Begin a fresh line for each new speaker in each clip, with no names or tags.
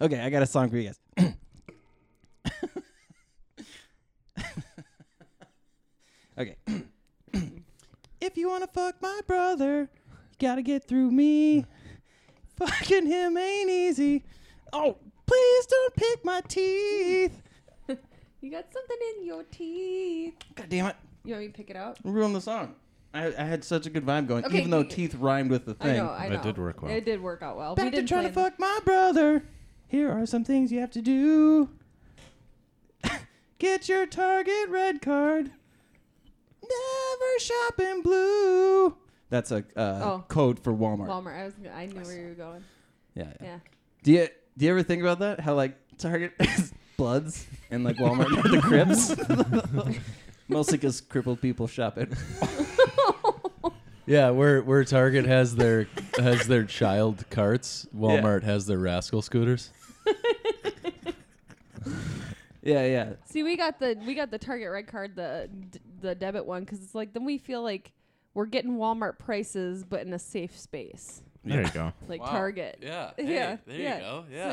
Okay, I got a song for you guys. okay. if you wanna fuck my brother, you gotta get through me. Fucking him ain't easy. Oh, please don't pick my teeth.
You got something in your teeth.
God damn it.
You want me to pick it up?
Ruined the song. I, I had such a good vibe going,
Okay,
even though
you-
teeth rhymed with the
I
thing.
know. I know.
That did work well.
It did work out well. we
Back to
didn't
trying to
plan-
fuck my brother. Here are some things you have to do. Get your Target red card. Never shop in blue. That's a uh,
Oh.
code for Walmart.
Walmart. I was. I knew where you were going.
Yeah, yeah.
Yeah.
Do you do you ever think about that? How like Target is Bloods and like Walmart are the Crips. Mostly because crippled people shop at
Yeah, where where Target has their has their child carts, Walmart has their rascal scooters.
Yeah, yeah.
See, we got the we got the Target red card, the d- the debit one, because it's like then we feel like we're getting Walmart prices, but in a safe space,
There you go.
like Target.
Yeah.
yeah. yeah.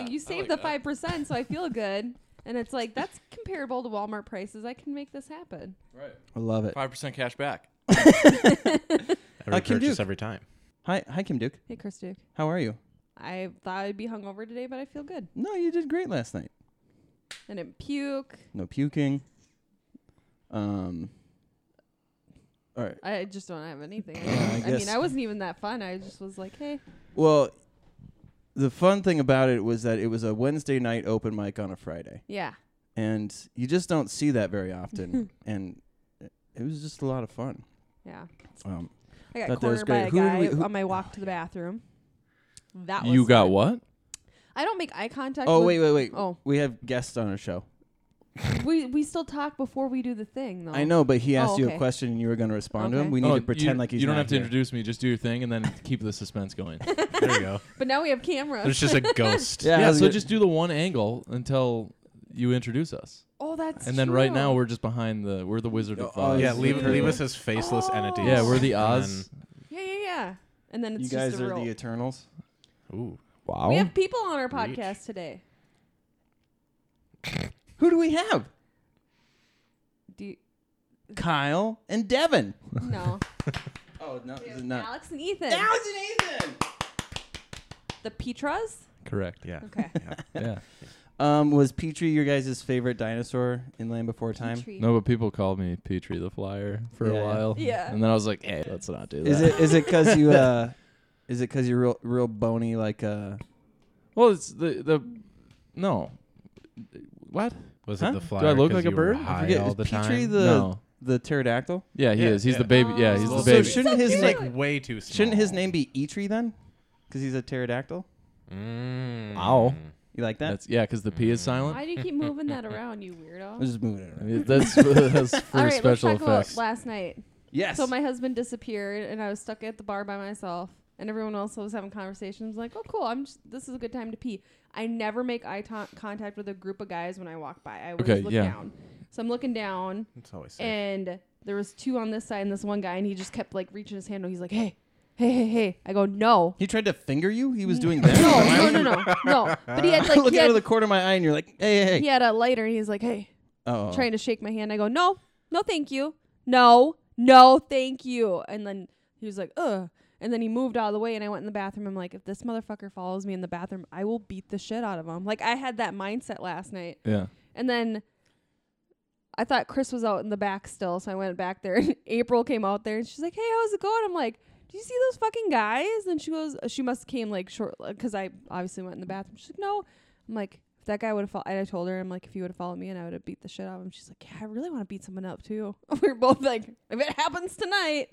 So you save the five percent, so I feel good, and it's like that's comparable to Walmart prices. I can make this happen.
Right.
I love it.
Five percent cash back.
Every
Kim
purchase
Duke.
every time.
Hi, hi, Kim Duke.
Hey, Chris Duke.
How are you?
I thought I'd be hungover today, but I feel good.
No, you did great last night.
I didn't puke.
No puking. Um. All right.
I just don't have anything.
Yeah, I
I,
guess.
mean, I wasn't even that fun. I just was like, hey,
Well, the fun thing about it was that it was a Wednesday night open mic on a Friday,
yeah,
and you just don't see that very often. and it it was just a lot of fun.
yeah.
Um,
I got
Thought that was
cornered by a
great. Who did
guy
we- who-
on my walk to the bathroom. That
You
was
got
fun.
what?
I don't make eye contact.
oh
with-
wait, wait, wait.
Oh.
we have guests on our show.
we we still talk before we do the thing though.
I know, but he
Oh,
asked you a
okay.
question and you were going to respond to him.
Okay.
We need
Oh,
to pretend
you,
like he's
You don't
not
have to
here.
introduce me. Just do your thing and then keep the suspense going.
There you go.
But now we have cameras.
There's just a ghost.
Yeah, I
yeah.
was
So
gonna-
just do the one angle until you introduce us,
oh, that's.
and then right
true.
now we're just behind the we're the Wizard of
Oh, oh,
Oz.
Yeah,
It's
leave,
the
leave
curtain.
us as faceless
Oh.
entities.
Yeah, we're the
And
Oz.
Yeah, yeah, yeah. And then it's
You
just
guys
a
are
roll.
the Eternals.
then- ooh.
Wow.
we have people on our
Reach.
podcast today.
Who do we have?
Do you,
Kyle and Devin.
no.
Oh no,
We
is
have
it not?
Alex and Ethan.
Alex and Ethan.
The Petras.
Correct.
Yeah.
Okay.
Yeah.
Um, was Petrie your guys' favorite dinosaur in Land Before Time?
Petri.
No, but people called me Petrie the Flyer for
Yeah.
a while.
Yeah.
And then I was like, eh, let's not do that.
Is it is it because you uh, is it because you're real real bony like uh?
Well, it's the the no. What?
Was
Huh?
it the
Do
flyer?
I look
'cause
like a
you were
bird? I
High
forget,
all
is
the
Petrie
time.
The-
no.
The pterodactyl.
Yeah, he
Yeah,
is. He's
yeah.
the baby. Yeah, he's
Oh.
the
So
baby.
shouldn't his
He's
name
like way too small.
shouldn't his name be Etri then? Because he's a pterodactyl.
Mm.
Ow.
You like that?
That's yeah, because the P is silent.
Why do you keep moving that around, you
I'm
weirdo?
just moving it around.
That's that's for
All right,
special
let's talk
effects.
about last night.
Yes.
So my husband disappeared, and I was stuck at the bar by myself, and everyone else was having conversations. Like, oh, cool, I'm. Just, this is a good time to pee. I never make eye ton contact with a group of guys when I walk by. I always
Okay,
look
yeah.
down. So I'm looking down,
It's always safe.
and there was two on this side and this one guy, and he just kept like reaching his hand. And he's like, hey, hey, hey, hey. I go, no.
he tried to finger you. He was doing that.
No, no, no, no, no. But he had
I
like
look
he
out
had,
of the corner of my eye and you're like, hey, hey, hey.
he had a lighter, and he's like, "Hey,
Oh.
trying to shake my hand. I go, no, no, thank you. No, no, thank you. And then he was like, ugh. And then he moved out of the way, and I went in the bathroom. I'm like, if this motherfucker follows me in the bathroom, I will beat the shit out of him. Like, I had that mindset last night.
yeah.
And then I thought Chris was out in the back still, so I went back there. And April came out there, and she's like, "Hey, how's it going?" I'm like, "Do you see those fucking guys?" And she goes, uh, "She must came like short because I obviously went in the bathroom." She's like, "No." I'm like, "If that guy would have followed," and I told her, "I'm like, if you would have followed me, and I would have beat the shit out of him." She's like, "Yeah, I really want to beat someone up too." we are both like, "If it happens tonight."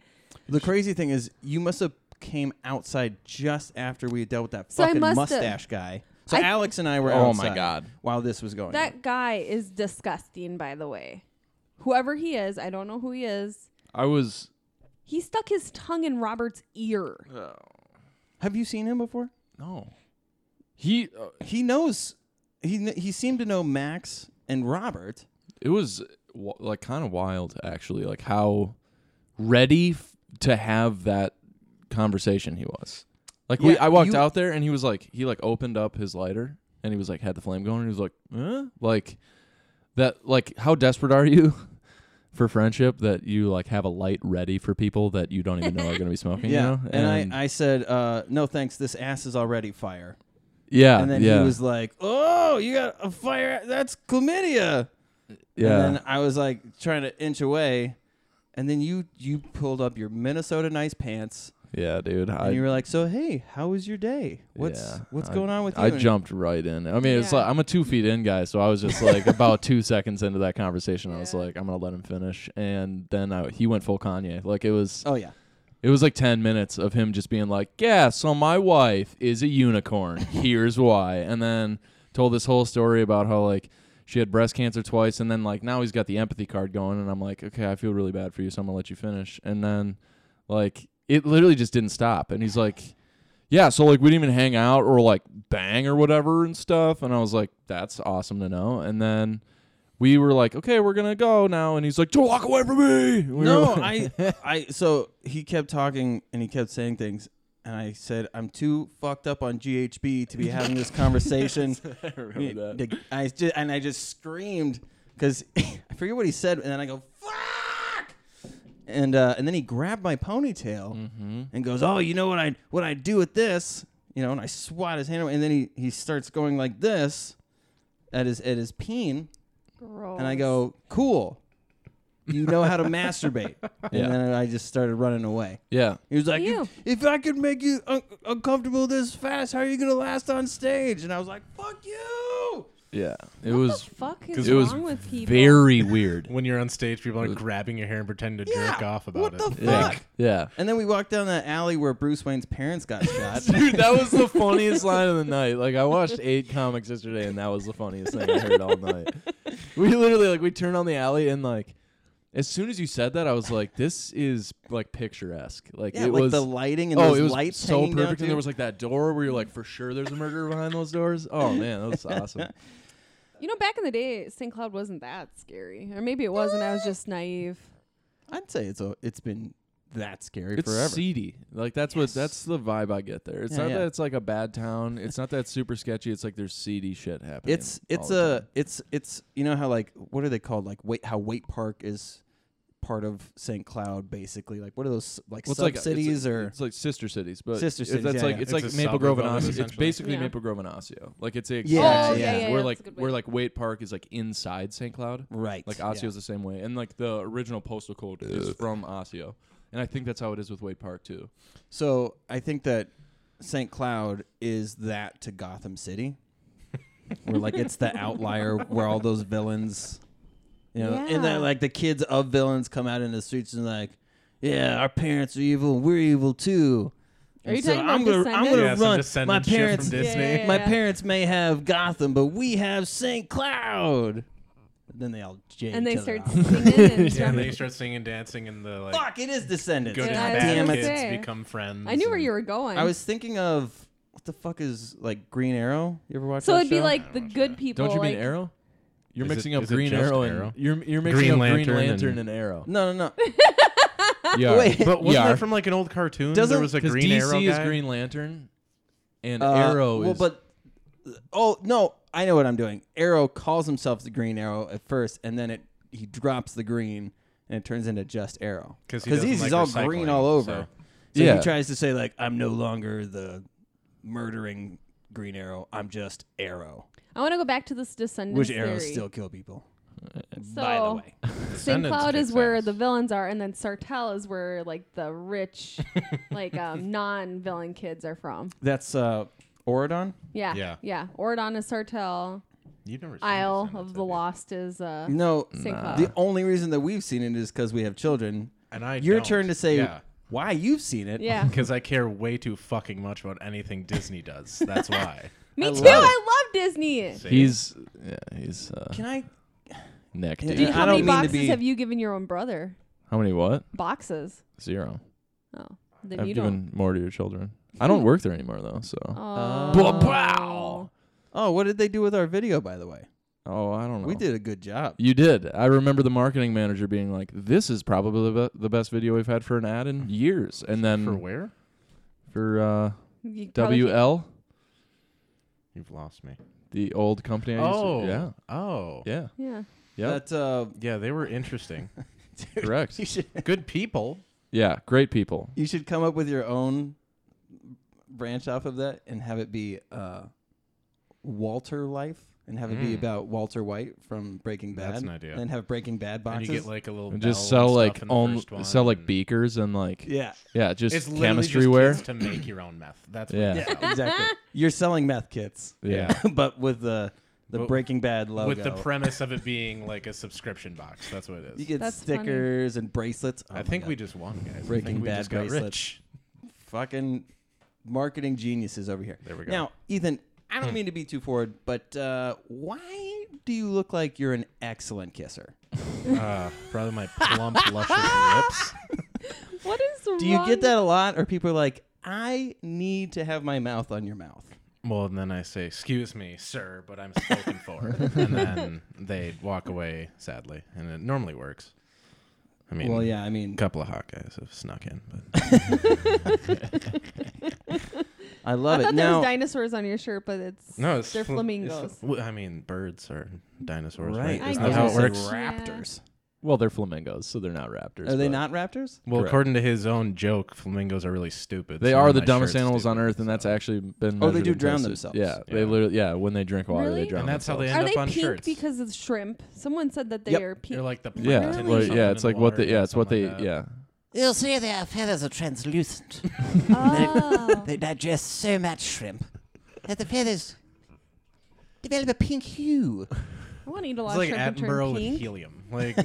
The crazy thing is, you must have came outside just after we had dealt with that
So I
fucking
must've-
mustache guy. So
I-
Alex and I were
Oh
outside
my god.
while this was going. on.
That guy is disgusting, by the way. Whoever he is, I don't know who he is.
I was.
He stuck his tongue in Robert's ear.
Have you seen him before?
No. He. Uh,
He knows. He kn- he seemed to know Max and Robert.
it was w- like kind of wild, actually. Like how ready f- to have that conversation he was. Like we,
Yeah,
I walked
you-
out there and he was like, he like opened up his lighter and he was like had the flame going and he was like, huh? like that like how desperate are you for friendship that you like have a light ready for people that you don't even know are gonna be smoking?
yeah.
you know?
and, I, I said, uh, no thanks. This ass is already fire.
yeah,
and then
Ah, yeah,
he was like, oh, you got a fire. That's chlamydia.
yeah.
And then I was like trying to inch away, and then you you pulled up your Minnesota nice pants,
Yeah, dude. I,
and you were like, "So hey, how was your day? What's
yeah,
what's
I-
going on with you?"
I
And-
jumped right in. I mean, it's
Yeah.
like I'm a two feet in guy, so I was just like about two seconds into that conversation, I was
Yeah.
like, I'm gonna let him finish, and then I, he went full Kanye. Like it was,
Oh yeah,
it was like ten minutes of him just being like, yeah. So my wife is a unicorn. Here's why, and then told this whole story about how like. She had breast cancer twice, and then like now he's got the empathy card going, and I'm like, okay, I feel really bad for you, so I'm gonna let you finish. And then, like, it literally just didn't stop, and he's like, yeah, so like we didn't even hang out or like bang or whatever and stuff. And I was like, that's awesome to know. And then we were like, okay, we're gonna go now. And he's like, don't walk away from me. We were
no,
like-
I I so he kept talking and he kept saying things, and I said, "I'm too fucked up on GHB to be having this conversation."
I
Yeah,
remember that.
the- I just, and I just screamed because I forget what he said, and then I go fuck, and uh, and then he grabbed my ponytail
Mm-hmm.
and goes, "Oh, you know what I what I do with this?" You know, and I swat his hand, away, and then he he starts going like this at his at his peen,
Gross.
and I go, "Cool, you know how to masturbate,"
Yeah.
and then I just started running away.
Yeah.
He was like,
Ew.
if, if I could make you un- uncomfortable this fast, how are you gonna last on stage?" And I was like, "Fuck you!"
Yeah. It
What
was
the fuck
because
is
it was
wrong with people?
very weird.
When you're on stage, people are grabbing your hair and pretending to
Yeah,
jerk off about
what
it.
the
yeah.
Fuck.
Yeah.
And then we walked down that alley where Bruce Wayne's parents got shot.
Dude, that was the funniest line of the night. Like I watched eight comics yesterday, and that was the funniest thing I heard all night. We literally like we turned on the alley, and like as soon as you said that, I was like, "This is like picturesque." Like
yeah,
it
like
was
the lighting and
oh,
those
it was
lights
so
hanging
perfect,
down,
and
too.
there was like that door where you're like, for sure, there's a murderer behind those doors. Oh man, that was awesome.
You know, back in the day, St. Cloud wasn't that scary, or maybe it was, and I was just naive.
I'd say it's a, it's been that scary
It's
forever.
seedy. Like that's what that's the vibe I get there. It's
Yeah,
not
yeah.
that it's like a bad town. It's not that it's super sketchy. It's like there's seedy shit happening.
it's it's
all the time.
a it's it's you know how like what are they called like wait how Wait Park is part of St. Cloud basically like what are those like
Well, it's
sub
like a- it's a-
cities or
it's like sister cities, but
Sister
it's-
cities,
That's
yeah,
like
yeah.
it's,
It's
like
a
Maple
suburb
Grove
of
and
them,
Osseo. It's
essentially.
basically
Yeah.
Maple Grove and Osseo. Like it's the
Yeah,
exact
Oh,
same
yeah,
thing.
yeah,
We're
yeah,
like
that's a good
we're
way.
like Wait Park is like inside St. Cloud.
right
Like
yeah.
Osseo's the same way, and like the original postal code is from Osseo, and I think that's how it is with Wade Park too.
So I think that St. Cloud is that to Gotham City. where like it's the outlier where all those villains you know and
Yeah.
then like the kids of villains come out in the streets and like, Yeah, our parents are evil, we're evil too.
Are you
And so
talking about
I'm gonna, I'm gonna
Descendants?
Yeah, some
run. My
Descendants shit from
parents,
Disney.
Yeah, yeah, yeah.
my parents may have Gotham, but we have St. Cloud. And then they all jade
And they
each other
start
out.
singing. And
Yeah, and
jumping.
they start singing, dancing, and the like.
Fuck! It is Descendants.
Good and
Yeah, I
God
was
damn
gonna
it!
bad kids
say.
become friends.
I knew where
and-
you were going.
I was thinking of what the fuck is like Green Arrow? You ever watch
so
that
it'd be
show?
like the good people.
Don't you
like,
mean Arrow? You're
Is it-
mixing up
is it
Green
just
Arrow and
Arrow?
you're you're mixing
Green
up Green
Lantern
Lantern and,
and-
Arrow.
No, no, no.
Yeah,
Wait.
But wasn't
Yeah.
that from like an old cartoon?
Doesn't-
there was a
because
Green
DC
Arrow
is
guy?
Green Lantern, and
Uh,
Arrow
Well,
is
but oh no, I know what I'm doing. Arrow calls himself the Green Arrow at first, and then it he drops the green, and it turns into just Arrow
'Cause he doesn't
he's,
like
he's all green
recycling,
all over.
so-
So
Yeah.
he tries to say like, I'm no longer the murdering Green Arrow. I'm just Arrow,
I want to go back to this Descendants
which
theory.
arrows still kill people. by the
So-
way,
St.
Descendants
Cloud is
kicks
where
ass.
the villains are, and then Sartell is where like the rich, like um, non-villain kids are from.
that's uh, Oridon.
Yeah,
Yeah.
yeah. Ordon is Sartell.
You've never seen
Isle
Descendants,
of
have
the
you?
Lost is uh,
No,
St. Cloud.
the only reason that we've seen it is because we have children.
And I
Your
don't.
turn to say
yeah.
why you've seen it.
yeah,
Because I care way too fucking much about anything Disney does. That's why.
me
I
too.
love it.
I love Disney.
See?
he's yeah, he's uh,
Can I?
neck
Yeah.
deep.
I
How
don't
many
mean to
boxes
be-
have you given your own brother?
How many what?
Boxes.
Zero.
Oh, then
I've
you
given more to your children. I don't work there anymore though, so.
Oh.
don't.
Blah,
Oh.
Oh, what did they do with our video, by the way?
Oh, I don't know.
We did a good job.
You did. I remember the marketing manager being like, "This is probably the, be- the best video we've had for an ad in years." And then
um,
For where?
for, uh,
You probably can't-
WL,
You've lost me.
the old company. I used to-
Oh,
yeah,
Oh, yeah.
yeah,
Yeah.
yeah.
That uh,
They were interesting.
Correct.
you should
Good people.
Yeah, great people.
you should come up with your own branch off of that and have it be uh, Walter Life and have it be
Mm.
about Walter White from Breaking Bad.
That's an idea.
And then have Breaking Bad
And
boxes.
you get like a little.
And just
bell
sell
and
like
stuff in the
on
first one
sell like
and-
beakers and like
yeah,
yeah, just
It's literally
chemistry
just
ware.
kids to make your own meth. That's
Yeah.
what
yeah,
it's about.
exactly. You're selling meth kits,
Yeah.
but with the the
But
Breaking Bad logo.
with the premise of it being like a subscription box. That's what it is.
you get
That's funny.
stickers and bracelets. Oh
I
my
think
God.
we just won, guys. I think
Breaking
we
Bad
just got
bracelets.
rich.
fucking marketing geniuses over here.
There we go.
Now, Ethan, I don't mean to be too forward, but uh, why do you look like you're an excellent kisser?
Uh, probably my plump, luscious lips.
What is wrong?
Do you get that a lot? Or people are like, I need to have my mouth on your mouth.
Well, and then I say, "Excuse me, sir, but I'm spoken for," and then they walk away sadly, and it normally works. I mean,
well, yeah, I mean,
a couple of hot guys have snuck in, but
I
I
love
thought
it.
there
Now,
was dinosaurs on your shirt, but it's
no, it's
they're
fl-
flamingos.
Well, I mean, birds are dinosaurs, right?
right?
I
Isn't
I
that
was
how
gonna
it
say
works?
Raptors.
Well, they're flamingos, so they're not raptors.
Are they
but-
not raptors?
Well,
Correct.
according to his own joke, flamingos are really stupid.
They
so
are
now
the
my
dumbest
shirt's
animals on
stupid,
earth, and that's
so.
actually been.
Oh, they
measured
do
and
drown
tested.
themselves.
Yeah,
Yeah.
they literally. Yeah, when they drink water,
Really?
they drown.
And that's how they
Are
end
themselves.
up
they
on
pink
shirts.
because of shrimp? Someone said that they
Yep.
are pink.
They're like the
Yeah,
Really?
plankton or
like,
something
yeah,
in
it's
the
like what
water
they. Yeah,
or
it's what
something
they.
like that.
yeah,
You'll see their feathers are translucent.
oh.
They digest so much shrimp that the feathers develop a pink hue.
I want to eat a lot
It's
of
like
shrimp and
Attenborough
turn
with
pink.
helium. Like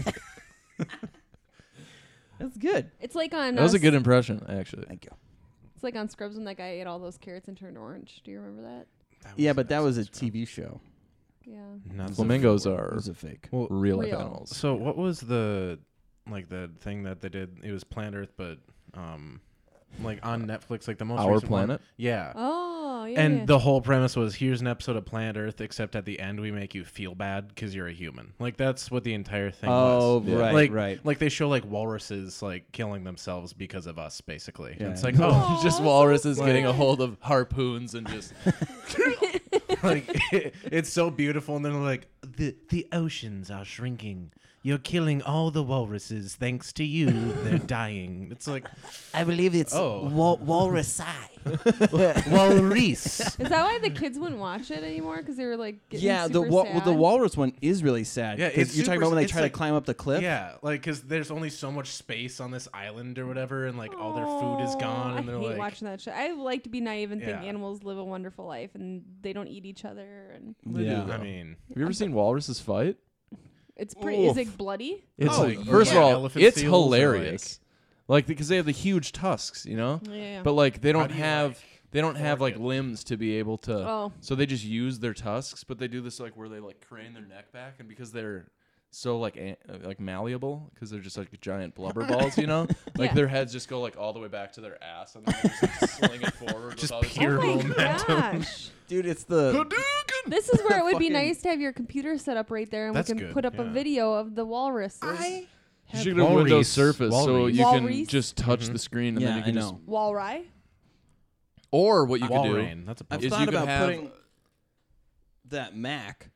That's good.
It's like on
that was
uh,
a good impression actually.
Thank you.
It's like on Scrubs when that guy ate all those carrots and turned orange. Do you remember that?
Yeah, but that was a TV show.
Yeah.
Not so
Flamingos
forward.
It
are
was a fake.
Well,
real life
Real.
animals.
So what was the like the thing that they did? It was Planet Earth, but um, like on Netflix, like the most
Our
recent one.
planet?
Yeah.
Oh, yeah.
Uh, and
yeah.
the whole premise was here's an episode of Planet Earth, except at the end we make you feel bad because you're a human. Like that's what the entire thing
Oh,
was.
Yeah.
right,
like
right.
like they show like walruses like killing themselves because of us, basically.
Yeah.
It's like oh,
Aw,
just
so
walruses getting a
sad.
hold of harpoons and just
like it- it's so beautiful, and then they're like the the oceans are shrinking. You're killing all the walruses. Thanks to you, they're dying. It's like
I believe it's
Oh.
wal- walrus eye.
walrus.
Is that why the kids wouldn't watch it anymore? Because they were like, getting
Yeah, the
super
wa- well,
sad?
the walrus one is really sad.
Yeah,
'cause
it's
you're talking
super-
about when they
it's
try
like-
to climb up the cliff.
Yeah, like because there's only so much space on this island or whatever, and like all their food is
Aw,
gone,
I
and they're
hate
like,
watching that show. I like to be naive and think
Yeah.
animals live a wonderful life and they don't eat each other. And
They do,
Yeah.
I mean,
Have you ever seen walruses fight?
it's pretty. Is
Oof.
it bloody?
It's
Oh,
like,
yeah.
first
Yeah.
of all,
Elephant
it's
seals are, like-
hilarious. Like because they have the huge tusks, you know?
Yeah.
But like they don't
do you,
have
like,
they don't have like
it?
limbs to be able to
Oh.
so they just use their tusks, but they do this like where they like crane their neck back and because they're so like an- uh, like malleable because they're just like giant blubber balls, you know? Like
Yeah.
their heads just go like all the way back to their ass and then they just like, sling it forward.
Just
with all this-
pure
oh my
momentum.
gosh.
Dude, it's the
This is where it would be
Fucking-
nice to have your computer set up right there and we
That's
can
good,
put up a
yeah.
video of the walrus.
I
You should get a
Walrus.
Windows Surface so
Walrus.
you can
Walrus?
just touch the screen and
yeah,
then you
I
can just
know.
Walry?
or what you could do
Walrein. That's a
I've
is
thought
you could
about
have-
putting that Mac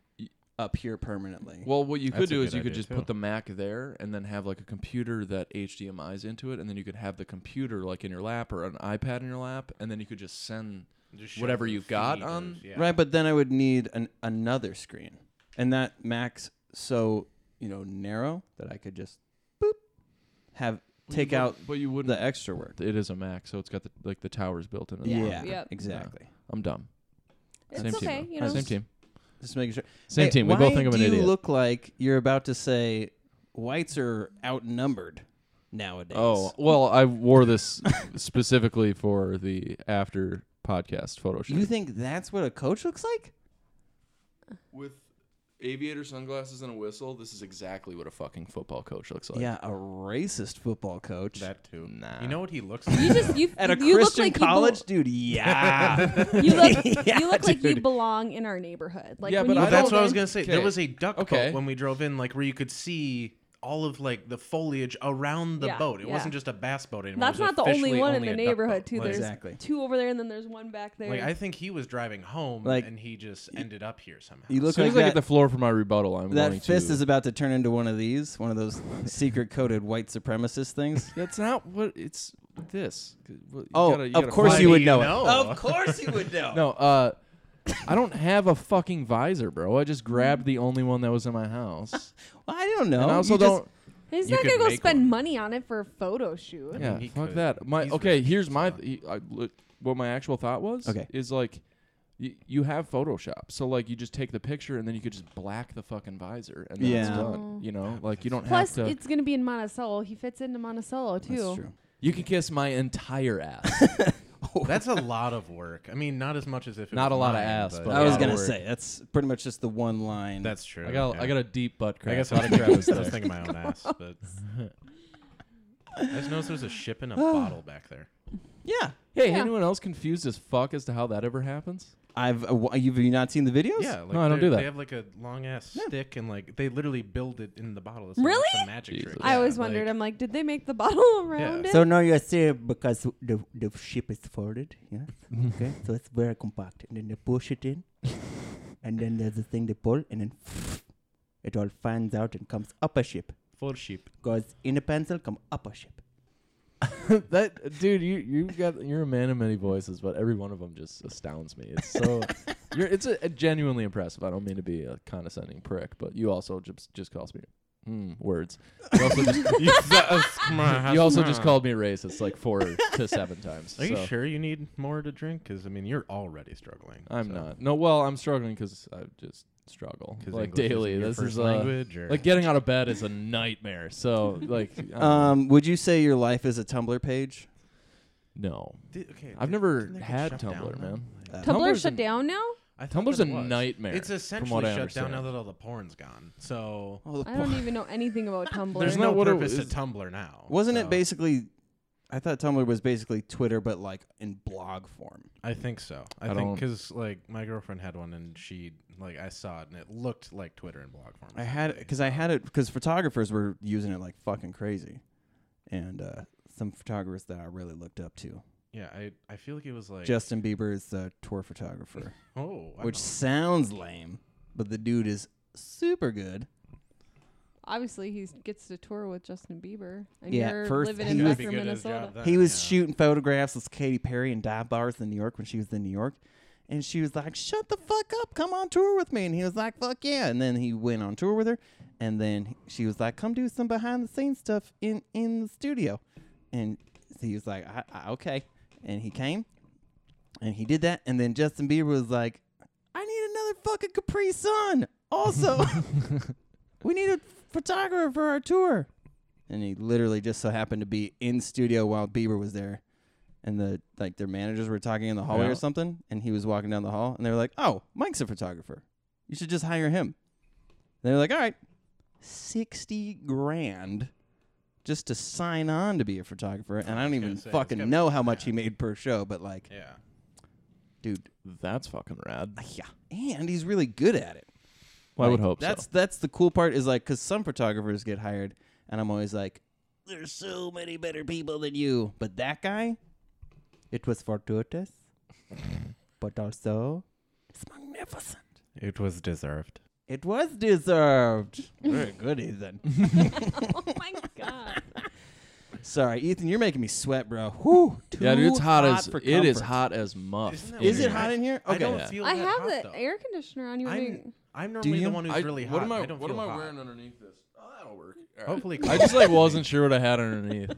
up here permanently.
Well, what you could
That's a
do is
good
you could
idea,
just
too.
put the Mac there and then have like a computer that HDMI's into it, and then you could have the computer like in your lap or an iPad in your lap, and then you could just send.
Just
whatever
shove
you've
the
got
feed
on-
of- yeah.
Right, but then I would need an, another screen, and that Mac's so you know narrow that I could just boop have take
But-
out
but you wouldn't.
the extra work.
it is a Mac, so it's got the, like the towers built into.
Yeah.
The
Yeah,
Yep.
exactly.
I'm dumb.
It's
Same
okay,
team.
you know.
Same team.
Just making sure.
Same
Hey,
team. We
why
both think I'm an
do
idiot.
You look like you're about to say whites are outnumbered nowadays.
oh well, I wore this specifically for the after podcast photo shoot.
you think that's what a coach looks like?
With aviator sunglasses and a whistle, this is exactly what a fucking football coach looks like.
yeah, a racist football coach.
That too.
Nah.
You know what he looks like?
You just you
At a
you
Christian
look like
college, dude. Yeah.
You, be- you look
Yeah,
you look like you
dude.
belong in our neighborhood. Like
Yeah,
when
but
you
I
Well, that's
don't
go
what I was
in-
gonna say. There
Okay.
was a duck
Okay.
boat when we drove in, like where you could see all of like the foliage around the
Yeah,
boat. It
yeah.
wasn't just a bass boat anymore.
That's
It was
not the only
officially
one in
only
the
a duck
neighborhood,
boat.
too.
Like,
There's
Exactly.
two over there, and then there's one back there.
like I think he was driving home
Like-
and he just ended up here somehow.
You look
As soon
like
as I
that,
get the floor for my rebuttal, I'm
that
going
fist
to.
is about to turn into one of these, one of those secret coded white supremacist things.
That's not what it's this. You
Oh,
gotta- you
of
gotta
course
find
you
it.
would know,
know?
it. Of course you would know.
No, uh, I don't have a fucking visor, bro. I just grabbed the only one that was in my house.
I don't know.
and I also
You just-
don't.
he's
you
not
could
gonna go
make
spend
one.
money on it for a photo shoot.
yeah,
he
fuck
could.
that. My
He's
okay.
rich,
Here's my
so-
th- I, look, what my actual thought was.
Okay.
is like. y- You have Photoshop, so like you just take the picture and then you could just black the fucking visor and then it's
Yeah.
done. You know, like you don't
Plus,
have to.
it's gonna be in Monticello. He fits into Monticello too.
That's true.
You can kiss my entire ass.
That's a lot of work. I mean, not as much as if it
Not
was
a lot of
mine,
ass, but
I was
Yeah.
gonna
Word.
say that's pretty much just the one line.
that's true.
I got
yeah.
I got a deep butt crack.
I guess
Not
I
a
was, I was, I
crack
was
there.
thinking my own ass, but I just noticed there's a ship in a bottle back there.
yeah.
Hey,
Yeah.
anyone else confused as fuck as to how that ever happens?
I've uh, wh- you've you not seen the videos?
Yeah, like
No, I don't
they're-
do that.
They have like a long ass stick, and like they literally build it in the bottle. It's
Really?
Like, a magic
Jesus.
trick.
I
Yeah,
always
like-
wondered. I'm like, did they make the bottle around
Yeah.
it?
So now you're there because the, the ship is folded, yeah? okay, so it's very compact. And then they push it in, and then there's a thing they pull, and then it all fans out and comes up a ship.
full sheep.
Goes in a pencil, come up a ship.
that dude, you you've got you're a man of many voices, but every one of them just astounds me. It's so you're it's a, a genuinely impressive. I don't mean to be a condescending prick, but you also just just calls me hmm, words. You also just
you
you also
also
just called me racist like four to seven times.
Are you
so
sure you need more to drink? Because I mean, you're already struggling.
I'm not. No, well, I'm struggling because I just struggle
Because
like daily. This is uh,
language. Or
like getting out of bed is a nightmare. So like I don't know.
Um, would you say your life is a Tumblr page?
no.
Di- okay,
I've
di-
never
didn't they get
had
shut down
Tumblr,
now?
man.
Like,
Uh,
Tumblr
Tumblr's
shut
a-
down now.
I thought
Tumblr's
that
a
was.
nightmare,
It's
from
essentially
what I
shut down
understand.
now that all the porn's gone. So
Oh, the
I
por-
don't even know anything about Tumblr.
there's
Isn't
no
that what it
purpose
was-
to Tumblr now.
Wasn't
so-
it basically? I thought Tumblr was basically Twitter, but like in blog form.
I think so. I,
I
think
don't-
because like my girlfriend had one and she like I saw it and it looked like Twitter in blog form.
I had because I had it because photographers were using it like fucking crazy, and uh, some photographers that I really looked up to.
yeah. I I feel like it was like
Justin Bieber is the tour photographer,
oh wow.
which sounds lame, but the dude is super good.
Obviously, he gets to tour with Justin Bieber, and
Yeah,
you're
first
living
he
in
was-
Gotta be
Western
good at his
Minnesota.
job then,
He was
yeah.
shooting photographs with Katy Perry in dive bars in New York when she was in New York. And she was like, shut the fuck up. Come on tour with me. And he was like, fuck yeah. And then he went on tour with her. And then she was like, come do some behind the scenes stuff in, in the studio. And he was like, I, I, okay. And he came and he did that. And then Justin Bieber was like, I need another fucking Capri Sun. Also, we need a photographer for our tour and he literally just so happened to be in studio while Bieber was there, and the like their managers were talking in the hallway
Yeah.
or something, and he was walking down the hall, and they were like, "Oh, Mike's a photographer. You should just hire him." And they were like, "All right, sixty grand." Just to sign on to be a photographer, and I don't
was
even
gonna say, it's gotta
fucking
be
know
like
how much
that.
he made per show, but like,
Yeah.
dude,
That's fucking rad.
yeah, and he's really good at it.
Well, I would
Like,
hope
that's
so.
that's the cool part is like because some photographers get hired, and I'm always like, there's so many better people than you, but that guy,
It was fortuitous, but also
is magnificent.
It was deserved.
it was deserved.
Very good, Ethan.
oh my god!
Sorry, Ethan, you're making me sweat, bro. Whew,
Yeah, dude, it's
too
hot, as
for
it is
comfort.
hot as muff.
Isn't that
Is it
weird?
hot in here?
I don't
Yeah.
feel.
I
that
have
hot,
the
though.
air conditioner on. You
I'm-
wouldn't-
I'm normally
you?
the one who's really hot.
what am I,
I don't
what
feel
am I
hot.
wearing underneath this? Oh, that'll work. All right.
Hopefully,
Oh. I just like wasn't sure what I had underneath.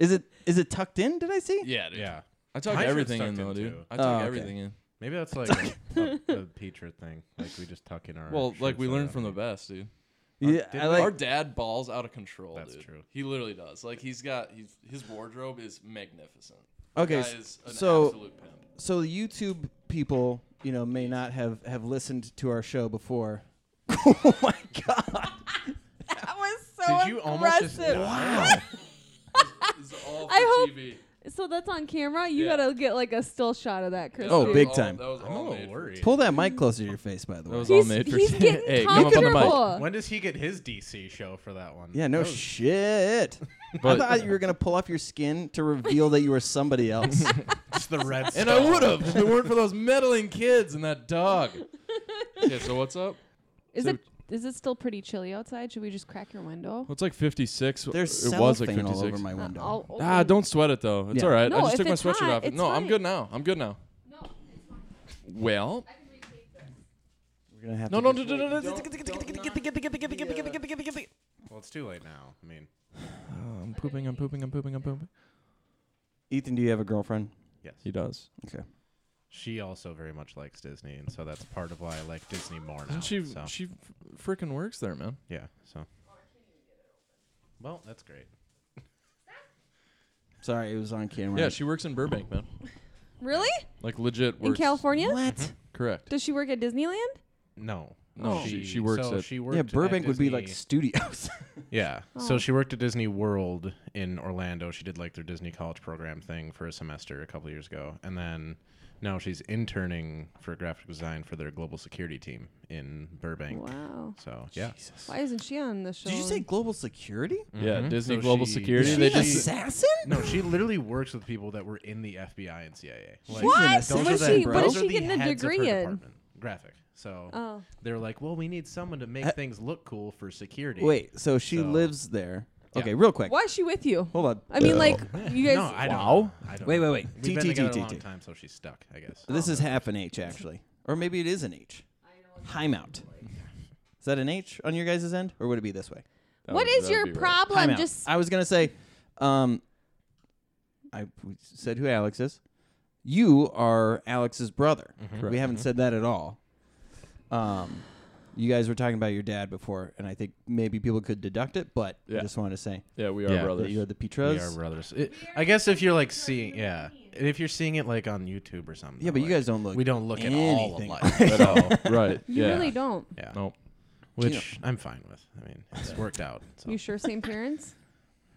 Is it is it tucked in? Did I see?
Yeah, dude.
Yeah.
I took
My shirt's
everything in
tucked in,
though, dude.
too.
I
Oh,
took
okay.
everything in.
Maybe that's like a, a, a teacher thing. Like we just tuck in our.
Well, like we
shirts
learned from the
underneath.
best, dude.
Yeah,
did
I
we-
like.
Our dad balls out of control.
That's
dude.
true.
He literally does. Like he's got he's, his wardrobe is magnificent.
Okay,
Guy
s-
is an
so-
absolute pimp.
so the YouTube people, you know, may not have have listened to our show before. oh my god!
that was so
Did you almost just?
aggressive.
Wow.
This is all
I
for
hope-
TV.
So that's on camera. You
Yeah.
gotta get like a still shot of that, Chris.
Oh,
dude.
big time.
That was
I'm a little worried.
Pull that mic closer to your face, by the
That
way.
was all
He's,
made for
he's getting
Hey, come up on the mic.
comfortable.
When does he get his DC show for that one?
Yeah, no
That was-
shit. I
But-
thought you were gonna pull off your skin to reveal that you were somebody else.
It's the red.
And I
Skull.
would have if it weren't for those meddling kids and that dog. Okay, so what's up?
Is
So-
it is it still pretty chilly outside? Should we just crack your window?
What's like 56?
There's
it was like
cellophane
56.
all over my
Uh,
window.
I'll open-
Ah, don't sweat it though. It's
Yeah.
all right. I
No,
just
if
took my
it's
sweatshirt
hot,
off.
it's
No, I'm
fine.
good now. I'm good now. Well,
We're gonna have
no,
to
no,
just-
no, no, no, no.
Well, it's too late now. I mean,
Oh, I'm pooping. I'm pooping. I'm pooping. I'm pooping.
Ethan, do you have a girlfriend?
yes.
He does.
She also very much likes Disney, and so that's part of why I like Disney more now.
And she
so,
she freaking works there, man.
yeah. So. Well, that's great.
Sorry, it was on camera.
Yeah, she works in Burbank, man.
Really?
Like legit works.
In California?
What?
Correct.
Does she work at Disneyland?
No.
No, she- she works
so
at-
she worked
Yeah,
at
Burbank would be like
Disney-
studios.
Yeah. So
Oh.
she worked at Disney World in Orlando. She did like their Disney college program thing for a semester a couple years ago. And then now she's interning for graphic design for their global security team in Burbank.
Wow.
So, yeah.
Why isn't she on the show?
Did you say global security?
Yeah,
Mhm.
Disney
So
Global
she-
Security,
Is
Mm-hmm. She-
she
they
an
just-
assassin?
No, she literally works with people that were in the FBI and CIA. Like,
What?
Those
What
are
is
the-
she? What
those
is she getting a degree in?
Graphic. So
Oh,
they're like, well, we need someone to make
Uh,
things look cool for security.
Wait, so she
So-
lives there.
Yeah.
Okay, real quick.
why is she with you?
Hold on.
I mean, like you guys.
no, I don't.
Wow.
know. I don't
Wait,
know.
wait, wait.
We've been
T, T,
together
T,
a long
T.
time, so she's stuck, I guess.
This is half an H, actually. Or maybe it is an H. Himeout. Is that an H on your guys' end? Or would it be this way?
That
what
would-
is
that'd
your
be right.
problem?
Himeout.
Just
I was going to say, um, I we said who Alex is. You are Alex's brother.
Correct.
We haven't said that at all. Um, you guys were talking about your dad before, and I think maybe people could deduct it, but
Yeah.
I just wanted to say
Yeah, we are
Yeah.
that
brothers.
you're the
We are
Petras.
brothers. It- I guess if you're like seeing, yeah, if you're seeing it like on YouTube or something.
Yeah, but you
like,
guys don't look.
we don't look at all
anything
alike.
alike.
at all.
right.
you
yeah.
really don't.
Yeah,
Nope.
which I'm fine with. I mean, it's worked out. So.
You sure? Same parents?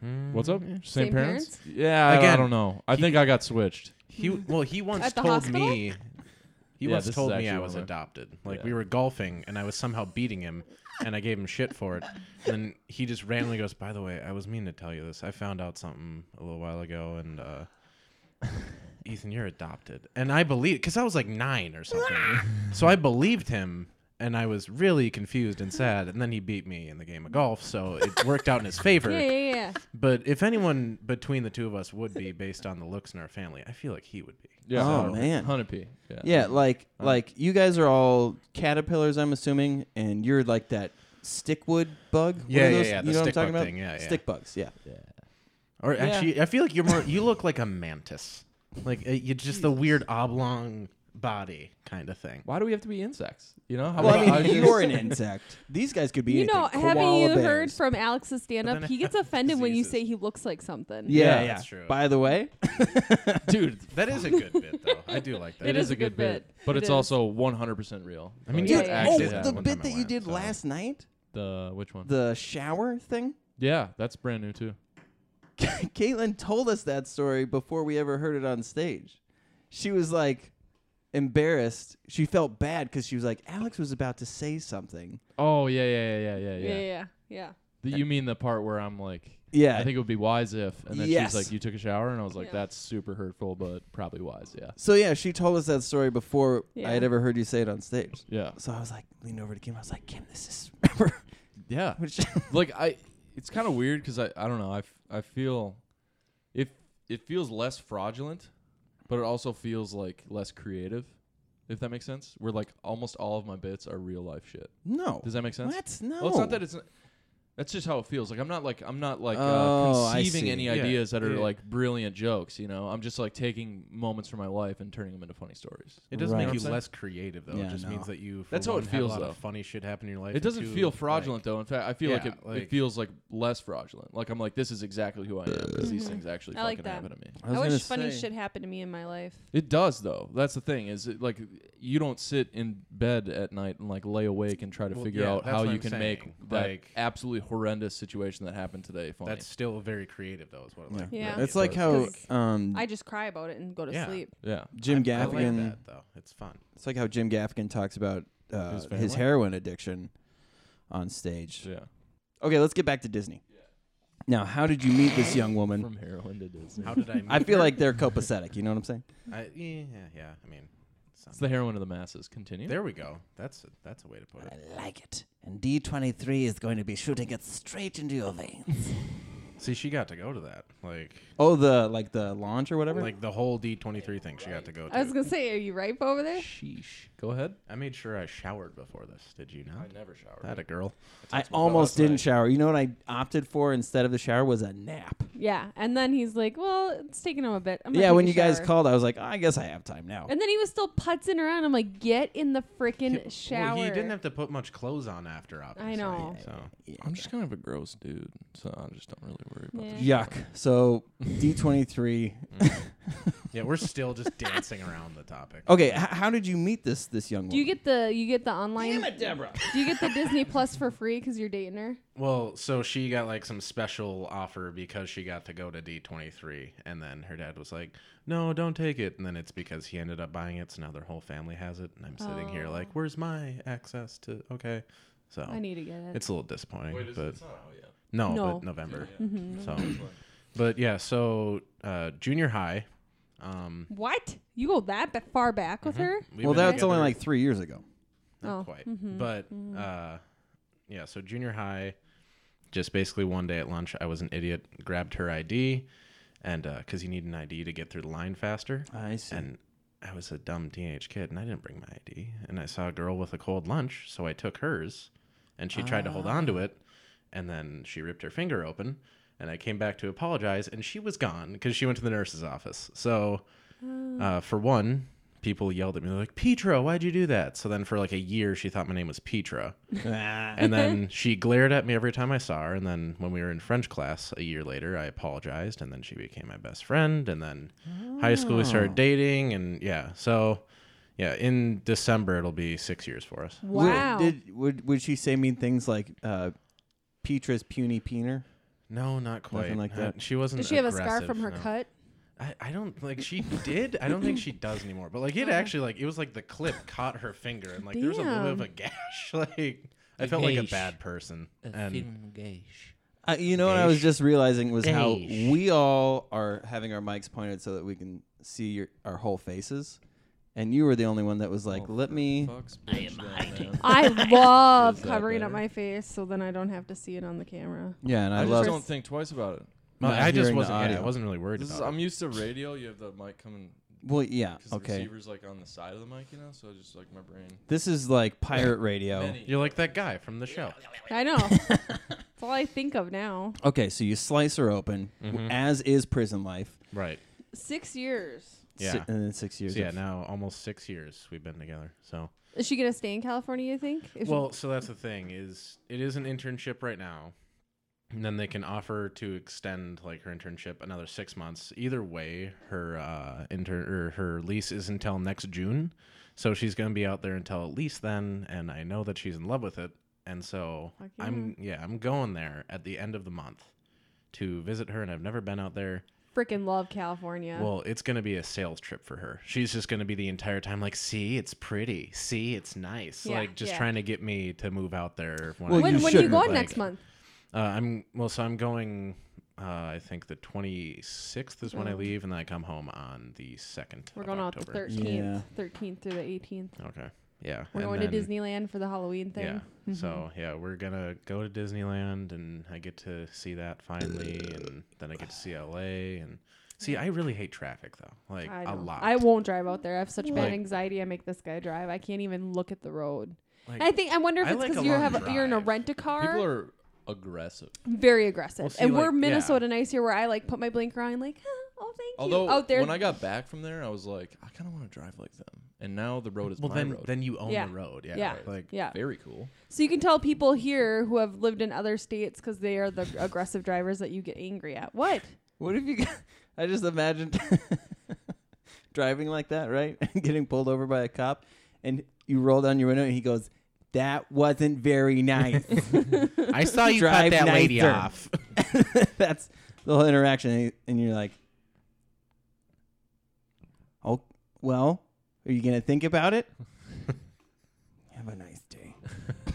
Mm,
What's up?
yeah.
Same,
Mm-hmm. Same
parents?
parents?
Yeah, I- I
Again,
don't know. I think I got switched.
He well, he once
At the
told
hospital?
me. He
Yeah,
once
this is
told
actually
me I
one
was
where-
adopted. Like
Yeah.
we were golfing, and I was somehow beating him, and I gave him shit for it. And he just randomly goes, "By the way, I was meaning to tell you this. I found out something a little while ago, and uh, Ethan, you're adopted." And I believe because I was like nine or something, so I believed him, and I was really confused and sad. And then he beat me in the game of golf, so it worked out in his favor.
Yeah, yeah, yeah.
But if anyone between the two of us would be based on the looks in our family, I feel like he would be.
Yeah.
Oh, man.
100p. Yeah.
Yeah, like
uh,
like you guys are all caterpillars, I'm assuming, and you're like that stickwood bug. What
Yeah,
are
yeah,
those-
yeah,
You
the
know what I'm
stick
talking
bug
about?
thing, yeah, yeah.
Stick bugs. Yeah.
Or actually, I feel like you're more. You look like a mantis, like uh, you just the weird oblong body kind of thing.
Why do we have to be insects? You know? How
Well,
about
I mean,
just-
you're an insect. These guys could be.
You know,
anything.
haven't
Koala
you
bears.
heard from Alex's
then
stand-up?
I
He gets
have
offended when you
diseases.
say he looks like something.
Yeah,
Yeah,
yeah,
that's true.
By the way,
dude.
That is a good bit, though. I do like that.
It is a good bit.
but
It
it's
is.
also 100% real.
I mean,
Yeah,
dude,
yeah,
oh,
yeah.
the
One time
bit
I
that you
went,
did
so.
last night,
the which one?
the shower thing.
yeah, that's brand new too.
Caitlin told us that story before we ever heard it on stage. She was like embarrassed. She felt bad because she was like, Alex was about to say something.
Oh, yeah, yeah, yeah, yeah, yeah,
yeah,
yeah.
yeah, yeah.
The- You mean the part where I'm like
Yeah.
I think it would be wise if and then
Yes.
she's like you took a shower and I was like
Yeah.
that's super hurtful but probably wise, yeah.
So yeah, she told us that story before
Yeah.
I had ever heard you say it on stage.
Yeah.
So I was like, leaned over to Kim. I was like, Kim, this is remember.
Yeah.
Which,
like I it's kind of weird cuz I I don't know. I, f- I feel if it feels less fraudulent but it also feels like less creative if that makes sense. Where like almost all of my bits are real life shit.
no.
Does that make sense?
What? No.
Well, it's not that it's. Not, that's just how it feels. Like I'm not like I'm not like
Oh,
uh,
I
conceiving
see.
any
Yeah,
ideas that are
yeah.
like brilliant jokes. You know, I'm just like taking moments from my life and turning them into funny stories.
It doesn't
Right.
make you
You know what I'm
less creative, though.
Yeah,
it just
no.
means that you. For
That's how it
one, have
feels,
A lot of
though.
funny shit happen in your life.
It
and
doesn't
two,
feel fraudulent
like,
though. In fact, I feel like
Yeah,
it, it
like-
feels like less fraudulent. Like I'm like this is exactly who I am because these
Mhm.
things actually
I
fucking
like that.
happen to me.
I, wish funny shit happened to me in my life.
It does though. That's the thing is it, like you don't sit in bed at night and like lay awake and try to
Well,
figure
yeah,
out
that's
how
what
you
I'm
can
saying.
make that
Like-
absolutely horrendous situation that happened today. Funny.
That's still very creative, though, is what I like.
Yeah.
about
It's
it.
like how
Because
um,
I just cry about it and go to
Yeah.
sleep.
yeah.
Jim
I like
Gaffigan.
that, though. It's fun.
it's like how Jim Gaffigan talks about uh,
His
his,
family.
heroin addiction on stage.
Yeah.
Okay, let's get back to Disney. Now, how did you meet this young woman?
From heroin to Disney.
How did I? Meet
I feel
her?
like they're copacetic. You know what I'm saying?
I, yeah, yeah. I mean, it's not-
It's the heroin of the masses. Continue.
there we go. That's a, that's a way to put it.
like it. And D23 is going to be shooting it straight into your veins.
See, she got to go to that, like,
Oh, the like the launch or whatever.
like the whole D twenty three thing. She got to go to.
I was gonna say, are you ripe over there?
Sheesh. Go ahead.
I made sure I showered before this. Did you not?
never showered.
That a girl.
I almost didn't shower. You know what I opted for instead of the shower was a nap.
Yeah. And then he's like, well, it's taking him a bit. I'm gonna
yeah,
take
when
a
you guys
shower.
called, I was like, "Oh, I guess I have time now.
And then he was still putzing around. I'm like, get in the
He-
freaking shower.
Well, he didn't have to put much clothes on after, obviously.
know.
So
I'm just kind of a gross dude, so I just don't really worry about
Yeah.
this.
Yuck. So D23.
yeah, we're still just dancing around the topic.
Oh.
Okay, h- how did you meet this this young woman?
Do you get the you get the online?
Deborah.
Do you get the Disney Plus for free because you're dating her?
Well, so she got like some special offer because she got to go to D23, and then her dad was like, "No, don't take it." And then it's because he ended up buying it, so now their whole family has it, and I'm sitting here like,
Oh.
"Where's my access to?" Okay, so
I need to get it.
it's a little disappointing, but
not out yet.
no,
No.
but November.
Mm-hmm.
So, but yeah, so uh, junior high. Um,
what? You go that ba- far back with her?
we've
Well,
been
that's only
together-
like three years ago.
not
Oh,
quite but uh yeah so junior high just basically one day at lunch i was an idiot grabbed her id and uh because you need an id to get through the line faster
I see.
and i was a dumb teenage kid and i didn't bring my id and i saw a girl with a cold lunch so i took hers and she tried to hold on to it and then she ripped her finger open and i came back to apologize and she was gone because she went to the nurse's office so uh, for one, people yelled at me They're like, Petra, why'd you do that? So then for like a year, she thought my name was Petra. and then she glared at me every time I saw her. And then when we were in French class a year later, I apologized. And then she became my best friend. And then high school, we
Oh.
started dating. And yeah, so yeah, in December, it'll be six years for us.
Would-
Wow.
Did would would she say mean things like uh, Petra's puny peener?
No, not quite.
Nothing like
I-
that.
she wasn't.
Does she have a scar
aggressive,
from her
no.
cut?
I, I don't like she did. I don't think she does anymore. But
Oh.
like it actually like it was like the clip caught her finger and like there was a little bit of a gash. Like I felt like a
gash.
bad person. And
Film gauge.
Uh, you know what I was
Beige.
just realizing was how
Beige.
we all are having our mics pointed so that we can see your our whole faces, and you were the only one that was
Oh,
like, "Let me."
I am hiding.
I love
Is that
covering up
better?
my face so then I don't have to see it on the camera.
Yeah, and I,
I just
love.
don't think twice about it.
Well,
Not
I just
hearing the
wasn't. Yeah, I
audio.
wasn't really worried
This is,
about
I'm
it.
used to radio. You have the mic coming
Well, yeah.
because the
Okay.
receiver's like on the side of the mic, you know. So just like my brain.
This is like pirate radio.
Many.
You're like that guy from the show.
I know. That's all I think of now.
Okay, so you slice her open,
Mm-hmm.
w as is prison life.
Right.
Six years.
si-
Yeah.
and then six years.
So yeah,
of-
now almost six years we've been together. So
Is she gonna stay in California? You think? If
well, so that's the thing is it is an internship right now, and then they can offer to extend like her internship another six months. Either way, her uh, intern or her lease is until next June, so she's gonna be out there until at least then. And I know that she's in love with it, and so
Fuck
I'm yeah I'm going there at the end of the month to visit her, and I've never been out there.
freaking love California.
Well, it's going to be a sales trip for her. She's just going to be the entire time like, see, it's pretty. See, it's nice.
Yeah,
like, just
yeah.
trying to get me to move out there. When,
Well,
I
when when
can.
you
are you
shouldn't,
going
Like,
next month?
Uh, I'm, well, so I'm going, uh, I think the 26th is when I leave, and then I come home on the 2nd.
Mm. We're
of
going out the
October.
Yeah.
thirteenth, thirteenth through the eighteenth.
Okay. Yeah.
We're
and
going to
then-
Disneyland for the Halloween thing.
Yeah.
Mm-hmm.
So, yeah, we're going to go to Disneyland, and I get to see that finally, and then I get to see LA. And see, I really hate traffic, though. Like,
I
a
know.
lot.
I won't drive out there. I have such bad
Like-
anxiety. I make this guy drive. I can't even look at the road.
Like,
And I think I wonder if
I
it's
like
because
a
you
long
have you're in a
drive.
rent a car.
People are aggressive.
very aggressive,
Well, see,
and we're
like-
Minnesota nice here, where I like put my blinker on, like "Huh, oh thank
Although
you. Out there,
when I got back from there, I was like, I kind of want to drive like them. And now the road is
Well,
my
then
road.
then you own
Yeah.
the road. Yeah.
yeah,
Like
yeah.
Very cool.
So you can tell people here who have lived in other states because they are the aggressive drivers that you get angry at. What?
What if you? got- I just imagined driving like that, right? Getting pulled over by a cop, and you roll down your window, and he goes, That wasn't very nice.
I saw you
Drive
cut that lady
nicer.
off.
That's the whole interaction, and you- and you're like, "Oh, well, are you gonna think about it? Have a nice day."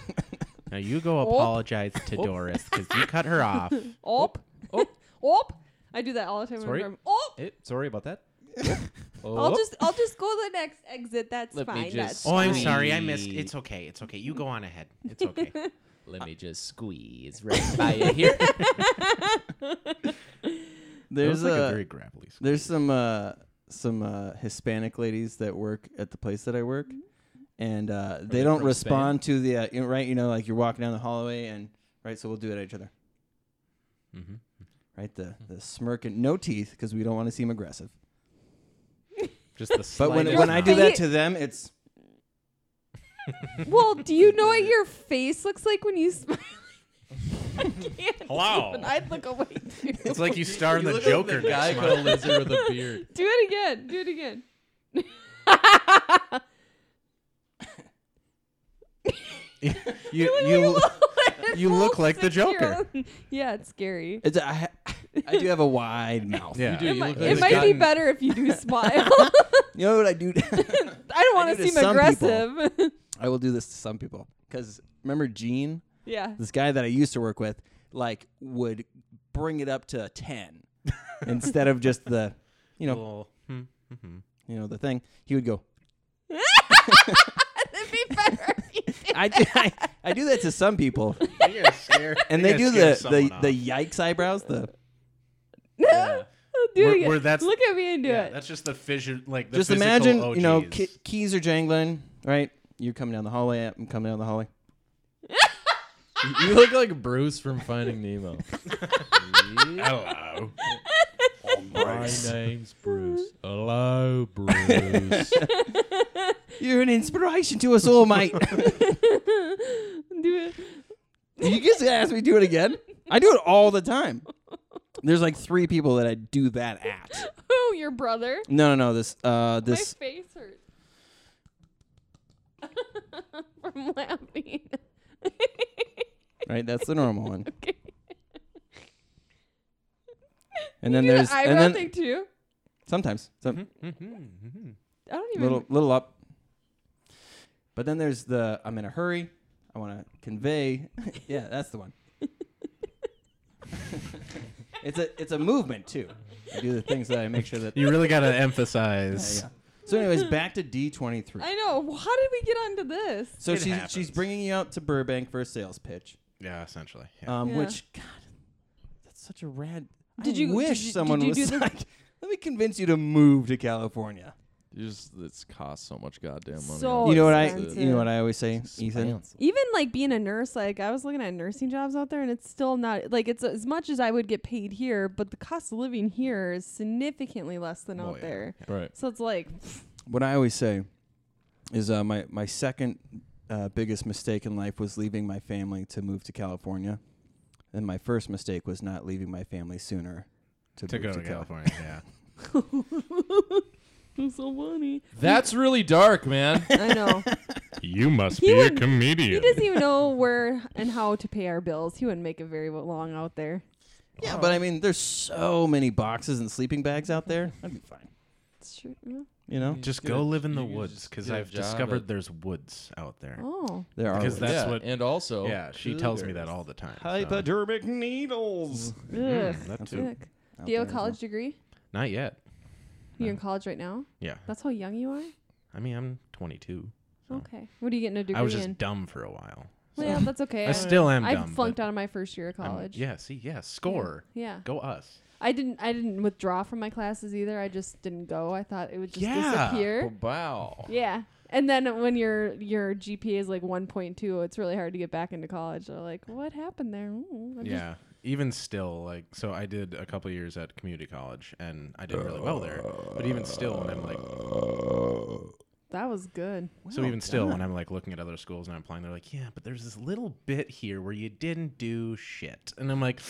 Now you go
Oop.
apologize to Doris because you cut her off.
Op.
Op.
Op. I do that all the time.
Sorry.
Sorry. Op.
Eh, sorry about that. Oh,
I'll just I'll just go to the next exit. That's
Let me
fine.
just-
That's
Oh, I'm
fine.
sorry. I missed. It's okay. It's okay. You go on ahead. It's okay.
let me just squeeze right by you here.
There's
like
a,
a, very gravelly. squeak.
there's some uh, some uh, Hispanic ladies that work at the place that I work, and uh, they
they
don't
from
respond to the uh, you know, right. You know, like you're walking down the hallway, and right. So we'll do it at each other.
Mhm.
Right, the
Mm-hmm.
the smirk and no teeth because we don't want to seem aggressive.
Just the
But when
slightest
when I do
nod.
that to them, it's
Well, do you know what your face looks like when you smile? I can't
Hello.
even- I'd look away too.
it's like you star in
You
the
look like
Joker
the guy
next
called
month.
lizard with a beard.
Do it again. Do it again.
You
When
you
look-
you look like the
six-year-old- Yeah, it's scary.
it's I, ha- I do have a wide mouth.
yeah.
You do.
It,
you
might,
look
it
like the
might
guy-
be better if you do smile.
You know what I do?
I don't want to
do to
seem
some
aggressive.
I will do this to some people because remember Gene,
yeah.
this guy that I used to work with, like would bring it up to a ten instead of just the, you know,
Well, hmm, mhm.
you know the thing. He would go.
That'd be better.
I do I, I do that to some people,
I think I scare-
and
I think
they
I
do
scared
the the,
someone
the
off.
yikes eyebrows. The
No, do
Where-
it again.
where that's-
look at me and do
Yeah,
it.
that's just the fissure. Like the
just
physical
imagine you know
OGs.
ki- keys are jangling, right? You're coming down the hallway. I'm coming down the hallway.
You- You look like Bruce from Finding Nemo.
Hello.
My name's Bruce. Hello, Bruce.
You're an inspiration to us all, mate.
do it.
you just ask me to do it again. I do it all the time. There's like three people that I do that at.
Oh, your brother.
No, no, no. This, uh,
My
this.
face hurts from laughing.
Right, that's the normal one.
Okay.
And
You
then
do the
there's,
eyebrow
and then
thing too.
sometimes some
Mm-hmm,
I don't even.
little, little up. But then there's the I'm in a hurry. I want to convey. yeah, that's the one. it's a, it's a movement too. I do the things that I make sure that.
You really gotta emphasize.
Yeah. So, anyways, back to D23.
I know. How did we get onto this?
So
It
she's she's
happens.
bringing you out to Burbank for a sales pitch,
yeah. essentially. Yeah.
um,
Yeah.
which God, that's such a rad.
Did
I
you-
wish
did you- did
someone
you do
was
the-
like, let me convince you to move to California.
just it's cost so much goddamn money.
So Oh,
you know what I
expensive.
you know what I always say,
It's
Ethan.
expensive.
Even like being a nurse, like I was looking at nursing jobs out there, and it's still not like it's as much as I would get paid here, but the cost of living here is significantly less than
Oh,
out
yeah.
there.
Right.
So it's like,
What I always say is uh, my my second uh, biggest mistake in life was leaving my family to move to California, and my first mistake was not leaving my family sooner to,
To
move
go to
Cal-
California. Yeah.
I'm so funny.
That's really dark, man.
I know.
you must
He be a would- he
comedian.
doesn't even know where and how to pay our bills. He wouldn't make it very long out there.
Yeah, but I mean, there's so many boxes and sleeping bags out there. I'd be fine.
It's true. yeah.
You know,
Just
Get a-
go live in the
you can
woods
just
because
get a
I've
job
discovered
at-
there's woods out there.
Oh.
there are
Because
ways.
that's
yeah,
what-
And also,
yeah, she tells me that all the time. so-
hypodermic needles.
Ugh.
Mm, that too.
Sick. Do you have a college degree?
Not yet.
You're
No.
in college right now?
Yeah.
That's how young you are?
I mean, I'm 22. So.
Okay. What are you getting a degree
I was just
in?
dumb for a while.
Well, yeah, that's okay.
I still am
I
dumb.
flunked
but
out of my first year of
I'm-
college.
Yeah. See. Yeah. Score.
Yeah.
Go us.
I didn't I didn't withdraw from my classes either. I just didn't go. I thought it would just
Yeah.
disappear.
wow.
Yeah. And then when your your GPA is like 1.2, it's really hard to get back into college. They're like, "What happened there?" Mm, I'm just-
Yeah. Even still, like, so I did a couple years at community college, and I did really well there. But even still, when I'm like,
that was good.
so even still, when I'm like looking at other schools and I'm applying, they're like, yeah, but there's this little bit here where you didn't do shit, and I'm like,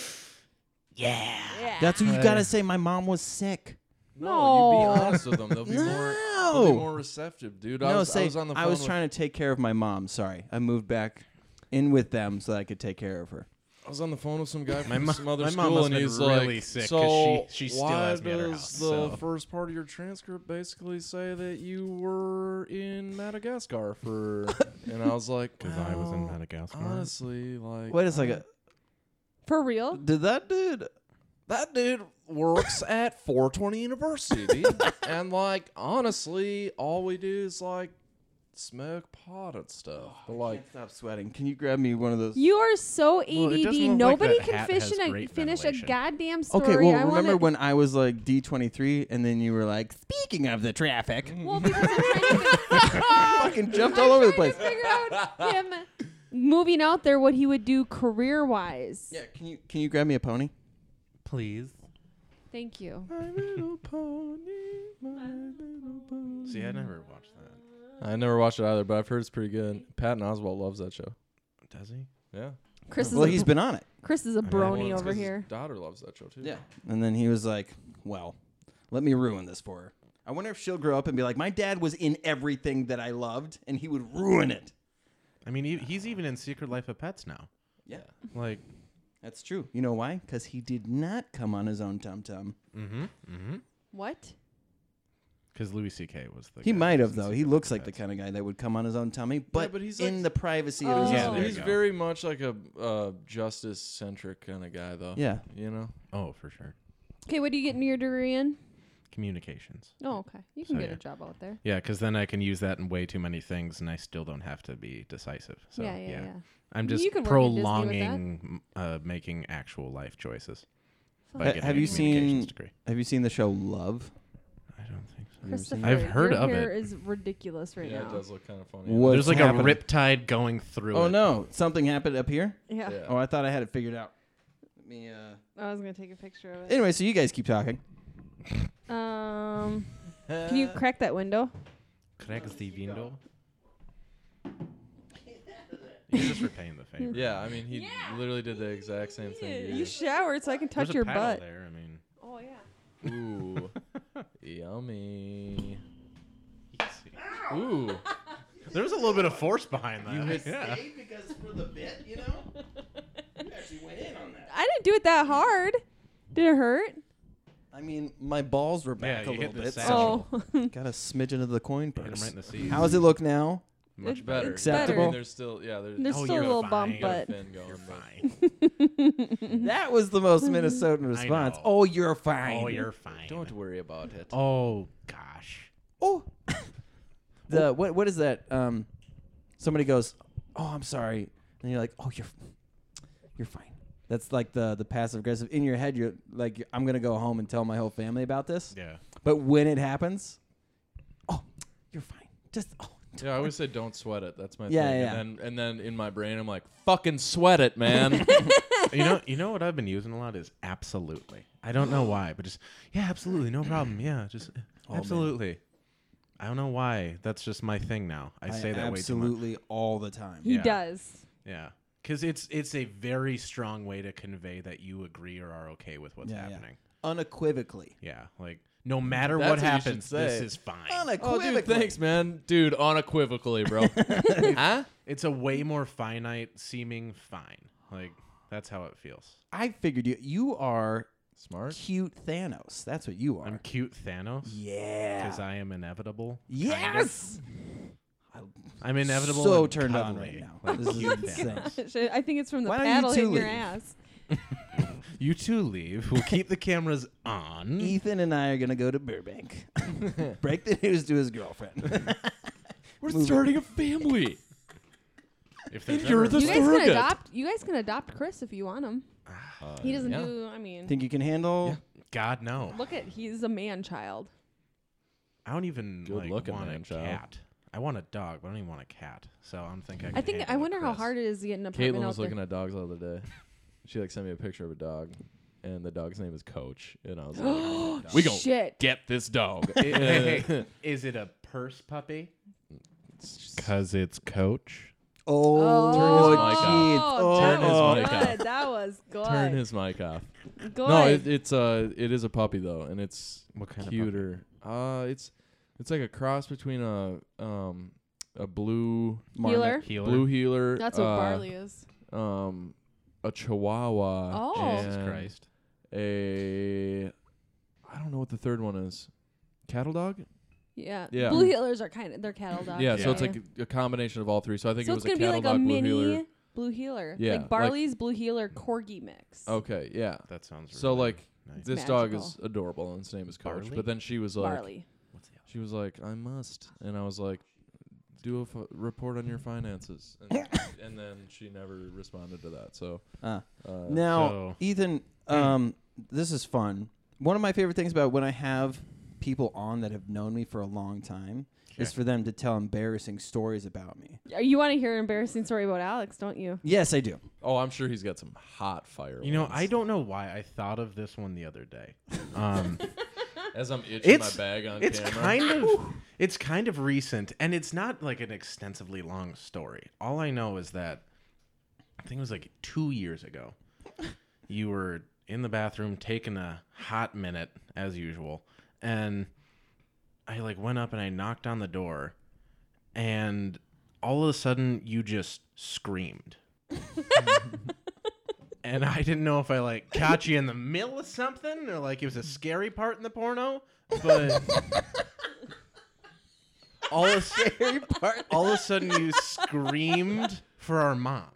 Yeah.
Yeah.
That's what you gotta say. My mom was sick.
No, you
No.
be honest with them. They'll be more they'll
No.
be more receptive, dude. I
no,
was
say,
I was on the phone with-
trying to take care of my mom. Sorry, I moved back in with them so that I could take care of her.
I was on the phone with some guy from
My mo-
some other
my mom
school,
must
and
have been
he's
really
like,
sick 'cause
"So
she- she still
why
has me at her
does
house,
the
so."
first part of your transcript basically say that you were in Madagascar for?" and I was like,
Because I was in
"Well,
Madagascar.
Honestly, like,
Wait a second.
For real?
Did that dude? That dude works at 420 University, dude. and like, honestly, all we do is like smoke pot and stuff. But like,
Stop sweating. Can you grab me one of those?
You are so ADD.
Well, it doesn't look like
Nobody
that
can
hat
fish
has
in a,
great
finish a
ventilation.
goddamn story.
Okay, well,
I
remember
wanna-
when I was like D23 and then you were like, speaking of the traffic,
Well, because I'm trying to fi-
fucking jumped all over the place.
figure out him moving out there what he would do career wise.
Yeah, can you can you grab me a pony?
Please.
Thank you.
See, I never watched that.
I never watched it either, but I've heard it's pretty good. Patton Oswald loves that show.
Does he?
Yeah,
Chris is
Well,
a,
he's been on it.
Chris is a
yeah.
brony
Well,
over here.
daughter loves that show too.
And then he was like, well, let me ruin this for her. I wonder if she'll grow up and be like, my dad was in everything that I loved and he would ruin it.
I mean, he, he's even in Secret Life of Pets now.
Yeah.
Like,
That's true. You know why? Because he did not come on his own tum tum.
mm-hmm, mm-hmm.
What?
Because Louis C.K. was the.
He
guy
might
who was
have
in
though.
Secret
He
Life
looks
of
like the
Pets.
kind of guy that would come on his own tummy, but,
but he's
in
like-
the privacy of his
Oh.
He's,
Yeah,
own.
there
he's
you go.
very much like a uh, justice centric kind of guy, though.
Yeah.
you know.
Oh, for sure.
Okay, what do you get in your degree in?
Communications.
Oh, okay. You can
So,
get
yeah.
a job out there.
Yeah, because then I can use that in way too many things, and I still don't have to be decisive. So
yeah, yeah, yeah,
I'm
You
just
can work at Disney with that.
prolonging uh, making actual life choices. by
Ha-
getting
have
a
you
communications
seen-
degree.
Have you seen the show Love?
I don't think so.
Christopher,
I've heard
your
of
hair
it.
is ridiculous right
yeah,
now.
it does look kind of funny.
What-
There's like
happening?
a riptide going through.
Oh
it.
no, something happened up here.
Yeah.
Yeah.
Oh, I thought I had it figured out. Let me. Uh...
I was gonna take a picture of it.
Anyway, so you guys keep talking.
Um, can
Uh,
you crack that window?
Cracks the window. You're just repaying the favor.
Yeah, I mean, he literally did the exact same thing.
You showered so I can touch
There's a
your
paddle
butt.
There, I mean,
Oh yeah.
yeah. Ooh,
you
yummy.
can see.
Ooh,
there was a little bit of force behind that. yeah.
because for the bit, you know, you actually went in on that.
I didn't do it that hard. Did it hurt?
I mean, my balls were
Yeah,
back a
you hit
little
the
bit.
saddle.
So
Oh,
Natural.
got a smidgen of the coin
Hit him
purse.
right in the seat.
How does it look now?
Much
It-
better.
better. I
Acceptable.
mean, there's still yeah, there's,
there's
Oh,
still a
you're
little bump,
fine.
got a
but
fin going,
You're
but
fine.
That was the most Minnesotan response.
know.
Oh, you're fine.
Oh, you're fine.
Don't worry about it.
Oh gosh.
Oh. the what what is that? Um somebody goes, "Oh, I'm sorry." And you're like, "Oh, you're you're fine." That's like the the passive aggressive in your head you're like I'm going to go home and tell my whole family about this.
Yeah.
But when it happens, "Oh, you're fine." Just oh.
Yeah, I always say don't sweat it. That's my
Yeah,
thing.
yeah,
And then and then in my brain I'm like, fucking sweat it, man.
you know, you know what I've been using a lot is absolutely. I don't know why, but just yeah, absolutely, no problem. Yeah, just eh,
Oh,
absolutely. I don't know why. That's just my thing now. I, say that way too much.
absolutely all the time.
he
Yeah.
does.
Yeah, because it's it's a very strong way to convey that you agree or are okay with what's
Yeah, yeah.
happening.
Unequivocally.
Yeah. like no matter
Mm, That's
what
what you should
happens, this
say.
is fine.
oh,
Unequivocally.
dude, thanks, man. Dude, unequivocally, bro. huh?
It's a
mm.
way more finite seeming fine. Like that's how it feels.
I figured you you are
Smart.
cute Thanos. That's what you are.
I'm cute Thanos
yeah.
because I am inevitable. kind of.
Yes.
I'm inevitable.
so
and
turned on
cuddly,
right now.
like
This is
you,
insane.
Thanos.
Shit, I think it's from the
Why don't you
paddle hitting
two
your
leave?
ass.
You two leave. We'll keep the cameras on.
E,
Ethan and I are gonna go to Burbank. Break the news to his girlfriend.
We're
Move it.
starting a family.
If there's
You're
ever-
the
You guys can
surrogate.
adopt. You guys can adopt Chris if you want him. He doesn't
Uh, yeah.
do. I mean,
Think you can handle?
God no.
look at he's a man child.
I don't even
Good
like,
looking
want a
man, child.
cat. I want a dog, but I don't even want a cat. So I'm thinking.
I think I wonder how hard it is to get an apartment
Caitlin was
out there.
looking at dogs the other day. She like sent me a picture of a dog, and the dog's name is Coach. And I was like, we gonna
Oh, Shit.
get this dog.
Is it a purse puppy? Cause it's coach.
Oh,
Turn his mic off.
jeez.
Oh,
Turn
that
his mic
was
off.
good. That was good.
Turn his mic off.
good.
No, it, it's uh, it is a puppy though, and it's
What kind of
cuter. Uh, it's it's like a cross between a um a blue
Healer.
puppy? healer?
blue healer.
That's what
uh,
barley is.
Um, a Chihuahua.
Oh.
Jesus
and
Christ.
A I don't know what the third one is. Cattle dog.
Yeah.
yeah.
Blue healers are kind of they're cattle dogs.
Yeah, so it's
Yeah.
like a, a combination of all three. So I think
so
it
it's
was
gonna
a
be
cattle
like
dog
a
blue
mini
healer.
blue healer.
Yeah, like- Oh,
like barley's blue healer corgi mix.
Okay, yeah.
That sounds
So,
really
like,
nice.
This dog
magical.
is adorable and its name is Coach.
Barley?
But then she was like,
barley.
she was like, I must, and I was like, do a f- report on your finances, and, and then she never responded to that. So
Uh,
uh,
now,
So-
Ethan, um, this is fun. One of my favorite things about when I have people on that have known me for a long time is
Okay.
for them to tell embarrassing stories about me.
Uh, You want to hear an embarrassing story about Alex, don't you?
Yes, I do.
oh, I'm sure he's got some hot fire.
You know,
ones.
I don't know why I thought of this one the other day. Um,
as I'm itching
it's
my bag on
it's
camera.
kind of it's kind of recent, and it's not like an extensively long story. All I know is that I think it was like two years ago. You were in the bathroom taking a hot minute as usual, and I like went up and I knocked on the door, and all of a sudden you just screamed. and I didn't know if I like caught you in the middle of something or like it was a scary part in the porno, but all of, a su- all of a sudden you screamed for our mom.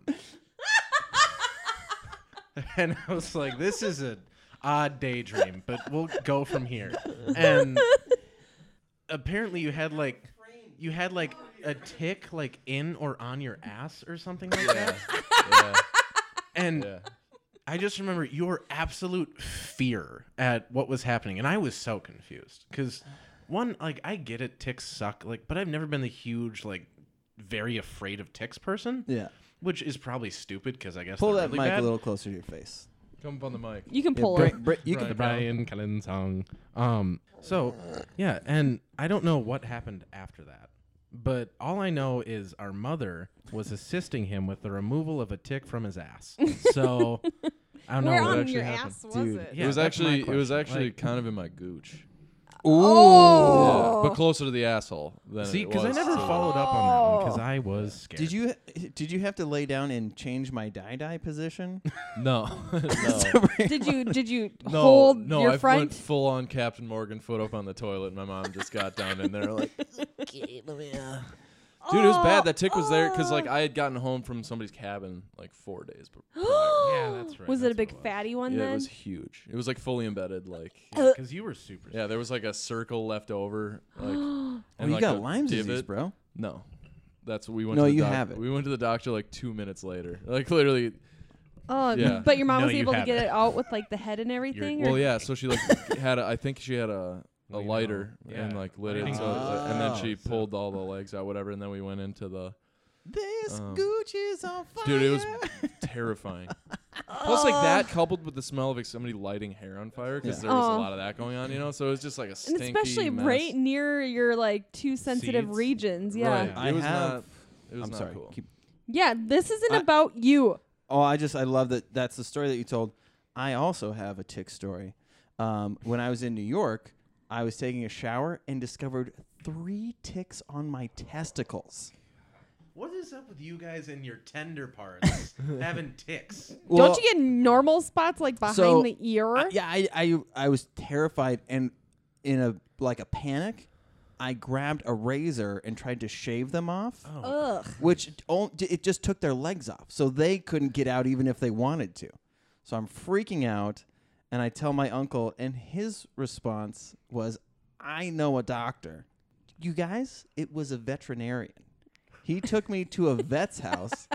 and I was like, this is an odd daydream, but we'll go from here. And apparently you had like you had like a tick like in or on your ass or something like that.
yeah,
And
yeah.
I just remember your absolute fear at what was happening, and I was so confused because one, like, I get it, ticks suck, like, but I've never been the huge, like, very afraid of ticks person,
Yeah.
which is probably stupid because I guess
Pull
they're
that
really
mic
bad.
a little closer to your face.
Come up on the mic.
You can
Yeah,
pull it.
bring- bring- you
Right.
the
can,
Brian Cullen song. Um, so yeah, and I don't know what happened after that, but all I know is our mother was assisting him with the removal of a tick from his ass. So I don't know
Where
what
on
actually
your
happened.
ass was
Dude.
it?
Yeah,
it was
that's my
actually it was
question,
actually
like-
kind of in my gooch,
Oh.
yeah, but closer to the asshole than
See,
it
because I
was
never
to-
followed up on that one because
Oh.
I was scared.
did you did you have to lay down and change my die die position?
No, no.
Did you did you
No,
hold
no,
your
I went
front?
full on Captain Morgan foot up on the toilet. And my mom just got down in there like, dude, it was bad. That tick was there because like I had gotten home from somebody's cabin like four days. Before.
Yeah, that's right,
Was it a
that's what
big
it was.
fatty one
Yeah,
then?
it was huge. It was like fully embedded. Like
Because you were super.
yeah, there was like a circle left over. Like, and
Oh, you
like,
got
a
Lyme disease,
divot.
bro.
No, that's what we went.
No,
to the
you
doc-
have it.
We went to the doctor like two minutes later. Like literally.
oh,
yeah.
but your mom
No,
was
you
able to
have
get
it.
it out with like the head and everything.
Well,
or-
yeah. So she like had. A, I think she had a. A
Well, you know,
lighter and
yeah,
like lit it,
lighting
so it was, like- and then
Oh.
she pulled all the legs out, whatever, and then we went into the
This
Um,
Gucci's on
Oh
fire.
Dude, it was terrifying. Plus, like that coupled with the smell of like, somebody lighting hair on fire because
Yeah.
there was
Oh.
a lot of that going on, you know. So it was just like a
and
stinky
especially
mess.
right near your like too sensitive
Seeds.
regions. Yeah.
Right.
I
it was
have-
not. It was
I'm
not
sorry.
cool.
keep-
Yeah, this isn't
I-
about you.
Oh, I just I love that. That's the story that you told. I also have a tick story. Um, when I was in New York, I was taking a shower and discovered three ticks on my testicles.
What is up with you guys and your tender parts having ticks?
Well,
Don't you get normal spots like behind
So,
the ear?
I- yeah, I, I I was terrified and in a like a panic, I grabbed a razor and tried to shave them off,
Oh,
Ugh.
which on- it just took their legs off, so they couldn't get out even if they wanted to. So I'm freaking out, and I tell my uncle, and his response was, "I know a doctor." You guys, it was a veterinarian. He took me to a vet's house,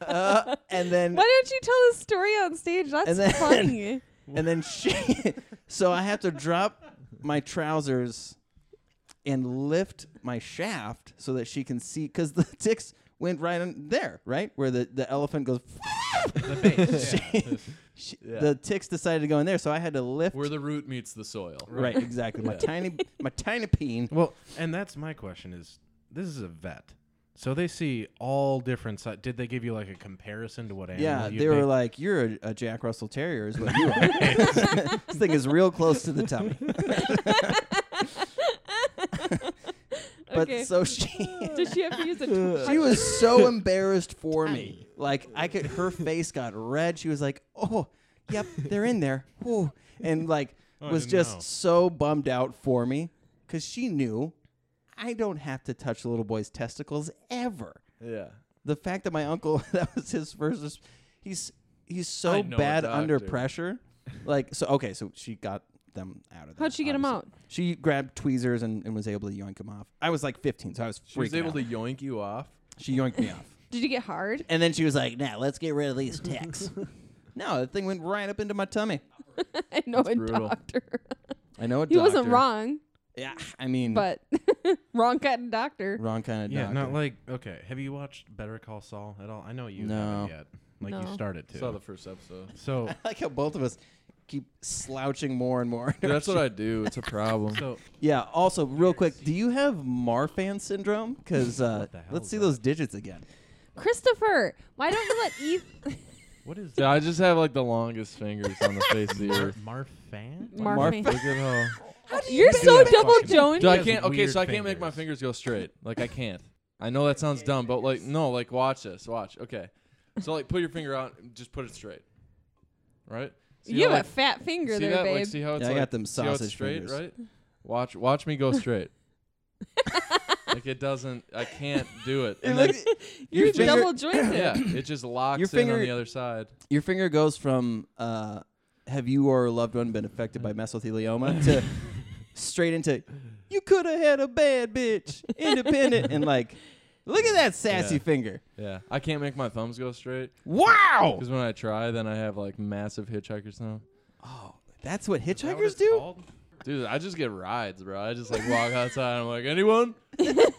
uh, and then
Why don't you tell this story on stage? That's
then-
funny.
and then she so i have to drop my trousers and lift my shaft so that she can see because the ticks went right in there right where the, the elephant goes
The base.
She- she- the ticks decided to go in there so i had to lift
Where the root meets the soil.
right exactly my tiny my tiny peen
Well, and that's my question is this is a vet. So they see all different. Si- Did they give you like a comparison to what animal?
Yeah,
you'd
they were
make?
like, "You're a, a Jack Russell Terrier," is what you are. this thing is real close to the tummy. But
okay.
so she,
Does she have to use a toothbrush?
she was so embarrassed for me. Like I could, her face got red. She was like, "Oh, yep, they're in there." Ooh. and like
Oh, I
was
didn't
just
know.
so bummed out for me because she knew I don't have to touch a little boy's testicles ever.
Yeah.
The fact that my uncle that was his first res- he's he's
I
so
know a
bad under
doctor.
pressure. Like so okay, so she got them out of there.
How'd she get 'em
obviously. She grabbed tweezers and, and was able to yoink them off. I was like 15, so I was freaking
She was able
out.
to yoink you off.
She yoinked me off.
Did you get hard?
And then she was like, "Now let's get rid of these ticks." no, the thing went right up into my tummy.
I know a
brutal.
doctor.
I know it.
he wasn't wrong,
Yeah, I mean,
but wrong kind of doctor.
wrong kind of
yeah,
doctor.
not like okay. Have you watched Better Call Saul at all? I know you
No.
haven't yet. Like
No.
you started to.
Saw the first episode.
so
I like how both of us keep slouching more and more.
Dude, that's what I do. It's a problem.
so
yeah. Also, real quick, do you have Marfan syndrome? Because uh,
What the hell
let's
is
see
that?
those digits again.
Christopher, why don't you let Eve?
what is
Dude,
that?
I just have like the longest fingers on the face of the earth.
Mar- Marfan?
Marf-
Marfan.
Look at how.
You're
do
so
that
double
fucking-
joined.
Dude, I
has
can't. Okay,
weird
so I can't make my
fingers.
fingers go straight. Like I can't. I know that sounds dumb, but like no, like watch this. Watch. Okay. So like put your finger out and just put it straight. Right? See
You
how,
have a fat
like,
finger
see
there,
that?
babe.
Like see how it's
Yeah, I
like,
got them
see how it's
sausage
straight,
fingers.
right? Watch watch me go straight. like it doesn't I can't do it. And then,
You're
your finger-
double jointed.
yeah, it just locks
Your
in
finger-
on the other side.
Your finger goes from uh, "Have you or a loved one been affected by mesothelioma?" to straight into "You could have had a bad bitch, independent," and like, look at that sassy
Yeah.
finger.
Yeah. I can't make my thumbs go straight
Wow.
cuz when I try then I have like massive hitchhiker's now.
Oh, that's what
Is that what
hitchhikers
it's
do?
called?
Dude, I just get rides, bro. I just like walk outside and I'm like, "Anyone?"
Oh,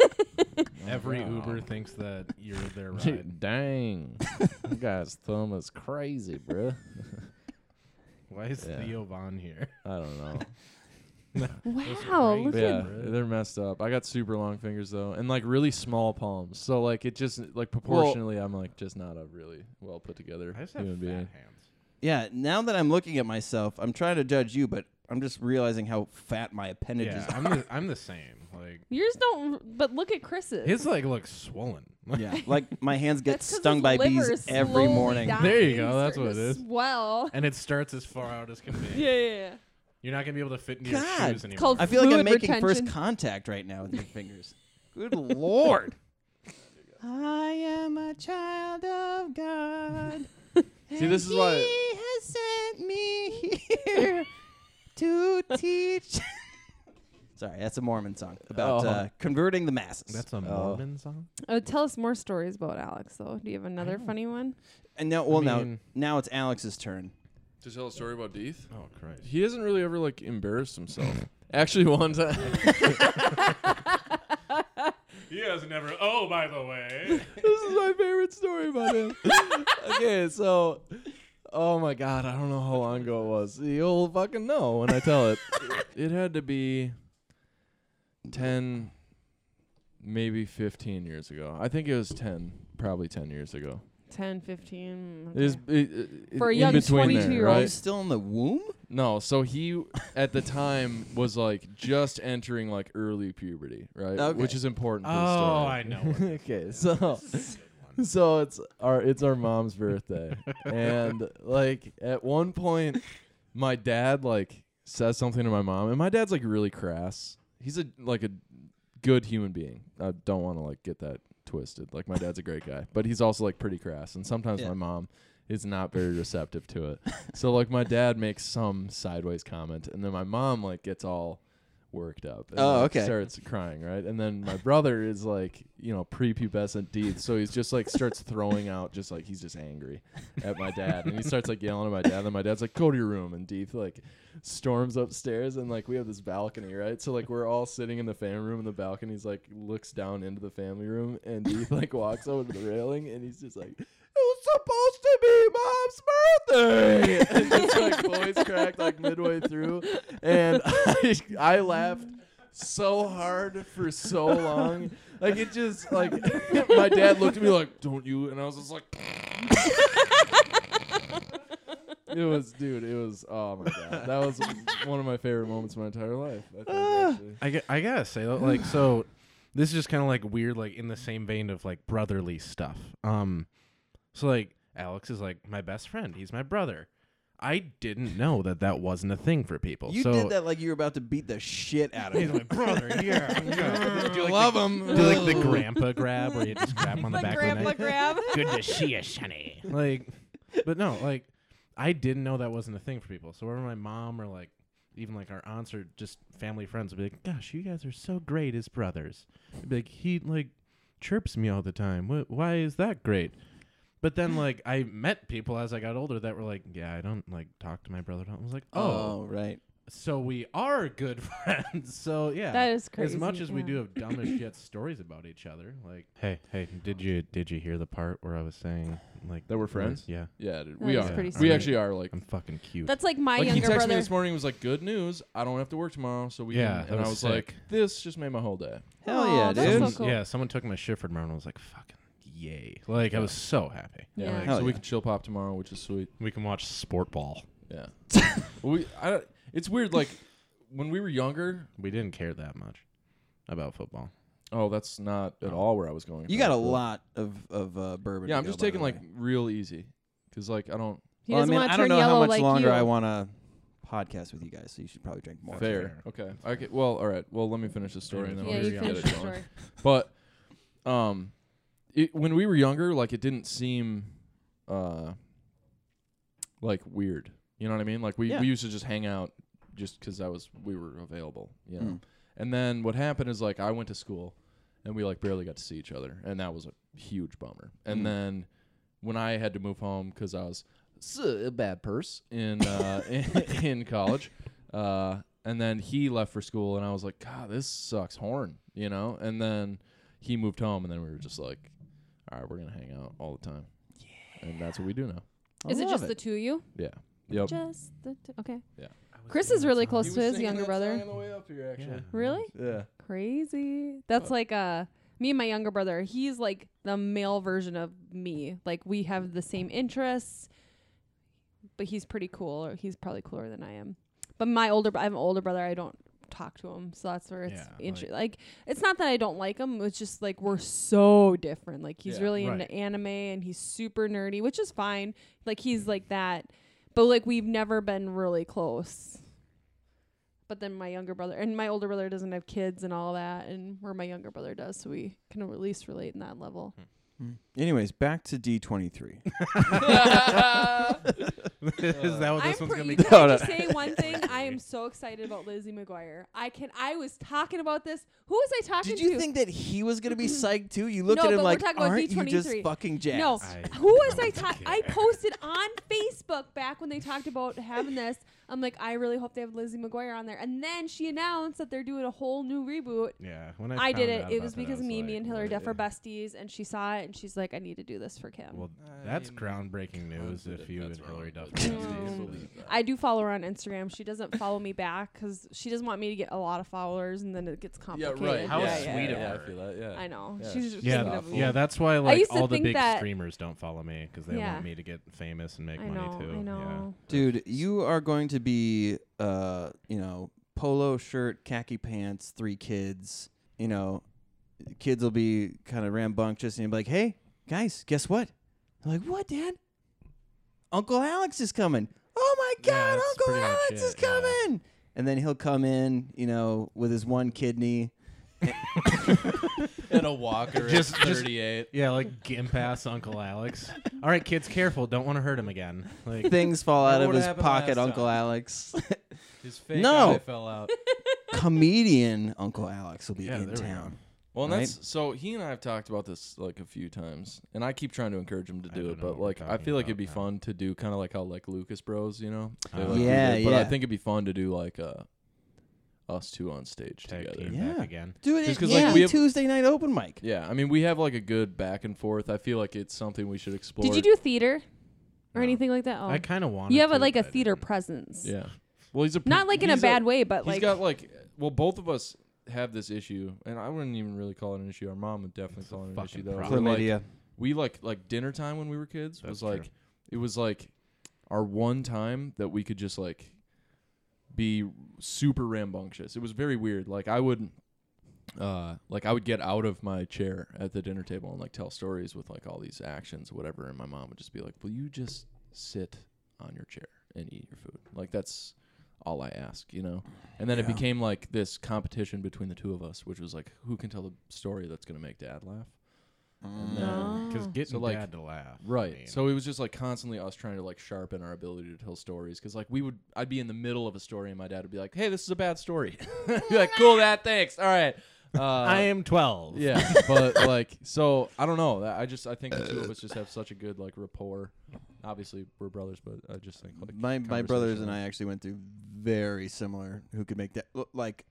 Every
Wow.
Uber thinks that you're their ride.
Dude, dang. that guy's thumb is crazy, bruh.
Why is
Yeah.
Theo Von here?
I don't know.
Wow,
great.
look
yeah,
at
they're messed up. I got super long fingers though, and like really small palms. So like it just like proportionally, I'm like just not a really well put together
I just have
human
fat
being.
hands.
Yeah, now that I'm looking at myself, I'm trying to judge you, but I'm just realizing how fat my appendages
Yeah, I'm the, I'm the same. Like
yours. Don't. But look at Chris's.
his like looks swollen.
are. Yeah, like my hands get
That's 'cause
stung
his
by
liver
bees
is
every
slowly
morning.
dying.
There you go, that's
Starting
what
to
it is.
Swell.
and it starts as far out as can be.
Yeah, yeah, yeah.
You're not gonna be able to fit into your
God.
shoes anymore.
called-
I feel like I'm
Fluid
making first
retention.
contact right now with your fingers. Good lord. I am a child of God.
See, this is why-
He has sent me here to teach. Sorry, that's a Mormon song about
Oh.
uh, converting the masses.
That's a Mormon song.
Uh, tell us more stories about Alex, though. Do you have another funny one?
and now, well,
mean-
now, now it's Alex's turn.
To tell a story about Deeth,
Oh Christ!
he hasn't really ever like embarrassed himself. Actually, one time,
He has never. Oh, by the way,
this is my favorite story about him. okay, so, oh my god, I don't know how long ago it was. You'll fucking know when I tell it. it had to be ten, maybe fifteen years ago. I think it was ten, probably ten years ago.
10, 15.
It is
okay.
it- it-
For a
in
young
between there,
22-year-old.
Are you
right?
still in the womb?
No, so he at the time was like just entering like early puberty, right?
Okay.
Which is important. For the
oh,
story.
I know. what that
okay,
is.
so so it's our it's our mom's birthday, and like at one point, my dad like says something to my mom, and my dad's like really crass. He's a like a good human being. I don't want to like get that twisted. Like my dad's a great guy, but he's also like pretty crass, and sometimes
Yeah.
my mom is not very receptive to it. So like my dad makes some sideways comment, and then my mom like gets all worked up. and,
Oh,
like,
okay.
Starts crying, right? And then my brother is like, you know, prepubescent teeth, so he's just like starts throwing out, just like he's just angry at my dad, and he starts like yelling at my dad. And then my dad's like, "Go to your room," and Deeth like storms upstairs, and like we have this balcony, right? So like we're all sitting in the family room, and the balcony's like looks down into the family room, and Deeth like walks over to the railing, and he's just like. It was supposed to be mom's birthday. and it's like voice cracked like midway through, and I, I laughed so hard for so long. Like it just like my dad looked at me like, "Don't you?" And I was just like, "It was, dude. It was. Oh my god, that was one of my favorite moments of my entire life." I think,
Ah.
actually.
I, gue- I gotta say though, like so this is just kind of like weird like in the same vein of like brotherly stuff um so like alex is like my best friend he's my brother i didn't know that that wasn't a thing for people
You
so
did that like you were about to beat the shit out of
he's
him.
my brother yeah, yeah.
Do you love him?
do like the grandpa grab where you just grab him on the, back of the neck
grab.
Good to see you, Sonny.
like but no like i didn't know that wasn't a thing for people so whenever my mom or like even like our aunts or just family friends would be like gosh you guys are so great as brothers I'd be like he like chirps me all the time Wh- why is that great but then like i met people as i got older that were like yeah i don't like talk to my brother i was like oh,
Oh, right.
so we are good friends so yeah
That is crazy.
as much as we
yeah.
do have dumb as shit stories about each other like hey hey did you did you hear the part where i was saying like
That we're friends?
yeah
Yeah, dude.
That
We
is
are.
pretty
We
sweet.
actually are like.
I'm fucking cute.
That's like my
like he
younger
texted me
brother.
this morning. Was like, "Good news. I don't have to work tomorrow." So we.
Yeah,
can-"
that
and I was
was
like,
sick.
"This just made my whole day."
Hell
Aw,
yeah,
that's so
dude.
cool.
Yeah, someone took my shift for tomorrow and I was like, fucking yay. Like, I was so happy.
Yeah.
like,
Hell
so we
yeah.
can chill pop tomorrow, which is sweet.
We can watch sport ball.
Yeah. we I it's weird like when we were younger,
We didn't care that much about football.
oh that's not at all where I was going.
You
with
got
that,
a
but-
lot of of uh, bourbon.
Yeah,
to
I'm
go,
just
by the
taking like
way.
real easy cuz like I don't
He
Well, I
doesn't
mean,
want
I
to
don't
turn
know how
yellow
much
like
longer
you.
I want to podcast with you guys, so you should probably drink more.
fair. Okay. Okay. Well, all right. Well, let me finish the story and then
Yeah,
I'll
you
get
finish
it
the
going.
story.
But um it, when we were younger, like it didn't seem uh like weird. You know what I mean? Like we,
Yeah.
we used to just hang out just cuz I was we were available, you know.
Mm.
And then what happened is like I went to school and we like barely got to see each other and that was a huge bummer. And
Hmm.
Mm.
then when I had to move home cuz I was s- a bad purse in uh in, in college. Uh and then he left for school and I was like, "God, this sucks horn," you know? And then he moved home and then we were just like, "All right, we're going to hang out all the time." Yeah. And that's what we do now.
Is it just the two of you?
Yeah. Yep.
Just the two. Okay.
Yeah.
Chris is really close to his younger brother. Really?
Yeah.
Crazy. That's
Oh.
like uh me and my younger brother. He's like the male version of me. Like we have the same interests, but he's pretty cool. Or he's probably cooler than I am. But my older, br- I have an older brother. I don't talk to him, so that's where it's
Yeah,
inter-
like-
like, it's not that I don't like him. It's just like we're so different. Like he's
Yeah,
really
right.
into anime and he's super nerdy, which is fine. Like he's like that, but like we've never been really close but then my younger brother and my older brother doesn't have kids and all that and where my younger brother does so we can at least relate in that level
Hmm. Anyways, back to D23.
Is that what
i'm
Oh, this one's going
pretty
to
can
be?
i just say one thing i am so excited about lizzie mcguire i can i was talking about this who was i talking
Did you
to
think that he was gonna be psyched too? You looked
No,
at him
but we're
like,
talking about
aren't you just
D23.
fucking jacked?
no
I
who was i
don't
talking
care.
i posted on facebook back when they talked about having this i'm like i really hope they have lizzie mcguire on there and then she announced that they're doing a whole new reboot
Yeah. When I,
I did
found
it.
out
It
about
was
that, I
because me, me
like,
and Hillary
what?
Duff are besties, and she saw it, and she's like, "I need to do this for Kim."
Well, that's
I'm
groundbreaking news if you and
That's wrong,
Hillary Duff are
but-
Mm.
besties.
I do follow her on Instagram. She doesn't follow me back because she doesn't want me to get a lot of followers, and then it gets
Yeah,
complicated.
right.
How
yeah,
sweet
yeah,
of
yeah.
her.
I feel that, yeah.
I know.
Yeah.
She's just
Yeah,
thinking
th-
of
awful.
me.
yeah, that's why like
used to
all the
think
big
that-
streamers don't follow me because they
Yeah.
want me to get famous and make
I
money
know,
too.
I know.
Dude, you are going to be, uh, you know, polo shirt, khaki pants, three kids. You know, kids will be kind of rambunctious and you'll be like, hey, guys, guess what? They're like, what, Dad? Uncle Alex is coming. Oh my
Yeah,
God,
that's
Uncle
pretty much
Alex is
it, yeah.
coming. And then he'll come in, you know, with his one kidney.
And a walker
Just-
at
just-
38.
Yeah, like gimp ass Uncle Alex. All right, kids, careful. Don't want to hurt him again. Like,
Things fall out
Remember
of
what
his
happened
pocket,
last
Uncle
time?
Alex.
His fake
No.
eye fell out.
Comedian Uncle Alex will be
Yeah,
in
there we go.
town.
Well, and
Right?
that's so he and I have talked about this like a few times, and I keep trying to encourage him to
I
do
don't
it,
know
but
what we're
like I
talking
feel like it'd
about
be
now.
fun to do kind of like how like Lucas Bros, you know? They,
Uh,
like, do
Yeah,
that, But I
yeah.
think it'd be fun to do like uh, us two on stage
tag
together.
team
Yeah.
back again.
Do it
Just
at
'cause, like,
any
we have-
Tuesday night open mic.
Yeah, I mean we have like a good back and forth. I feel like it's something we should explore.
Did you do theater or
No.
anything like that? Oh.
I kind of want.
you have a, like a theater presence.
Yeah. Well, he's a pro-
Not like in a
he's
bad way, but
He's
like
got like well, both of us have this issue, and I wouldn't even really call it an issue. Our mom would definitely call it an
fucking
issue, though.
problem.
where, like,
Chlamydia.
we like like dinner time when we were kids was
That's
like
true.
it was like our one time that we could just like be super rambunctious. It was very weird. Like I would uh like I would get out of my chair at the dinner table and like tell stories with like all these actions whatever and my mom would just be like, "Will you just sit on your chair and eat your food?" Like that's all I ask, you know. And then it
Yeah.
became like this competition between the two of us, which was like who can tell the story that's going to make dad laugh. And then-
Because getting
So, like-
dad to laugh. I
Right.
mean,
So it was just like constantly us trying to like sharpen our ability to tell stories because like we would, I'd be in the middle of a story and my dad would be like, "Hey, this is a bad story." I'd be like, "Cool, that. Thanks. All right." Uh,
I am 12.
Yeah, but like, so I don't know. I just I think the two of us just have such a good like rapport. Obviously, we're brothers, but I just think like
my my brothers and
conversation.
I actually went through very similar. Who could make that look like?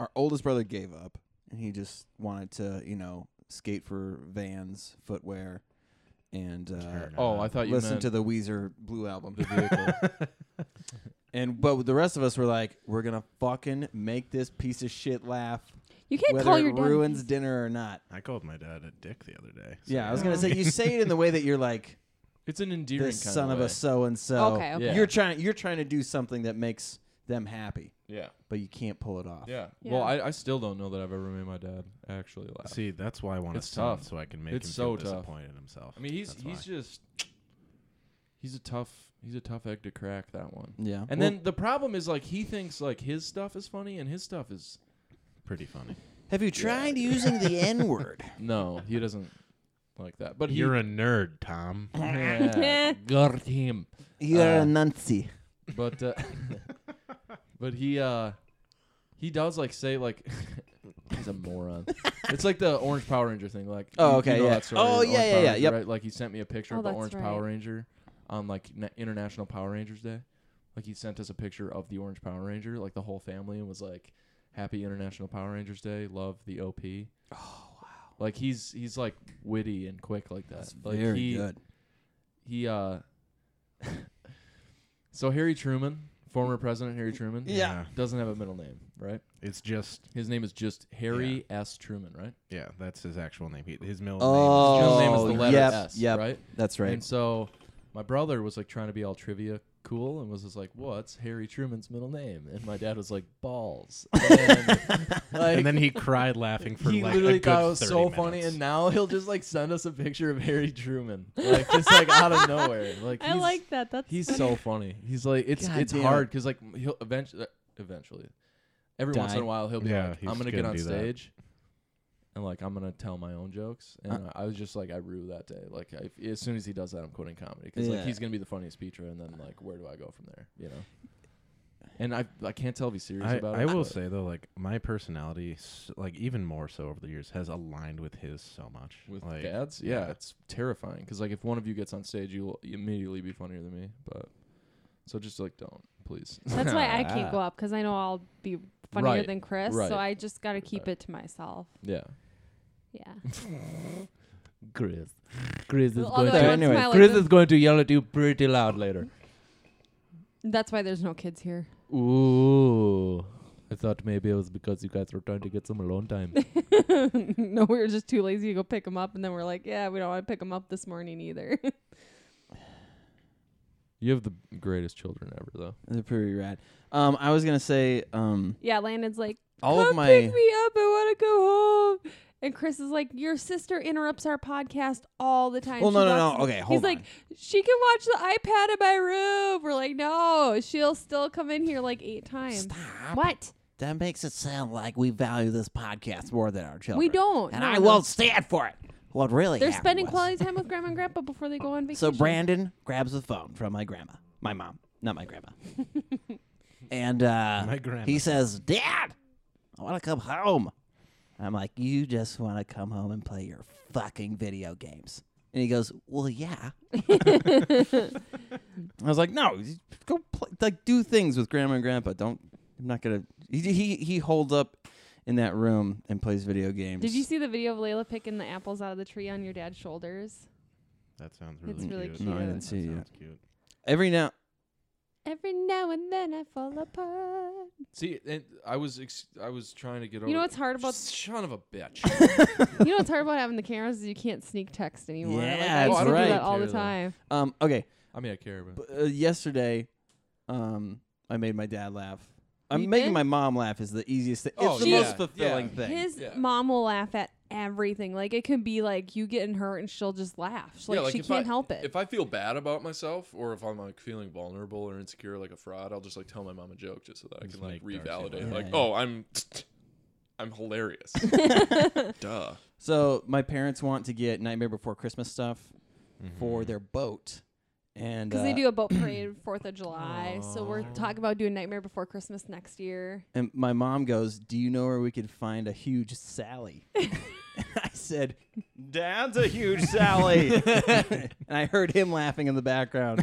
Our oldest brother gave up, and he just wanted to, you know, skate for Vans footwear, and uh,
Turn
Oh,
up.
I thought you
listen
meant
to the Weezer Blue album.
the vehicle.
and but the rest of us were like, we're gonna fucking make this piece of shit laugh,
You can't
whether
call
it
your dad. a
ruins
piece-
dinner or not.
I called my dad a dick the other day. so
Yeah, I was
"Oh,
gonna say you say it in the way that you're like
it's an endearing
this
kind
son of
way.
a so and so.
Okay, okay.
Yeah.
You're trying you're trying to do something that makes them happy,
Yeah,
but you can't pull it off.
yeah.
Yeah.
Well, I, I still don't know that I've ever made my dad actually laugh.
See, that's why I want to
It's
stop
tough.
so I can make
It's
him
so
feel
tough.
disappointed in himself.
I mean, he's
That's
he's
why.
just he's a tough he's a tough egg to crack that one.
Yeah.
And
Well,
then the problem is like he thinks like his stuff is funny and his stuff is
pretty funny.
have you tried using the N word?
no, he doesn't like that. But he,
You're a nerd, Tom.
yeah, got him.
You're
Uh,
a Nancy.
But uh, but he uh he does like say like he's a moron. it's like the Orange Power Ranger thing. Like
Oh,
you- you
okay,
know
yeah.
that story,
Oh,
the Orange
yeah, yeah,
Power
yeah,
Ranger,
yep.
right? Like he sent me a picture
Oh,
of the
that's
Orange Power
right.
Ranger on like Na- International Power Rangers Day. Like he sent us a picture of the Orange Power Ranger, like the whole family, and was like, "Happy International Power Rangers Day. Love the OP." Oh wow. Like he's he's like witty and quick like that. like
Very
he,
good.
he uh so harry truman former president harry truman
Yeah.
doesn't have a middle name right
It's just
his name is just harry s truman right
yeah, that's his actual name. He, his middle
Oh,
his middle
name is
name is
just
the
Truman.
letter
yep,
s
yep.
right
That's right.
and so my brother was like trying to be all trivia cool and was just like what's harry truman's middle name and my dad was like balls and, like,
and then he cried laughing for
he
like
literally
a good
thought it was
30
so funny,
minutes.
and now he'll just like send us a picture of Harry Truman, like just like out of nowhere. Like
I
he's-
like that. That's
He's so funny. He's like it's
God
it's
damn
hard because like he'll eventually eventually every once in
Die.
a while he'll be
Yeah,
like
he's
I'm gonna get
gonna
on
do that.
stage and like I'm gonna tell my own jokes and
Uh.
I was just like I rue that day like I, as soon as he does that I'm quitting comedy because
Yeah.
like he's gonna be the funniest speaker and then like where do I go from there you know and I I can't tell if he's serious
I,
about it
I will
but-
say though, like my personality, s- like even more so over the years, has aligned with his so much.
with
like,
dads yeah, it's terrifying because like if one of you gets on stage you'll immediately be funnier than me but so just like don't please
That's why I can't go up because I know I'll be funnier
Right,
than Chris.
right.
So I just got to keep it to myself.
yeah
Yeah.
Chris. Chris is
Although
going
I
to.
don't
anyway,
smile like
Chris
this.
is going to yell at you pretty loud later.
That's why there's no kids here.
Ooh. I thought maybe it was because you guys were trying to get some alone time.
no, we were just too lazy to go pick him up, and then we're like, yeah, we don't want to pick him up this morning either.
You have the greatest children ever, though.
They're pretty rad. Um, I was gonna say, um,
yeah, Landon's like,
all
come
of my
pick me up. I want to go home. And Chris is like, your sister interrupts our podcast all the time.
Well,
She
no, no,
walks-
no. Okay, hold
He's like, she can watch the iPad in my room. We're like, no, she'll still come in here like eight times. What?
That makes it sound like we value this podcast more than our children.
We don't.
And
No,
I
no.
won't stand for it. What really
They're
happened
spending
was-
quality time with grandma and grandpa before they go on
So
vacation.
Brandon grabs the phone from my grandma, my mom, not my grandma. and uh,
My grandma.
he says, Dad, I want to come home. I'm like, You just want to come home and play your fucking video games. And he goes, Well, yeah.
I was like, no, you go play, like do things with grandma and grandpa. Don't. I'm not gonna. He he, he holds up in that room and plays video games.
Did you see the video of Layla picking the apples out of the tree on your dad's shoulders?
that sounds
It's really
really cute.
cute. No, I
didn't
That
see it
sounds cute.
every now?
Every now and then I fall apart.
See, and I was ex- I was trying to get over.
You know what's hard about
son of a bitch.
you know what's hard about having the cameras is you can't sneak text anymore. Like,
Yeah,
I used
that's
to do
right.
that all the
Care, though.
time.
Um, okay.
I mean, I care, but
B- uh, yesterday, um, I made my dad laugh. I'm
You
making
did?
my mom laugh is the easiest thing.
Oh,
it's the
yeah,
most fulfilling
yeah.
thing.
His
Yeah.
mom will laugh at everything. Like it could be like you getting hurt and she'll just laugh. She's like,
Yeah, like,
she
if
can't
I-
help it.
if I feel bad about myself or if I'm like feeling vulnerable or insecure, like a fraud, I'll just like tell my mom a joke just so that I
Just
can like
make Darcy
revalidate.
laugh.
Like,
Yeah.
oh, I'm, I'm hilarious. Duh.
So my parents want to get Nightmare Before Christmas stuff for their boat, and
because they
uh,
do a boat parade Fourth of July, so we're talking about doing Nightmare Before Christmas next year.
And my mom goes, "Do you know where we could find a huge Sally?" and I said, "Dad's a huge Sally." and I heard him laughing in the background.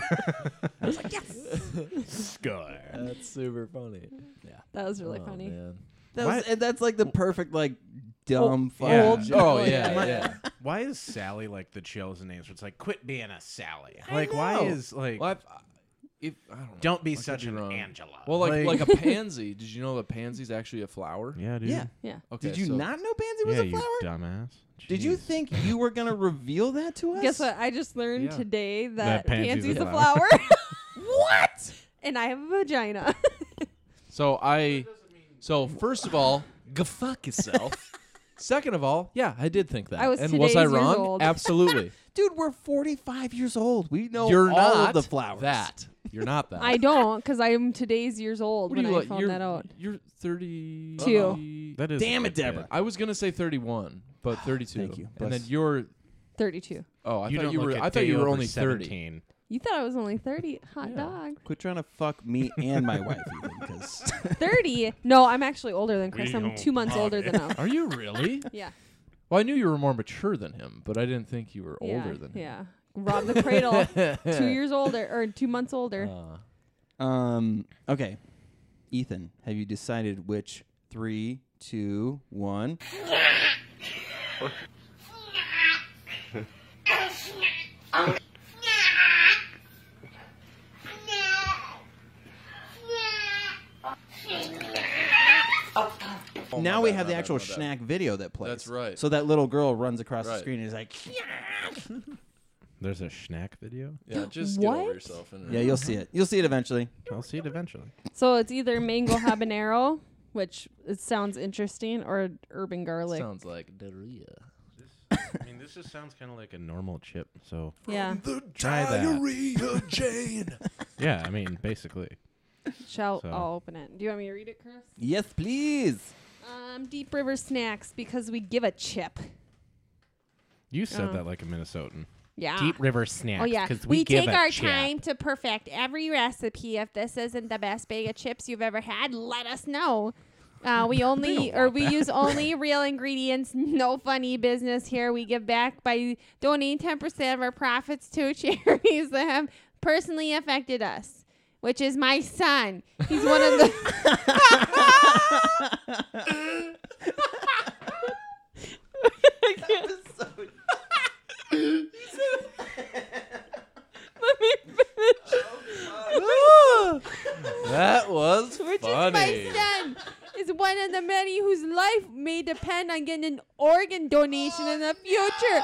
Score.
That's super funny.
That was
Oh,
really funny.
That was,
What?
and that's like the perfect like dumb fuck.
Yeah.
joke.
Oh yeah, yeah.
Why is Sally like the chosen name? So it's like, quit being a Sally.
I
Like, why
know.
is like,
Well, I've, I- if I don't know.
don't
I
be
could
such
be
an
wrong.
Angela?
Well, like like, a pansy. Did you know that pansy's actually a flower?
yeah, dude.
Yeah.
Yeah.
Okay,
Did you
so-
not know Pansy was
Yeah,
a
you
flower?
dumbass.
Did you
Jeez.
think you were gonna reveal that to us?
Guess what? I just learned
Yeah.
today that,
pansy's
Pansy's
a
a flower.
flower.
what? And I have a vagina.
So I. So first of all, go fuck yourself. Second of all, yeah, I did think that.
I was
and
two
was I
days years
wrong?
old.
Absolutely.
Dude, we're 45 years old. We know
You're
all
not
of the flowers.
That. You're not that.
I don't, because I'm today's years old
What do
when I
you like?
found
you're,
that out.
You're 32.
Two.
That is
Damn it,
a bit-
Deborah.
I was gonna say 31, but 32.
Thank you.
And then
Bless.
you're.
32.
Oh, I
you
thought
don't
you
look
were.
a
I thought
day
you were
over
only 30.
17.
You thought I was only 30. Hot
Yeah.
dog.
Quit trying to fuck me and my wife, even, because
30? No, I'm actually older than Chris.
We
I'm
don't
two months
talk
older than him.
Are you really?
Yeah.
Well, I knew you were more mature than him, but I didn't think you were
yeah.
older than him.
Yeah. Rob the Cradle. two years older, or two months older.
Uh,
Um. Okay, Ethan, have you decided which three, two, one?
oh my
now we
bad,
have
my
the
bad,
actual
my bad.
snack video that plays.
That's right.
So that little girl runs across the
Right.
screen and is like,
There's a Schnack video.
Yeah, just get over
What?
yourself. And
"Yeah, you'll see it. You'll see it eventually."
I'll see it eventually.
So it's either mango habanero, which it sounds interesting, or urban garlic.
sounds like diarrhea.
I mean, this just sounds kind of like a normal chip. So
yeah.
The
Try that.
diarrhea, Jane.
yeah, I mean, basically.
Shall
So-
I'll open it. Do you want me to read it, Chris?
Yes, please.
Um, Deep River Snacks because we give a chip.
You said
Oh.
that like a Minnesotan.
Yeah.
Deep River Snacks.
Oh yeah,
Because we, give
take
a
our
chip.
time to perfect every recipe. If this isn't the best bag of chips you've ever had, let us know. Uh, we only or we use only real ingredients. No funny business here. We give back by donating ten percent of our profits to charities that have personally affected us. Which is my son. He's one of the. Let me finish.
That was
Which
funny.
is my son. Is one of the many whose life may depend on getting an organ donation in the future.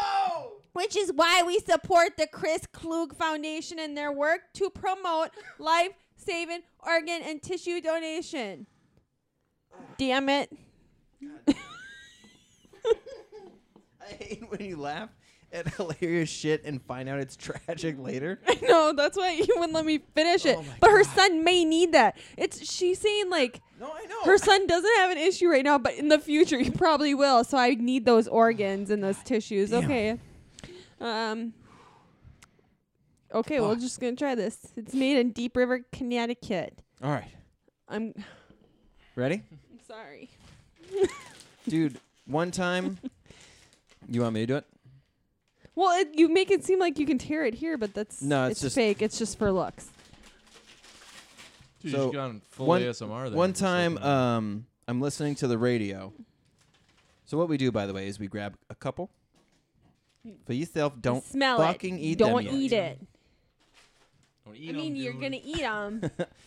Which is why we support the Chris Klug Foundation and their work to promote life saving organ and tissue donation. Damn it.
I hate when you laugh at hilarious shit and find out it's tragic later.
I know, that's why you wouldn't let me finish it. but her son may need that. It's she's saying like
No, I know.
her son doesn't have an issue right now, but in the future he probably will. So I need those organs and those tissues. Okay. Um. Okay, we're just gonna try this. It's made in Deep River, Connecticut.
All right,
I'm
ready,
I'm sorry.
dude. One time, you want me to do it?
Well, it, you make it seem like you can tear it here, but that's
No, it's just-
fake. It's just for looks.
Dude,
So,
you gone full
one-
ASMR there.
One
Just like
time,
that.
um, I'm listening to the radio. So what we do, by the way, is we grab a couple. For yourself, don't
Smell
fucking
it.
eat them
Don't
yet.
eat it.
Don't
I mean, you're gonna eat them.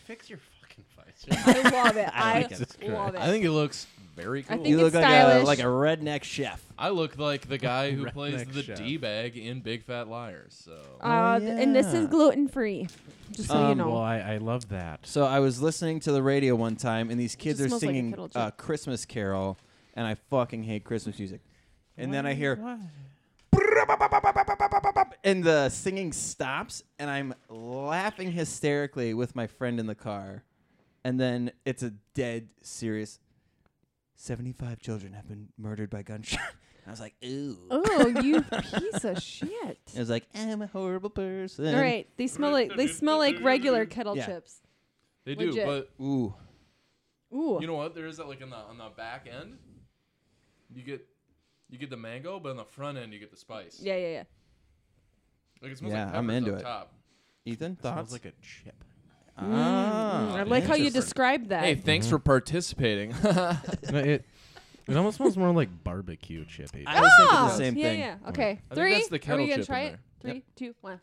fix your fucking fights.
I love it.
I
I
like it.
love it.
I think it looks very
I
cool.
think
you look
it's
like a,
stylish. Uh,
like a redneck chef.
I look like the guy who plays
Redneck
the
chef.
D bag in Big Fat Liars. So
uh,
Oh,
And this is
yeah.
gluten free. Just so you
Um,
know.
Well, I, I love that.
So I was listening to the radio one time, and these kids
just
are
smells like a
singing
kettle chip.
uh, Christmas Carol, and I fucking hate Christmas music. And then I hear, and the singing stops, and I'm laughing hysterically with my friend in the car, and then it's a dead serious. Seventy-five children have been murdered by gunshot. And I was like, ooh.
oh, you piece of shit.
I was like, I'm a horrible person.
All right, they smell like they smell like regular kettle
Yeah.
chips.
they
do,
do,
legit.
but
but
Ooh.
Ooh,
you know what? There is that like on the on the back end, you get you get the mango, but on the front end you get the spice.
yeah, yeah, yeah.
like it smells
Yeah,
like
I'm
peppers
into
up
it.
Top.
Sounds
Ethan, thoughts?
like a chip.
ah,
Mm, I like how you
Interesting.
described that.
Hey, thanks
Mm-hmm.
for participating.
No, it, it almost smells more like barbecue chippy.
I was thinking
Oh,
the same
yeah,
thing.
yeah. Okay,
I think
three.
that's the
Are
kettle
we gonna
chip
try
in
it? Three, two, one.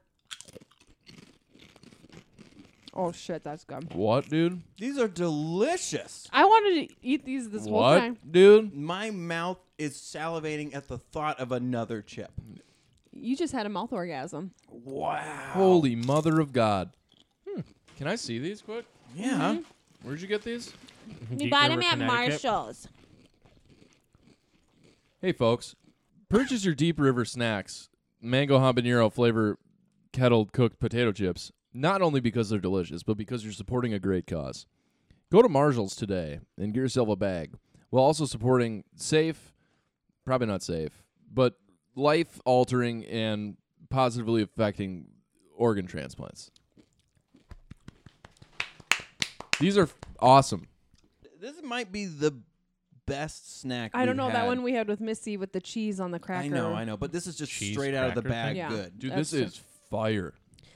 Oh shit, that's good.
what, dude?
These are delicious.
I wanted to eat these this whole
what,
time.
dude?
My mouth is salivating at the thought of another chip.
You just had a mouth orgasm.
Wow.
Holy mother of God! Hmm. Can I see these quick?
Mm-hmm.
Yeah.
Where'd you get these?
You got him at Marshall.
Hey, folks, purchase your Deep River snacks, mango habanero flavor kettle cooked potato chips, not only because they're delicious, but because you're supporting a great cause. Go to Marshall's today and get yourself a bag while also supporting safe, probably not safe, but life altering and positively affecting organ transplants. These are f- awesome.
This might be the best snack.
I don't know
we've
that
had.
one we had with Missy with the cheese on the cracker.
I know, I know, but this is just
Cheese
straight out of the
thing?
cracker
bag.
Yeah.
Good.
Dude,
That's
this
just-
is fire.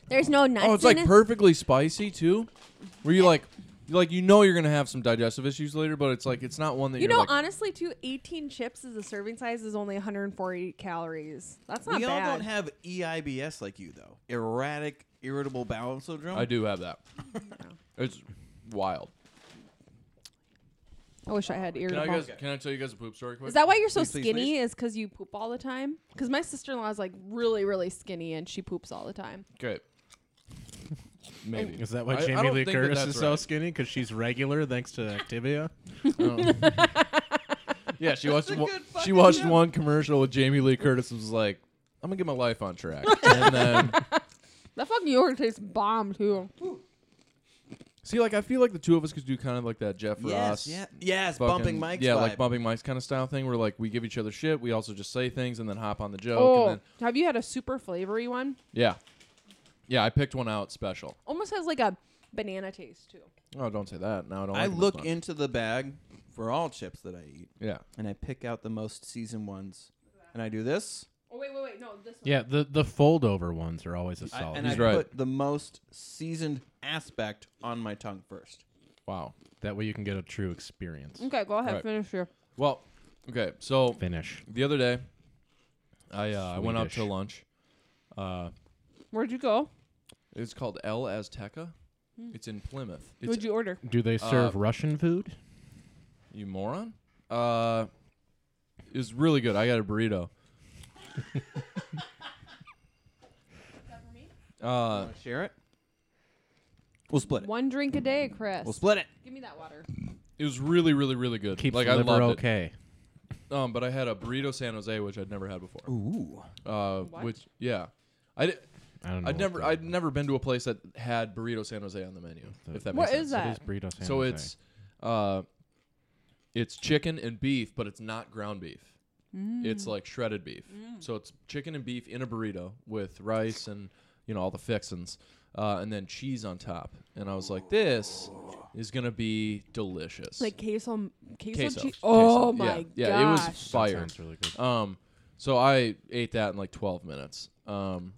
There's no nuts.
Oh, it's like perfectly spicy too. Where you like, you like you know you're gonna have some digestive issues later, but it's like it's not one that
You
are
know,
like.
honestly, too, 18 chips as a serving size is only 140 calories. That's not
we
bad.
all don't have E EIBS like you though. Erratic irritable bowel syndrome.
I do have that. it's wild.
I wish I had
Can I
irritable.
guys? Can I tell you guys a poop story quick?
Is that why you're so
Please, please,
skinny?
please.
Is because you poop all the time? Because my sister in law is like really, really skinny and she poops all the time.
okay? Maybe
Is that why
I- I
Jamie
don't
Lee
think that
Curtis
that's
is so
right.
skinny? Because she's regular thanks to Activia.
yeah, she watched one, she watched one commercial with Jamie Lee Curtis and was like, "I'm gonna get my life on track," and then
That fucking yogurt tastes bomb too.
see, like I feel like the two of us could do kind of like that Jeff
Yes.
Ross,
Yeah. Yes.
fucking-
bumping Mike's.
Yeah,
vibe.
like bumping mics kind of style thing where like we give each other shit. We also just say things and then hop on the joke.
Oh,
And then,
have you had a super flavory one?
yeah, yeah. I picked one out special.
Almost has like a banana taste too.
Oh, don't say that. No, I don't.
I
like 'em as
look
much.
into the bag for all chips that I eat,
Yeah.
and I pick out the most seasoned ones, and I do this.
Oh wait, wait, wait, no, this one.
Yeah, the the fold over ones are always a
I-
solid.
and
He's
I
right.
put the most seasoned aspect on my tongue first.
Wow.
that way you can get a true experience.
Okay, go ahead,
Right.
finish your.
Well, okay. So
Finish.
the other day, I uh, I went out to
Swedish.
lunch. Uh,
Where'd you go?
it's called El Azteca. It's in Plymouth. It's
What'd you order?
Do they
Uh,
serve Russian food?
You moron. Uh, is really good. I got a burrito. Uh,
Wanna share it? We'll split it.
One drink a day, Chris.
We'll split it.
Give me that water.
it was really, really, really good.
Keeps
like
the
I
liver
loved it.
okay.
Um, but I had a burrito San Jose, which I'd never had before.
Ooh.
Uh,
What?
which yeah, I di-
I don't know.
I'd
what
never
the-
I'd never been to a place that had burrito San Jose on the menu. If that
What
makes
is
sense.
that?
It is burrito San
So
Jose.
it's uh, it's chicken and beef, but it's not ground beef.
Mm.
It's like shredded beef. So it's chicken and beef in a burrito with rice and you know all the fixins, uh, and then cheese on top. And I was like, this is gonna be delicious.
Like queso, queso,
queso.
cheese.
Queso.
Oh
Yeah.
my
yeah,
gosh!
it was
That
fire.
sounds really good.
Um, so I ate that in like 12 minutes. Um,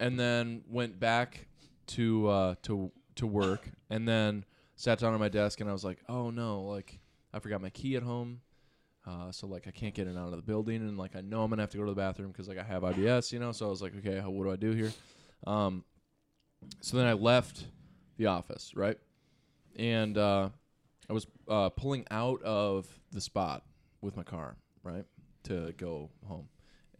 and then went back to uh, to to work, and then sat down at my desk, and I was like, oh no, like I forgot my key at home. Uh, so like I can't get in and out of the building, and like I know I'm gonna have to go to the bathroom because like I have IBS, you know. So I was like, okay, how, what do I do here? Um, so then I left the office, right? And uh, I was uh, pulling out of the spot with my car, right, to go home,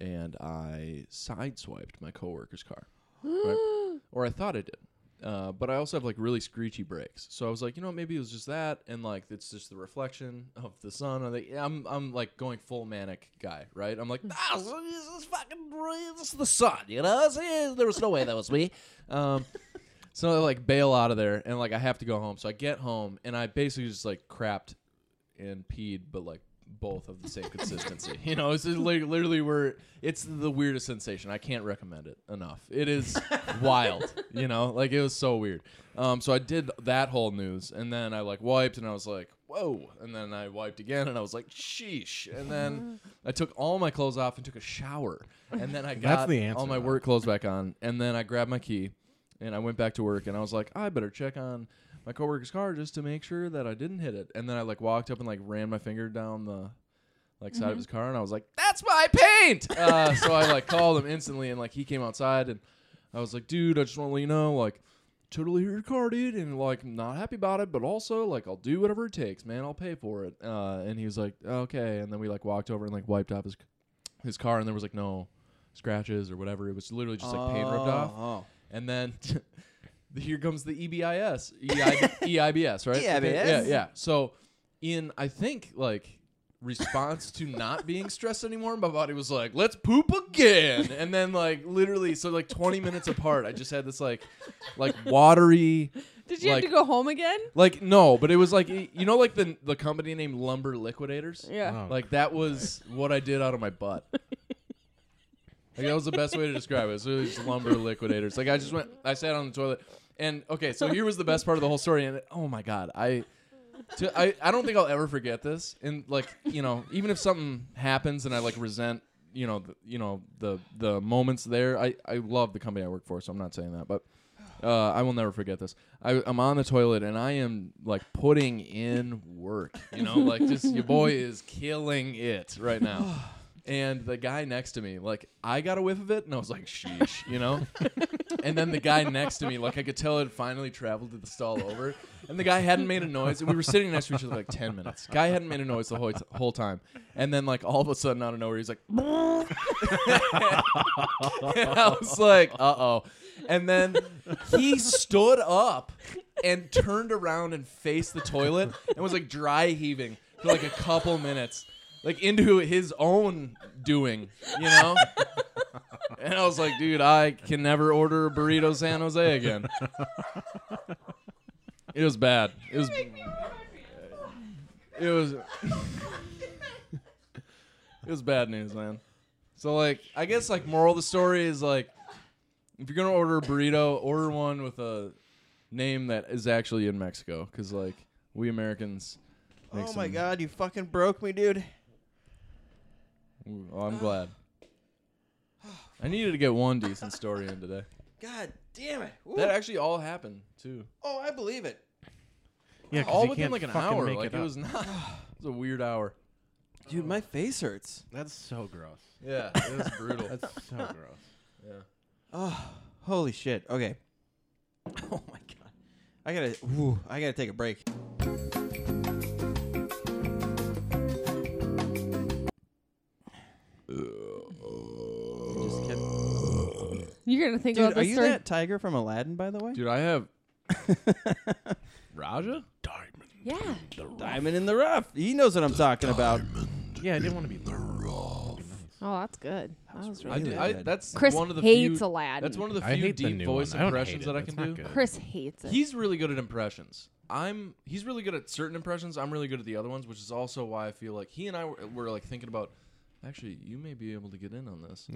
and I sideswiped my coworker's car, right? or I thought I did. Uh, but I also have like really screechy brakes, so I was like, you know, what, maybe it was just that, and like it's just the reflection of the sun. I'm like, yeah, I'm, I'm like going full manic guy, right? I'm like, ah, so this is fucking, this is the sun, you know? See, There was no way that was me. Um, so I like bail out of there and like I have to go home. So I get home and I basically just like crapped and peed, but like both of the same consistency. You know, it's just like literally where it's the weirdest sensation. I can't recommend it enough. It is wild. You know, like it was so weird. Um, so I did that whole news and then I like wiped and I was like, whoa. And then I wiped again and I was like, sheesh. And then I took all my clothes off and took a shower. And then I got
That's the answer,
all my
though.
work clothes back on. And then I grabbed my key and I went back to work and I was like, I better check on my coworker's car just to make sure that I didn't hit it. And then I like walked up and like ran my finger down the like side of his car and I was like, "That's my paint." Uh, so I like called him instantly and like he came outside and I was like, "Dude, I just want to let you know like totally hit your car, dude, and like I'm not happy about it, but also like I'll do whatever it takes, man. I'll pay for it." Uh, and he was like, "Okay." And then we like walked over and like wiped off his his car and there was like no scratches or whatever. It was literally just like paint ripped off.
Oh.
And then here comes the E EBIS, EIB, EIBS, right?
EIBS.
Yeah, yeah. So in I think like response to not being stressed anymore, my body was like, "Let's poop again." And then like literally, so like 20 minutes apart, I just had this like like watery
Did you
Like-
have to go home again?
like no, but it was like you know like the the company named Lumber Liquidators.
Yeah.
Oh,
Like that was what I did out of my butt. Like that was the best way to describe it. So it was lumber liquidators. Like I just went, I sat on the toilet, and okay, so here was the best part of the whole story. And oh my god, I, to, I, I don't think I'll ever forget this. And like you know, even if something happens and I like resent, you know, the, you know the the moments there. I I love the company I work for, so I'm not saying that, but. Uh, I will never forget this. I, I'm on the toilet and I am like putting in work. You know, like just your boy is killing it right now and the guy next to me, like, I got a whiff of it, and I was like, sheesh, you know? and then the guy next to me, like, I could tell it had finally traveled to the stall over, and the guy hadn't made a noise. And we were sitting next to each other like 10 minutes. Guy hadn't made a noise the whole, whole time. And then, like, all of a sudden, out of nowhere, he's like, and I was like, uh oh. And then he stood up and turned around and faced the toilet and was like dry heaving for like a couple minutes, like into his own doing, you know? And I was like, dude, I can never order a burrito San Jose again. It was bad. It was. It was. It was bad news, man. So like, I guess like moral of the story is like, if you're gonna order a burrito, order one with a name that is actually in Mexico, because like we Americans. make
Oh my
some-
god, you fucking broke me, dude.
Ooh, Oh, I'm glad. I needed to get one decent story in today.
God damn it. Ooh.
That actually all happened too.
oh, I believe it.
yeah, 'cause
All
you
within
can't
like an
fucking
hour.
make
Like it,
up.
was not. It was a weird hour.
Dude, my face hurts.
That's so gross.
Yeah, it was brutal.
That's so gross.
Oh, holy shit. Okay. Oh my god. I gotta. Ooh, I gotta take a break. Just kept-
Uh,
You're gonna think
Dude,
about
are
this
you
story.
that tiger from Aladdin, by the way?
Dude, I have Raja.
yeah.
Diamond in the rough. He knows what I'm talking about.
Yeah, I didn't want to be.
Oh, that's good. That was
I
really
do.
good.
I, that's
Chris
one of the
hates
few,
Aladdin.
That's one of the
I
few
hate the
deep
new
voice
one. I don't hate
impressions
it.
that I
That's
can
not
do.
good.
Chris hates it.
He's really good at impressions. I'm he's really good at certain impressions. I'm really good at the other ones, which is also why I feel like he and I were, were like thinking about. Actually, you may be able to get in on this.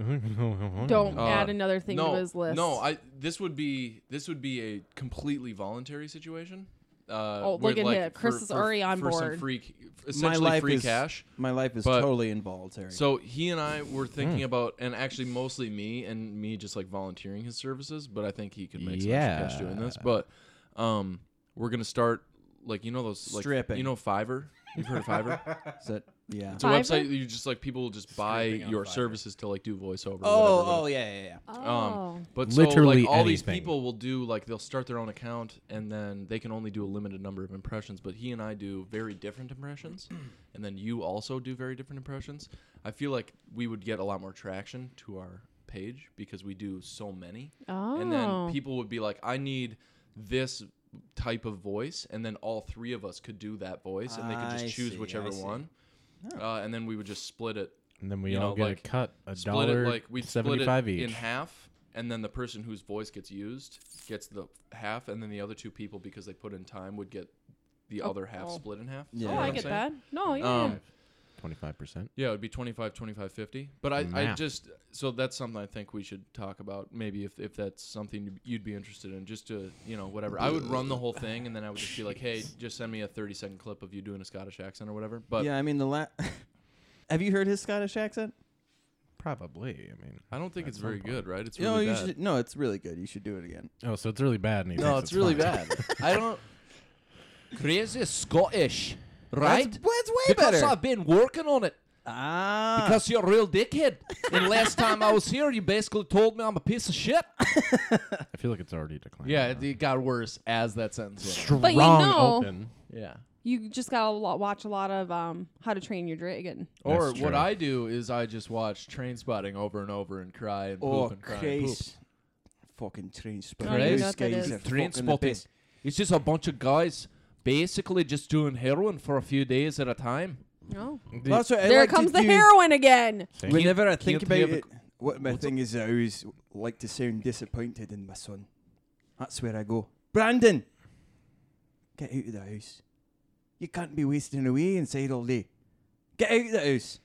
Don't
Uh,
add another thing
no,
to his list.
No, I this would be this would be a completely voluntary situation. Uh,
Oh,
where,
look at
like,
him. Chris
for-
is
for-
already on
for some
board.
free, c- essentially
life
free
is-
cash.
My life is
But-
totally involuntary.
So he and I were
Hmm.
thinking about, and actually mostly me and me just like volunteering his services, but I think he could make some extra cash doing this. But um, we're gonna start like you know those like
Stripping.
You know Fiverr. You've heard of Fiverr?
Is that Yeah.
It's a
Fiverr?
website that you just like people will just buy
Scraping on
your
Fiverr.
services to like do voiceover.
Oh,
whatever.
oh yeah, yeah, yeah.
Oh.
Um, But
Literally
so, like, all these
anything.
people will do like they'll start their own account and then they can only do a limited number of impressions. But he and I do very different impressions, and then you also do very different impressions. I feel like we would get a lot more traction to our page because we do so many,
oh.
and then people would be like, "I need this." type of voice and then all three of us could do that voice and they could just
I
choose
see,
whichever
I see. Oh.
one uh, and then we would just split it
And then we
You
all
know,
get
like,
a cut, a
split
dollar
it like we split
seventy-five
it
each.
in half, and then the person whose voice gets used gets the half, and then the other two people because they put in time would get the
Oh,
other half
oh.
split in half.
Yeah.
oh,
You know
I
what I'm
get
saying?
that. No, yeah.
Um,
Twenty-five percent.
yeah, it would be 25, 25, 50. But I, I
Math.
just so that's something I think we should talk about. Maybe if, if that's something you'd be interested in, just to you know whatever. I would run the whole thing, and then I would just be like, hey, just send me a thirty second clip of you doing a Scottish accent or whatever. But
yeah, I mean the la- Have you heard his Scottish accent?
Probably. I mean.
I don't think
At
it's
some
very
point.
good, right? It's
no,
really
you
bad.
should. No, it's really good. You should do it again.
Oh, so it's really bad. And he
No,
thinks
it's really
fine.
bad. I don't. Crazy Scottish, right?
That's, that's way
because
better.
I've been working on it.
ah,
Because you're a real dickhead. And last time I was here, you basically told me I'm a piece of shit.
I feel like it's already declining.
Yeah,
now.
it, it got worse as that sentence went. on.
strong
But you know-
open.
Yeah.
you just gotta lo- watch a lot of um, How to Train Your Dragon.
Or
That's
what
true.
I
I do is I just watch Train Spotting over and over and cry and
oh,
poop and cry and poop.
Christ. Fucking train spotting.
Oh, you know
These
what that
guys
is.
are
Train
fucking the
spotting.
best.
It's just a bunch of guys basically just doing heroin for a few days at a time.
No.
That's what I
there
like to
comes the
do.
heroin again.
Thank you.
Whenever I think
can't we
about
have a
it, what my
what's
thing is, I always like to sound disappointed in my son. That's where I go. Brandon, get out of the house. You can't be wasting away inside all day. Get out of the house.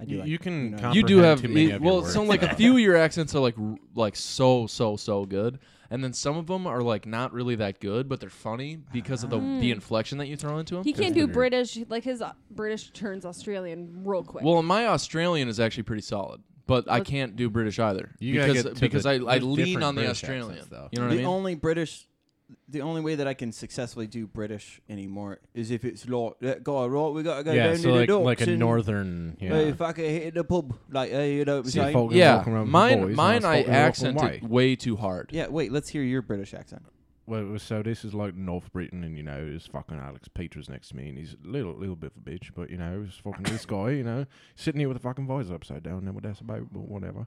I do
You-
like-
you can
know.
com-
you do
comprehend
have
too many
it-
of your
well so
words,
like a
so-
few of your accents are like r- like so so so good and then some of them are like not really that good but they're funny because of the
Ah.
the inflection that you throw into them
He can't
That's
do
weird.
British. Like his uh, British turns Australian real quick.
well my australian is actually pretty solid but i can't do british either
You gotta
because
get to
because
the-
I, I
there's
lean
different
on the
British
australian
accents, though.
you know what
the
i mean
only British, the only way that I can successfully do British anymore is if it's lot. That guy, right? We gotta go
yeah,
down
so
to
like,
the docks
like a
and,
northern. Yeah.
Hey, fuck it, hit the pub. Like, hey, you know what I'm
See
saying?
folk-
yeah
walking around with boys
mine
and
mine
I
i
spoke in a local
accented
way.
way too hard
Yeah, wait, let's hear your British accent.
Well, so this is like North Britain, and you know, there's fucking Alex Peters next to me, and he's a little, little bit of a bitch, but you know, he's fucking this guy, you know, sitting here with a fucking voice upside down, and what that's about, but whatever.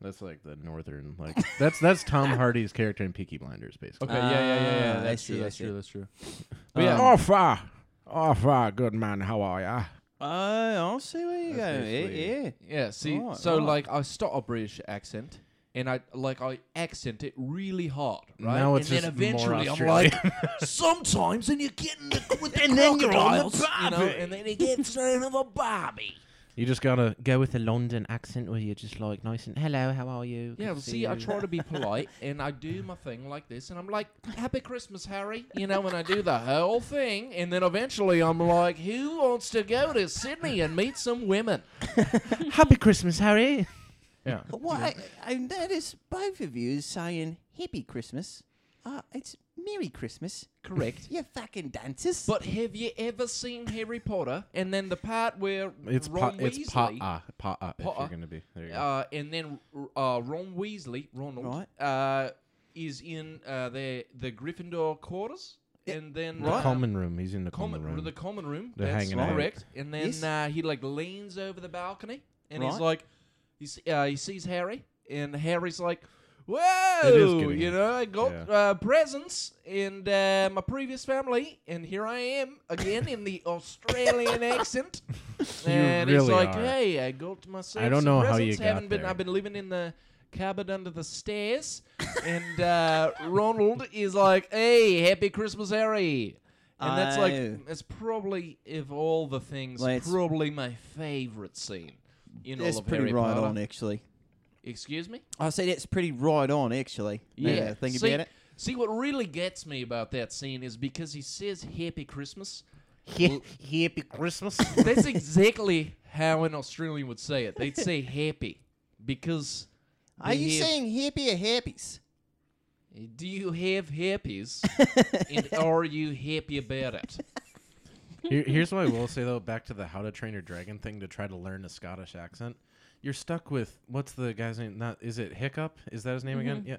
That's like the northern, like that's that's Tom Hardy's character in Peaky Blinders, basically.
okay yeah yeah yeah yeah
Ah, I
that's
see,
true
I
that's
see.
true that's true
But yeah.
Oh, far, oh, far, good man, how are ya?
Uh, I'll see what you
That's
got. Yeah,
basically-
yeah.
Yeah, see,
Right,
so
right.
like I start a British accent and I like I accent it really hard, right?
Now it's
and
just
then
more
eventually I'm
Australian.
like sometimes and you're getting the, with the
And then you're on the
crocodiles, you know,
Barbie.
and then it gets another Barbie.
You just gotta
Go with a London accent where you're just like nice and hello, how are you? Good
Yeah, well,
to
see, I
you."
try to be polite and I do my thing like this, and I'm like, "Happy Christmas, Harry," you know, and I do the whole thing, and then eventually I'm like, "Who wants to go to Sydney and meet some women?"
Happy Christmas, Harry.
Yeah,
Well, I, I noticed both of you saying happy Christmas. Uh, it's Merry Christmas.
correct.
You fucking dancers.
But have you ever seen Harry Potter? And then the part where
It's pa-
Ron
it's pa
Weasley,
ah pa ah if
Pa-ah.
you're gonna be there. You go.
uh, and then uh, Ron Weasley, Ronald, uh, is in uh, the the Gryffindor quarters, and then
the
uh,
common room. He's in the common,
common,
room.
the common room.
They're
that's
hanging out.
correct. And then
Yes.
uh, he like leans over the balcony and he's
Right.
like, he s- uh, he sees Harry, and Harry's like, "Whoa,
getting-
you know, I got
yeah.
uh, presents and uh, my previous family, and here I am again in the Australian accent." and he's
really
like,
are.
"Hey, I got myself.
I don't know
some
how you
presents.
got
haven't been.
there.
I've been living in the." Cupboard under the stairs, and uh, Ronald is like, "Hey, happy Christmas, Harry!" And that's like
I-
it's probably of all the things,
Well, it's-
probably my favorite scene in all
it's
of
pretty
Harry
right
Potter.
on, actually.
Excuse me.
I said it's pretty right on, actually. now that I Think
see,
about it.
see what really gets me about that scene is because he says "Happy Christmas."
Happy Christmas.
That's exactly how an Australian would say it. They'd say "happy" because
Are
they
you
have-
saying happy or happies?
Do you have happies, and are you happy about it?
Here, here's what I will say though, back to the How to Train Your Dragon thing to try to learn a Scottish accent. You're stuck with what's the guy's name? Not is it Hiccup? Is that his name again? Yeah.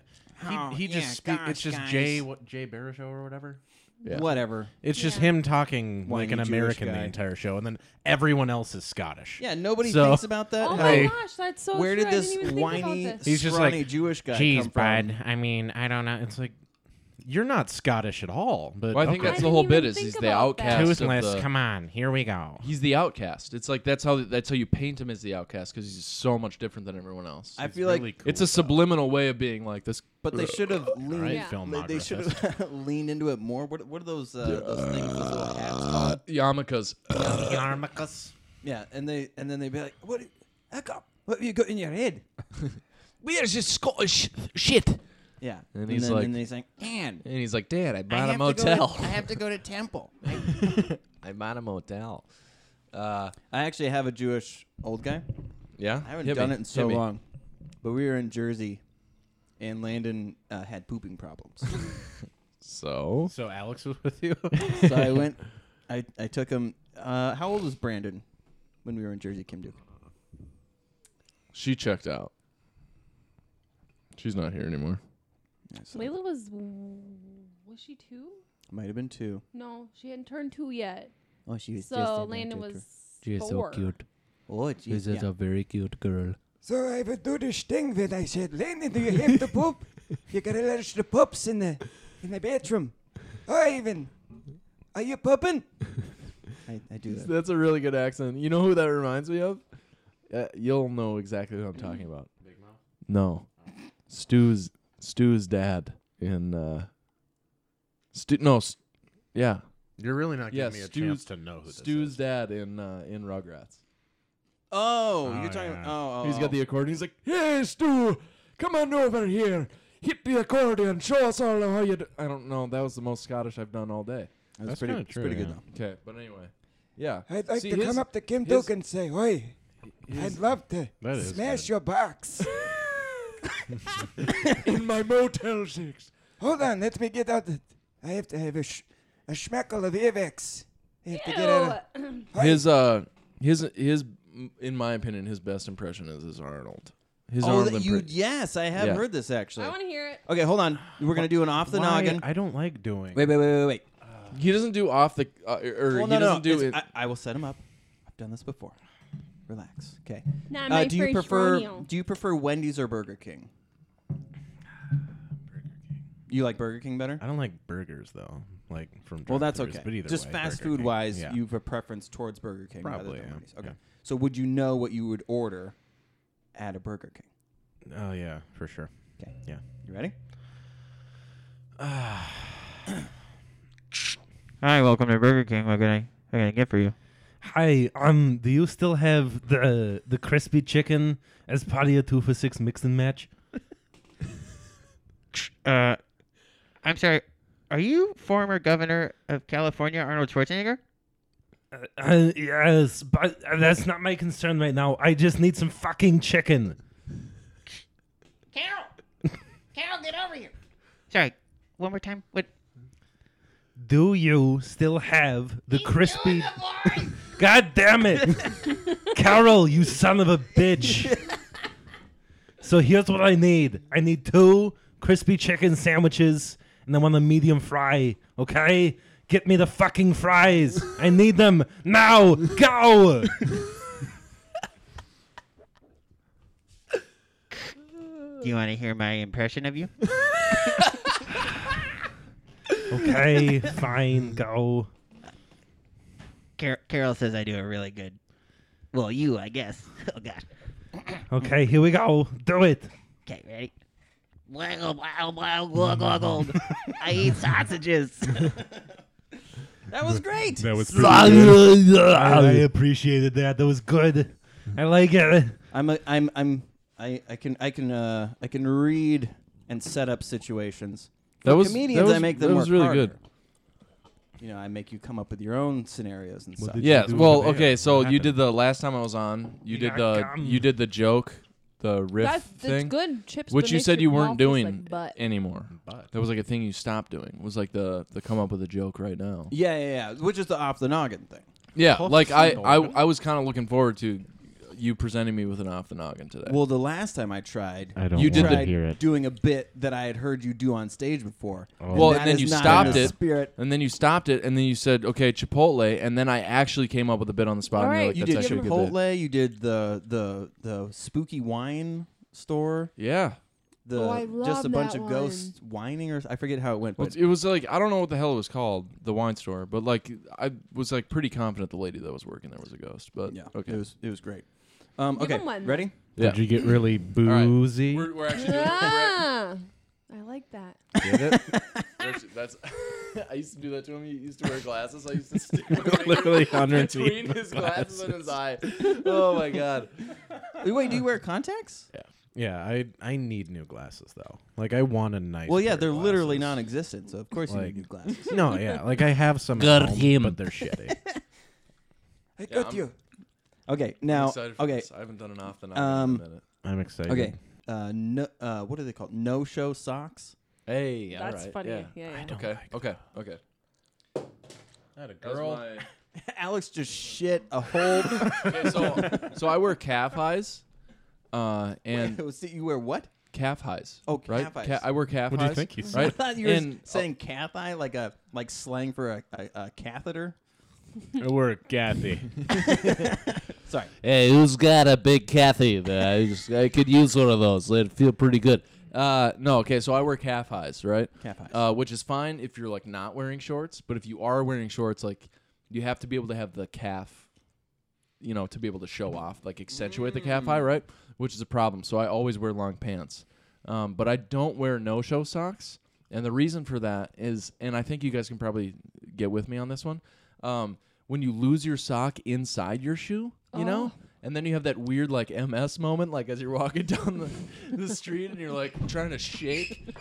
He,
Oh,
he just
yeah,
speak,
gosh,
it's just
guys.
Jay what Jay Baruchel or whatever.
Yeah.
Whatever.
It's just him talking
Whiny
like an
Jewish
American the
guy.
entire show, and then everyone else is Scottish.
Yeah, nobody
So-
thinks about that.
Oh
How-
my
Hey.
gosh, that's so
where
true.
did
I
this
didn't even
whiny,
think about this.
He's just
scrawny
like,
Jewish guy
Jeez,
come from?
bud. I mean, I don't know. It's like you're not Scottish at all. But
Well, I think
Okay.
that's
I
the whole
didn't even
bit is he's
think
the
about that.
outcast. of the-
on, here we go.
He's the outcast. It's like that's how that's how you paint him as the outcast because he's so much different than everyone else.
I feel like,
it's a subliminal way of being like this.
but they should have leaned.
right, Oh
Yeah.
they- They
filmographer.
should have leaned into it more. What, what are those uh, those things? Those little hats
Uh,
called?
Yamaka's.
Yarmulkes.
Yeah, and they and then they'd be like, "What? Echo, what have you got in your head?"
Where's this Scottish shit?
Yeah,
And he's
then,
like-
and then he's like, "And
And he's like, Dad, I bought a
have to go to-
motel.
I have to go to temple.
I bought a motel. Uh,
I actually have a Jewish old guy.
yeah.
I haven't
Hit me.
done it in
Hit
so
me.
long, but we were in Jersey, and Landon uh, had pooping problems.
So
So Alex was with you.
so I went, I, I took him. Uh, how old was Brandon when we were in Jersey, Kim Duke?
she checked out. She's not here anymore.
Yeah, so
Layla was was she two?
Might have been two.
No, she hadn't turned two yet.
Oh, she was just
so
in
Landon
that
was
She's so
four.
cute.
Oh,
She's
jeez. Yeah.
a very cute girl.
So I would do this thing that I said, Landon, do you have the poop? You gotta let the poops in the in the bathroom. Or even, are you pooping?
I, I do that.
That's a really good accent. You know who that reminds me of? Uh, you'll know exactly who I'm talking about.
Big Mouth? Oh.
No, Stu's Stu's dad in uh, Stu. No, S- yeah,
You're really not
Yeah,
giving me a
Stu's-
chance to know who this
Stu's
is.
dad in uh, in Rugrats.
Oh,
Oh,
you're talking.
yeah.
Oh, oh,
He's got
oh.
the accordion. He's like, "Hey, Stu, come on over here. Hit the accordion. Show us all how you." Do. I don't know. That was the most Scottish I've done all day.
That's,
That's
pretty.
kinda
it's
true,
pretty good
yeah.
though.
Okay, but anyway, yeah.
I'd like
See,
to
his-
come up to Kim
his-
Duke and say, Oi, I'd love to
That is
smash
good.
your box.
in my Motel Six.
Hold on, let me get out. The, I have to have a, sh- a schmeckle of Avex. I have to get out of.
His uh, his his, in my opinion, his best impression is his Arnold. His
Oh,
Arnold.
that you,
impre-
yes, I have
Yeah.
heard this actually.
I want to hear it.
Uh,
Okay, hold on. We're gonna do an off the
Why?
noggin.
I don't like doing.
Wait, wait, wait, wait, wait.
he doesn't do off the uh, or
Well,
he
no, no, no.
doesn't do
It's-
it.
I, I will set him up. I've done this before. Relax. Okay.
Nah,
Uh,
my
do you
first
prefer
rodeo.
Do you prefer Wendy's or Burger King? You like Burger King better?
I don't like burgers though. Like from
Well, that's
drive-thrus,
okay.
But either
Just
way,
fast
Burger
food
King.
wise,
Yeah.
you have a preference towards Burger King rather
Probably,
than
yeah,
Wendy's. Okay.
yeah.
So would you know what you would order at a Burger King?
Oh yeah, for sure.
You ready?
Hi, welcome to Burger King. What can I what can I get for you?
Hi, um, do you still have the
uh,
the crispy chicken as part of your two for six mix and match?
Uh, I'm sorry. Are you former governor of California, Arnold Schwarzenegger?
Uh, yes, but uh, that's not my concern right now. I just need some fucking chicken.
Carol, Carol, get over here. Sorry, one more time. What?
Do you still have the crispy? God damn it, Carol, you son of a bitch! so here's what I need: I need two crispy chicken sandwiches and then one a medium fry. Okay, get me the fucking fries. I need them now. Go.
Do you want to hear my impression of you?
okay, fine. Go.
Car- Carol says I do a really good. Well, you, I guess. Oh God.
Okay, here we go. Do it.
Okay, ready? Waggle, waggle, waggle, waggle, waggle. I eat sausages.
That was great.
That was I appreciated that. That was good. I like it.
I'm a, I'm I'm I, I can I can uh I can read and set up situations. For
That was-
comedians.
that was-
I make them
that was
work
really
harder.
good.
You know, I make you come up with your own scenarios and stuff.
did you
Yes.
do
Well,
today?
okay. So
What
you did the last time I was on. You
You
did
got
the
gum.
you did the joke, the riff
That's- that's
thing.
good. Chips, but
which you
makes
said
your
you
mouth
weren't
taste
doing
like butt.
anymore.
Butt.
That was like a thing you stopped doing. Was like the the come up with a joke right now.
Yeah, yeah, yeah. Which is the off the noggin thing.
Yeah,
Puff
like I, I
Sandal.
I was kind of looking forward to you presenting me with an off the noggin today.
Well, the last time I tried,
Uh, I don't
you
want to
tried
hear it. Oh.
doing a bit that I had heard you do on stage before.
Well, and
that
then
is
you
not in
stopped
the
it,
Spirit.
and then you stopped it, and then you said, "Okay, Chipotle," and then I actually came up with a bit on the spot. and you're like,
you
That's
did
actually a good bit."
Chipotle. You did the the the spooky wine store.
Yeah.
The
Oh, I
just a
love
bunch
that
of ghosts whining or I forget how it went,
Well,
but
it was like I don't know what the hell it was called, the wine store, but like I was like pretty confident the lady that was working there was a ghost. But yeah, okay, it
was it was great. Um,
Give okay, him one. ready?
Yeah.
Did you get really boozy?
We're, we're actually doing
Ah, I like that.
Get it?
Actually, that's. I used to do that to him. He used to wear glasses. I used to stick my finger
Literally underneath
between
the
his glasses and his eye.
glasses.
Oh my god!
Wait, do you wear contacts?
Yeah. Yeah, I I need new glasses though. Like I want a nice.
Well, yeah,
pair
they're
of
literally non-existent. So of course you
Like-
need new glasses.
No, yeah, like I have some, at
Got
home,
him.
but they're shitty.
I
Yeah,
got
I'm-
you.
Okay, now
excited for
okay.
this. I haven't done an off the noggin in a
Um,
minute.
I'm excited.
Okay, uh, no, uh, what are they called? No-show socks.
Hey,
That's
alright,
funny.
yeah.
Yeah, yeah.
Oh
I don't
okay, okay, okay.
I had a
That was
girl.
my-
Alex just shit a whole.
okay, so so I wear calf highs, uh, and
Wait, see, you wear what?
calf highs.
Oh,
right?
calf highs.
Ca- I wear calf highs.
I
Right?
thought you were
and oh.
saying cath eye like a like slang for a, a, a catheter.
We're Kathy.
Sorry.
Hey, who's got a big Kathy? that I, just, I could use one of those. It'd feel pretty good.
Uh, no, okay, so I wear calf highs, right?
Calf highs.
Uh, which is fine if you're like not wearing shorts, but if you are wearing shorts, like you have to be able to have the calf, you know, to be able to show off, like accentuate the calf high, right? Which is a problem. So I always wear long pants, um, but I don't wear no-show socks, and the reason for that is, and I think you guys can probably get with me on this one. Um, when you lose your sock inside your shoe, you know, and then you have that weird like MS moment, like as you're walking down the, the street and you're like trying to shake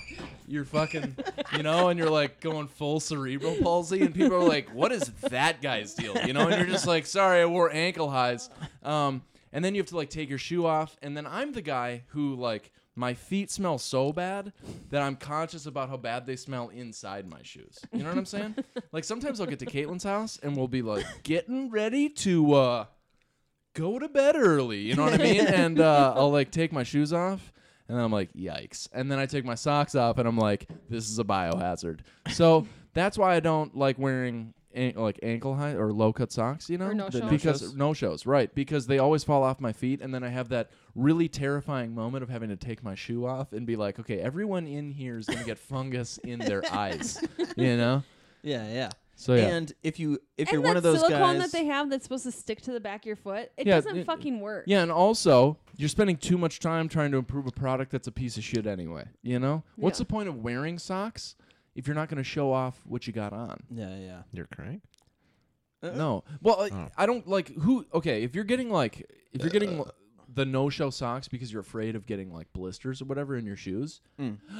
your fucking, you know, and you're like going full cerebral palsy, and people are like, "What is that guy's deal?" You know, and you're just like, "Sorry, I wore ankle highs." Um, and then you have to like take your shoe off, and then I'm the guy who like my feet smell so bad that I'm conscious about how bad they smell inside my shoes. You know what I'm saying? like sometimes I'll get to Caitlin's house and we'll be like getting ready to uh go to bed early. You know what I mean? and uh, I'll like take my shoes off. And then I'm like, yikes. And then I take my socks off and I'm like, this is a biohazard. So that's why I don't like wearing an- like ankle high or low cut socks, you know?
no The shows.
Because
no-shows.
no shows, right. Because they always fall off my feet. And then I have that really terrifying moment of having to take my shoe off and be like, okay, everyone in here is going to get fungus in their eyes, you know?
Yeah, yeah.
So, Oh, yeah.
And if you if
and
you're
that
one of those
silicone
guys,
that they have that's supposed to stick to the back of your foot, it
Yeah,
doesn't
it-
fucking work.
Yeah, and also you're spending too much time trying to improve a product that's a piece of shit anyway. You know, what's the point of wearing socks if you're not going to show off what you got on?
Yeah, yeah.
You're crank.
No, well, I- I don't like who. Okay, if you're getting like if you're getting l- the no-show socks because you're afraid of getting like blisters or whatever in your shoes,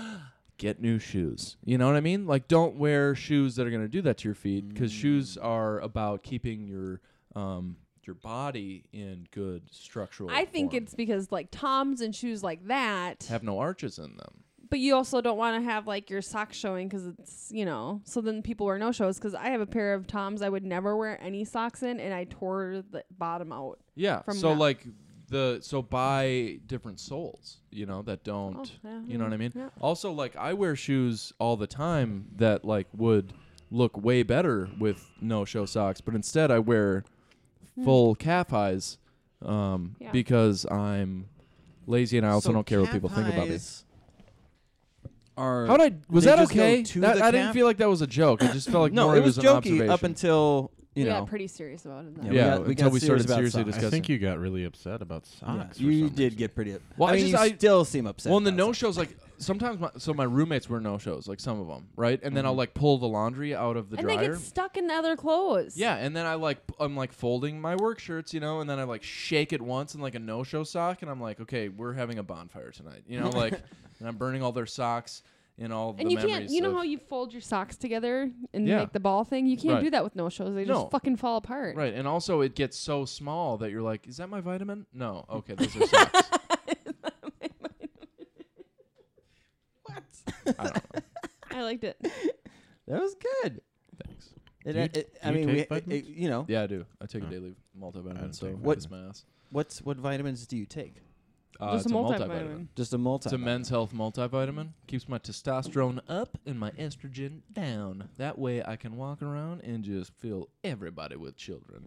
get new shoes. You know what I mean? Like, don't wear shoes that are going to do that to your feet because shoes are about keeping your um your body in good structural.
I think
form.
it's because like toms and shoes like that,
have no arches in them.
but you also don't want to have like your socks showing because it's you know. So then people wear no shows because I have a pair of toms I would never wear any socks in, and I tore the bottom out.
Yeah.
from
so
that.
like the so buy different soles, you know, that don't
Oh, yeah,
you know what I mean?
yeah.
Also like I wear shoes all the time that like would look way better with no show socks, but instead I wear
Hmm.
full calf highs um
Yeah.
because I'm lazy and I also
So
don't care what people
calf
think about me.
highs Are
How'd I was
they
that
just go
okay?
to
That,
the
I didn't
calf?
feel like that was a joke. I just felt like
no,
more
it
it
was
an
jokey up
observation.
until you
we
know.
got pretty serious about it. Then.
Yeah,
Yeah,
we got, we
until
got
we
serious
started
about
seriously
socks.
I think you got really upset about
Yeah,
socks.
you did get pretty. up-
Well,
I
I
mean,
just-
you
I-
still seem upset.
Well, and the
about
no shows, like sometimes, my, so my roommates were no shows, like some of them, right? And then I'll like pull the laundry out of the
and
dryer.
they get stuck in other clothes.
Yeah, and then I like p- I'm like folding my work shirts, you know, and then I like shake it once in like a no-show sock, and I'm like, okay, we're having a bonfire tonight, you know, like, and I'm burning all their socks and all the
And you
memories.
can't, you know
of-
how you fold your socks together and
Yeah.
make the ball thing? You can't
Right.
do that with no shows. They
No.
just fucking fall apart.
right, and also it gets so small that you're like, is that my vitamin? No, okay, those are socks.
Pirates. I don't know.
I liked it.
That was good.
Thanks.
It,
Do you-
it- it-
do
I
you
mean,
take
we, it,
vitamins?
it- you know.
Yeah, I do. I take
Oh.
a daily multivitamin, so
take
what is
vitamins.
my ass?
What's what vitamins do you take?
Uh, it's a multivitamin.
Just a multi.
It's a men's health multivitamin. Keeps my testosterone up and my estrogen down. That way I can walk around and just fill everybody with children.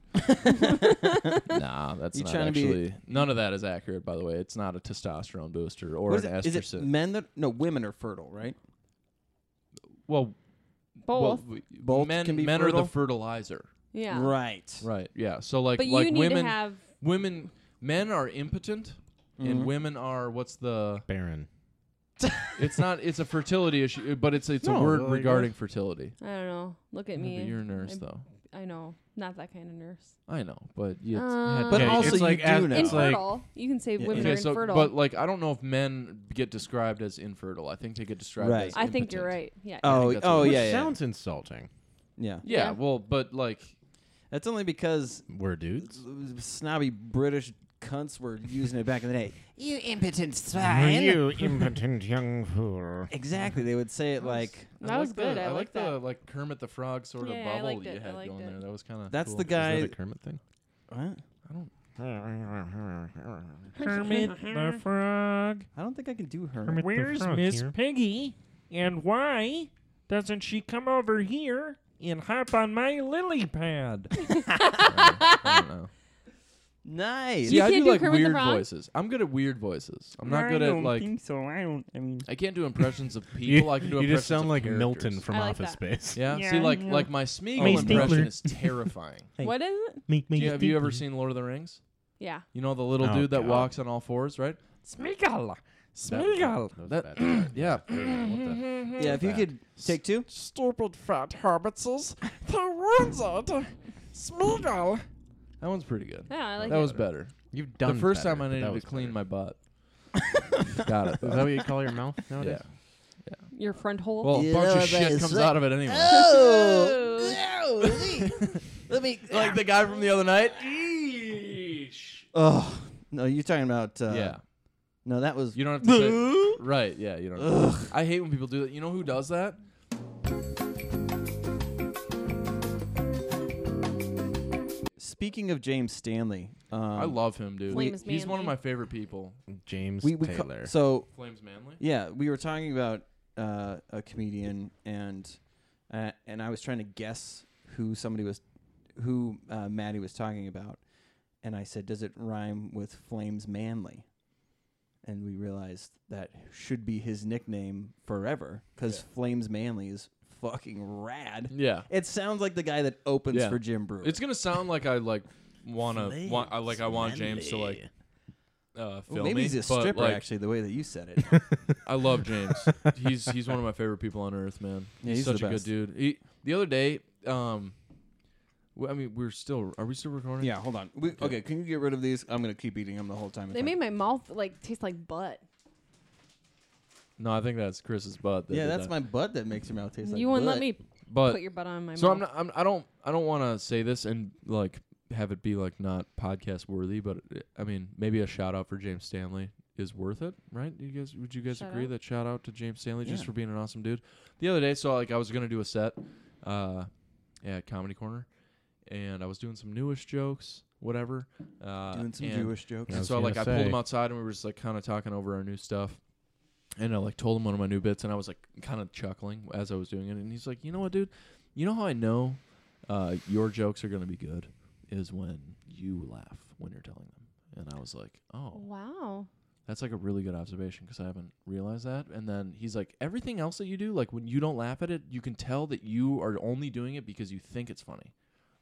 nah, that's
You
not
trying to be-
actually. none of that is accurate, by the way. It's not a testosterone booster or
What is
an
it- is it
estrogen.
men that no women are fertile, right?
Well,
Both.
Well, w-
Both
men
can be
men are
fertile?
the fertilizer.
yeah.
Right.
Right. Yeah. So like
But you
like
need to
women
have-
women men are impotent
Mhm.
Mm-hmm.
and women are what's the
Barren.
it's not it's a fertility issue uh, but it's it's
No,
a word
well, I
regarding
guess-
fertility.
I don't know. Look at
Yeah, but
me.
you're a nurse,
I'm-
though.
I know. Not that kind of nurse.
I know, but you
Uh,
had
But
to-
also
it's like as- it's like-
Oh,
Infertile. you can say women
okay,
are
so,
infertile.
But like I don't know if men get described as infertile. I think they get described
Right.
as
I think
impotent.
you're right. Yeah.
I think
Oh,
that's
oh
what-
yeah, yeah.
Sounds insulting.
yeah.
yeah.
Yeah.
well, but like
That's only because
We're dudes.
snobby British cunts were using it back in the day. You impotent swine.
You impotent young fool.
Exactly. They would say it like
That was good.
The,
I
like
liked that.
the like Kermit the Frog sort
Yeah, I
of bubble
liked
that you
it. I
had
liked
going
it.
there. That was kind of
That's
cool.
the guy.
Is that a Kermit thing?
What?
I don't.
Kermit the Frog.
I don't think I can do her.
Where's Miss Piggy? And why doesn't she come over here and hop on my lily pad?
I don't know.
Nice.
See, I
can't
do
do
like
Kermit the
weird
Frog?
voices. I'm good at weird voices. I'm not good at like
so. I don't. I mean,
I can't do impressions of people. I can do
you
impressions
just sound
of
like
characters.
Milton from
I like
Office
that.
Space.
Yeah.
Yeah,
See, like
yeah.
like my Smeagol
Me
impression
Stigler.
is terrifying.
what is it?
Make
Do
me.
you, have you ever seen Lord of the Rings?
Yeah.
You know the little
Oh,
dude that
God.
walks on all fours, right?
Smeagol?
That-
Smeagol.
That, yeah. What
Mm.
Yeah, if you could take two.
Stupid fat hobbitses. The words are to Smeagol.
the- That one's pretty good.
Yeah, I like
that
it.
was better.
You've done
the first
better,
time I
but that
needed to
was better.
clean my butt. Got it.
Is that what you call your mouth
yeah.
nowadays?
Your front hole.
Well,
You
a bunch
know
of
what they
shit comes
say?
out of it anyway.
oh, let me.
like the guy from the other night.
Oh no, you're talking about. Uh,
yeah.
No, that was.
You don't have to say. Right. Yeah. You don't. I hate when people do that. You know who does that?
Speaking of James Stanley, um,
I love him, dude.
Flames
He's one of
Manley.
my favorite people.
James
we, we ca-
Taylor.
so
Flames Manly.
yeah, we were talking about uh, a comedian and uh, and I was trying to guess who somebody was, who uh, Maddie was talking about, and I said, does it rhyme with flames manly? And we realized that should be his nickname forever because flames manly is fucking rad.
Yeah.
It sounds like the guy that opens
Yeah.
for Jim Brewer.
It's gonna sound like I like wanna want I like I want James to like uh,
Ooh,
film
maybe
me,
he's a
but,
stripper.
like,
actually, the way that you said it.
I love James. he's he's one of my favorite people on earth, man.
Yeah,
he's,
he's
such
the
a
best.
good dude. He, the other day, um, w- I mean, we're still are we still recording?
Yeah, hold on. We, okay. can you get rid of these? I'm gonna keep eating them the whole time.
they made my mouth like taste like butt.
No, I think that's Chris's butt. that
yeah,
did
that's
that.
my butt that makes your mouth taste like.
you wouldn't let
butt.
me
But
put your butt on my
so
mouth.
I'm not. I'm, I don't. I don't want to say this and like have it be like not podcast worthy, but uh, I mean, maybe a shout out for James Stanley is worth it, right? You guys, would you guys
Shout
agree
out?
that shout out to James Stanley just
Yeah.
for being an awesome dude? The other day, so like I was gonna do a set, uh, at Comedy Corner, and I was doing some newish jokes, whatever. Uh,
doing some
and-
Jewish jokes.
Yeah. I
and
was
so I, like
gonna
I pulled
say.
him outside and we were just like kind of talking over our new stuff. And I like told him one of my new bits and I was like kind of chuckling as I was doing it and he's like, "You know what, dude? You know how I know uh, your jokes are going to be good is when you laugh when you're telling them." And I was like, "Oh,
Wow.
that's like a really good observation because I haven't realized that." And then he's like, "Everything else that you do, like when you don't laugh at it, you can tell that you are only doing it because you think it's funny."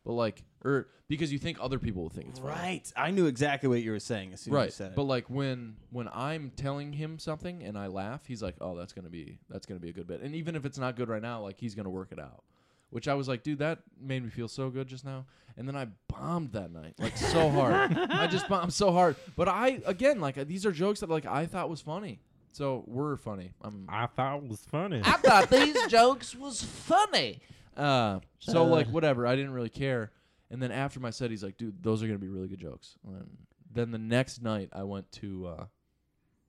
But like or because you think other people will think it's funny
Right. I knew exactly what you were saying as soon as you said it.
but like when when i'm telling him something and i laugh he's like oh that's gonna be that's gonna be a good bit and even if it's not good right now like he's gonna work it out which i was like dude that made me feel so good just now and then i bombed that night like so hard i just bombed so hard but i again like these are jokes that like i thought was funny so were funny i'm
I thought it was funny.
I thought these jokes was funny.
uh so like whatever i didn't really care and then after my set he's like dude those are gonna be really good jokes and then the next night i went to uh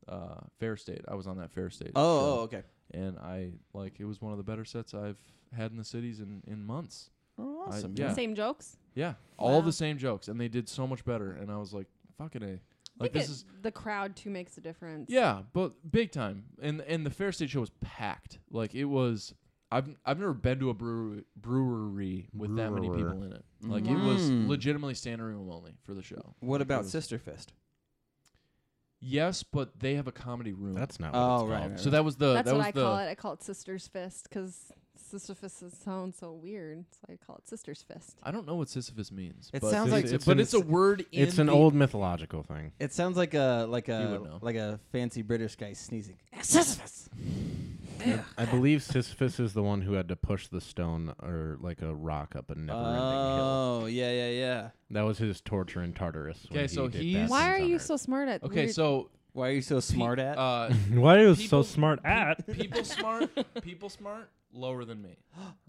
uh, Fair State. I was on that Fair State.
Oh,
show.
oh, okay.
And I like it was one of the better sets I've had in the cities in in months.
Oh,
I-
awesome,
yeah.
man. Same jokes?
Yeah, all
Wow.
the same jokes, and they did so much better. And I was like, fucking a. Like
Like
this is
the crowd too makes a difference.
yeah, but big time. And and the Fair State show was packed. Like it was. I've I've never been to a brewery, brewery with that many
Brewer.
people in it. Like it was
Mm.
legitimately standing room only for the show. Like,
What
it
about
was-
Sister Fist?
Yes, but they have a comedy room. That's
not what it's Oh, right, called. right,
So
right.
that was the
That's
that
what
was
I
the
call it. I call it sister's fist because sister fist is- sounds so weird. So I call it sister's fist.
I don't know what Sisyphus means.
It
but
sounds like,
but it's a word. In
It's an
the-
old mythological thing.
It sounds like a like
You would
a
know.
like a fancy British guy sneezing.
I- I believe Sisyphus is the one who had to push the stone or like a rock up a never-ending hill.
Oh yeah yeah yeah.
That was his torture in Tartarus. when
Okay, so
did
he's-
bad
Why
things
are
on
you
Earth.
so smart at
Okay,
weird-
so
Why are you so smart at?
Uh,
Why are you so
people-
smart
pe-
at?
people smart? People smart lower than me.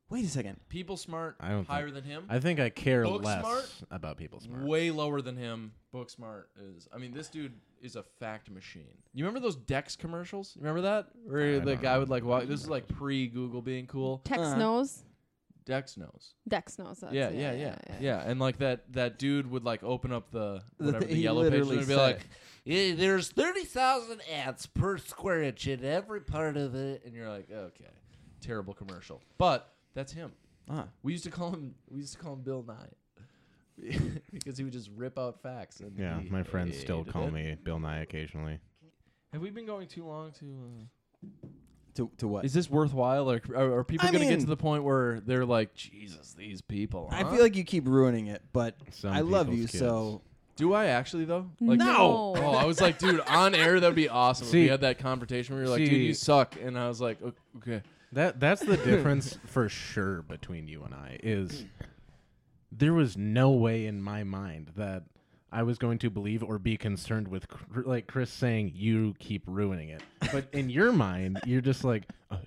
Wait a second.
People smart
I don't
higher
think-
than him.
I think I care
Book
less
smart,
about people smart.
Way lower than him. Book smart is. I mean, this dude is a fact machine. You remember those Dex commercials? You remember that where
I
the
don't
guy would like walk? This is like pre Google being cool.
Tex knows.
Dex knows.
Dex knows. That's
uh-huh. Yeah,
it,
yeah, yeah, yeah, And like that that dude would like open up the
The
whatever
thing-
the
he
yellow page
literally
and be
said
like,
it.
Yeah, there's 30,000 ants per square inch in every part of it.
and you're like, okay, terrible commercial. But that's him.
Ah.
We used to call him. We used to call him Bill Nye. because he would just rip out facts. And
Yeah,
he
my friends still
hated
call
it.
me Bill Nye occasionally.
Have we been going too long to? Uh,
To to what?
Is this worthwhile? Or are, are people
I
going to get
mean-
to the point where they're like, Jesus, these people?
I
huh?"
feel like you keep ruining it, but
Some
I love you
people's kids.
so.
Do I actually though?
No.
Oh, I was like, dude, on air that'd be awesome. if
See-
we had that confrontation where you're like, dude,
see-
you suck, and I was like, "O- okay.
That that's the difference for sure between you and I is there was no way in my mind that I was going to believe or be concerned with Chr- like Chris saying you keep ruining it. But in your mind, you're just like, oh,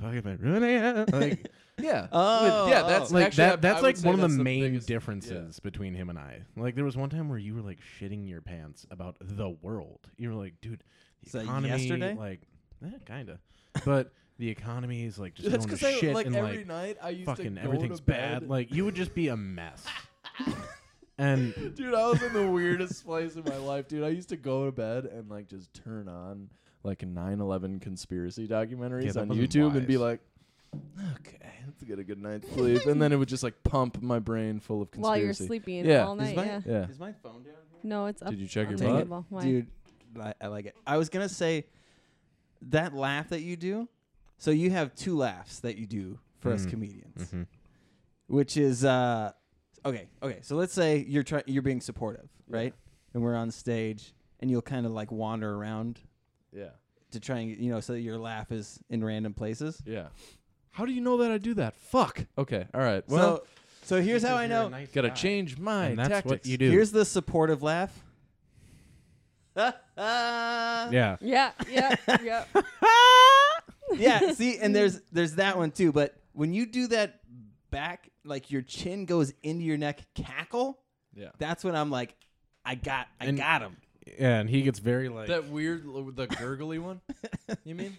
fuck, am I ruining it? Like,
Yeah.
Oh,
yeah. That's
like
actually, I-
that.
I
that's
would
like
say
one of the,
that's
main
biggest-
differences between him and I. Like there was one time where you were like shitting your pants about the world. You were like, dude, the
Is that
economy.
yesterday?
Like, eh, kinda, but the economy is like just
That's
going to
'cause I,
shit
like,
and
every
like
night I used to
fucking
go to
everything's
bed.
bad. Like you would just be a mess. and
Dude, I was in the weirdest place in my life, dude. I used to go to bed and like just turn on like 9/11 conspiracy
Yeah,
documentaries
that
on
wasn't
YouTube and be
wise.
like, okay, let's get a good night's sleep, and then it would just like pump my brain full of conspiracy.
While you're sleeping
yeah.
all night, yeah.
yeah.
Is my phone down?
No, it's up.
Did you check
I'll
your
take
butt?
it. Well, why?
Dude, I, I like it. I was gonna say that laugh that you do. So you have two laughs that you do for us
Mhm.
comedians,
Mhm.
which is uh, okay. Okay, so let's say you're try- you're being supportive, right? And we're on stage, and you'll kind of like wander around
Yeah.
to try and you know, so that your laugh is in random places.
Yeah. How do you know that I do that? Fuck. Okay. All right. Well,
so, so here's how I know.
gotta change my
And that's
tactics.
what you do.
Here's the supportive laugh. yeah.
yeah.
Yeah, yeah, yeah.
yeah see and there's there's that one too but when you do that back like your chin goes into your neck cackle
Yeah.
that's when i'm like i got i
And-
got him
Yeah, and he gets very like
That weird, l- the gurgly one. You mean?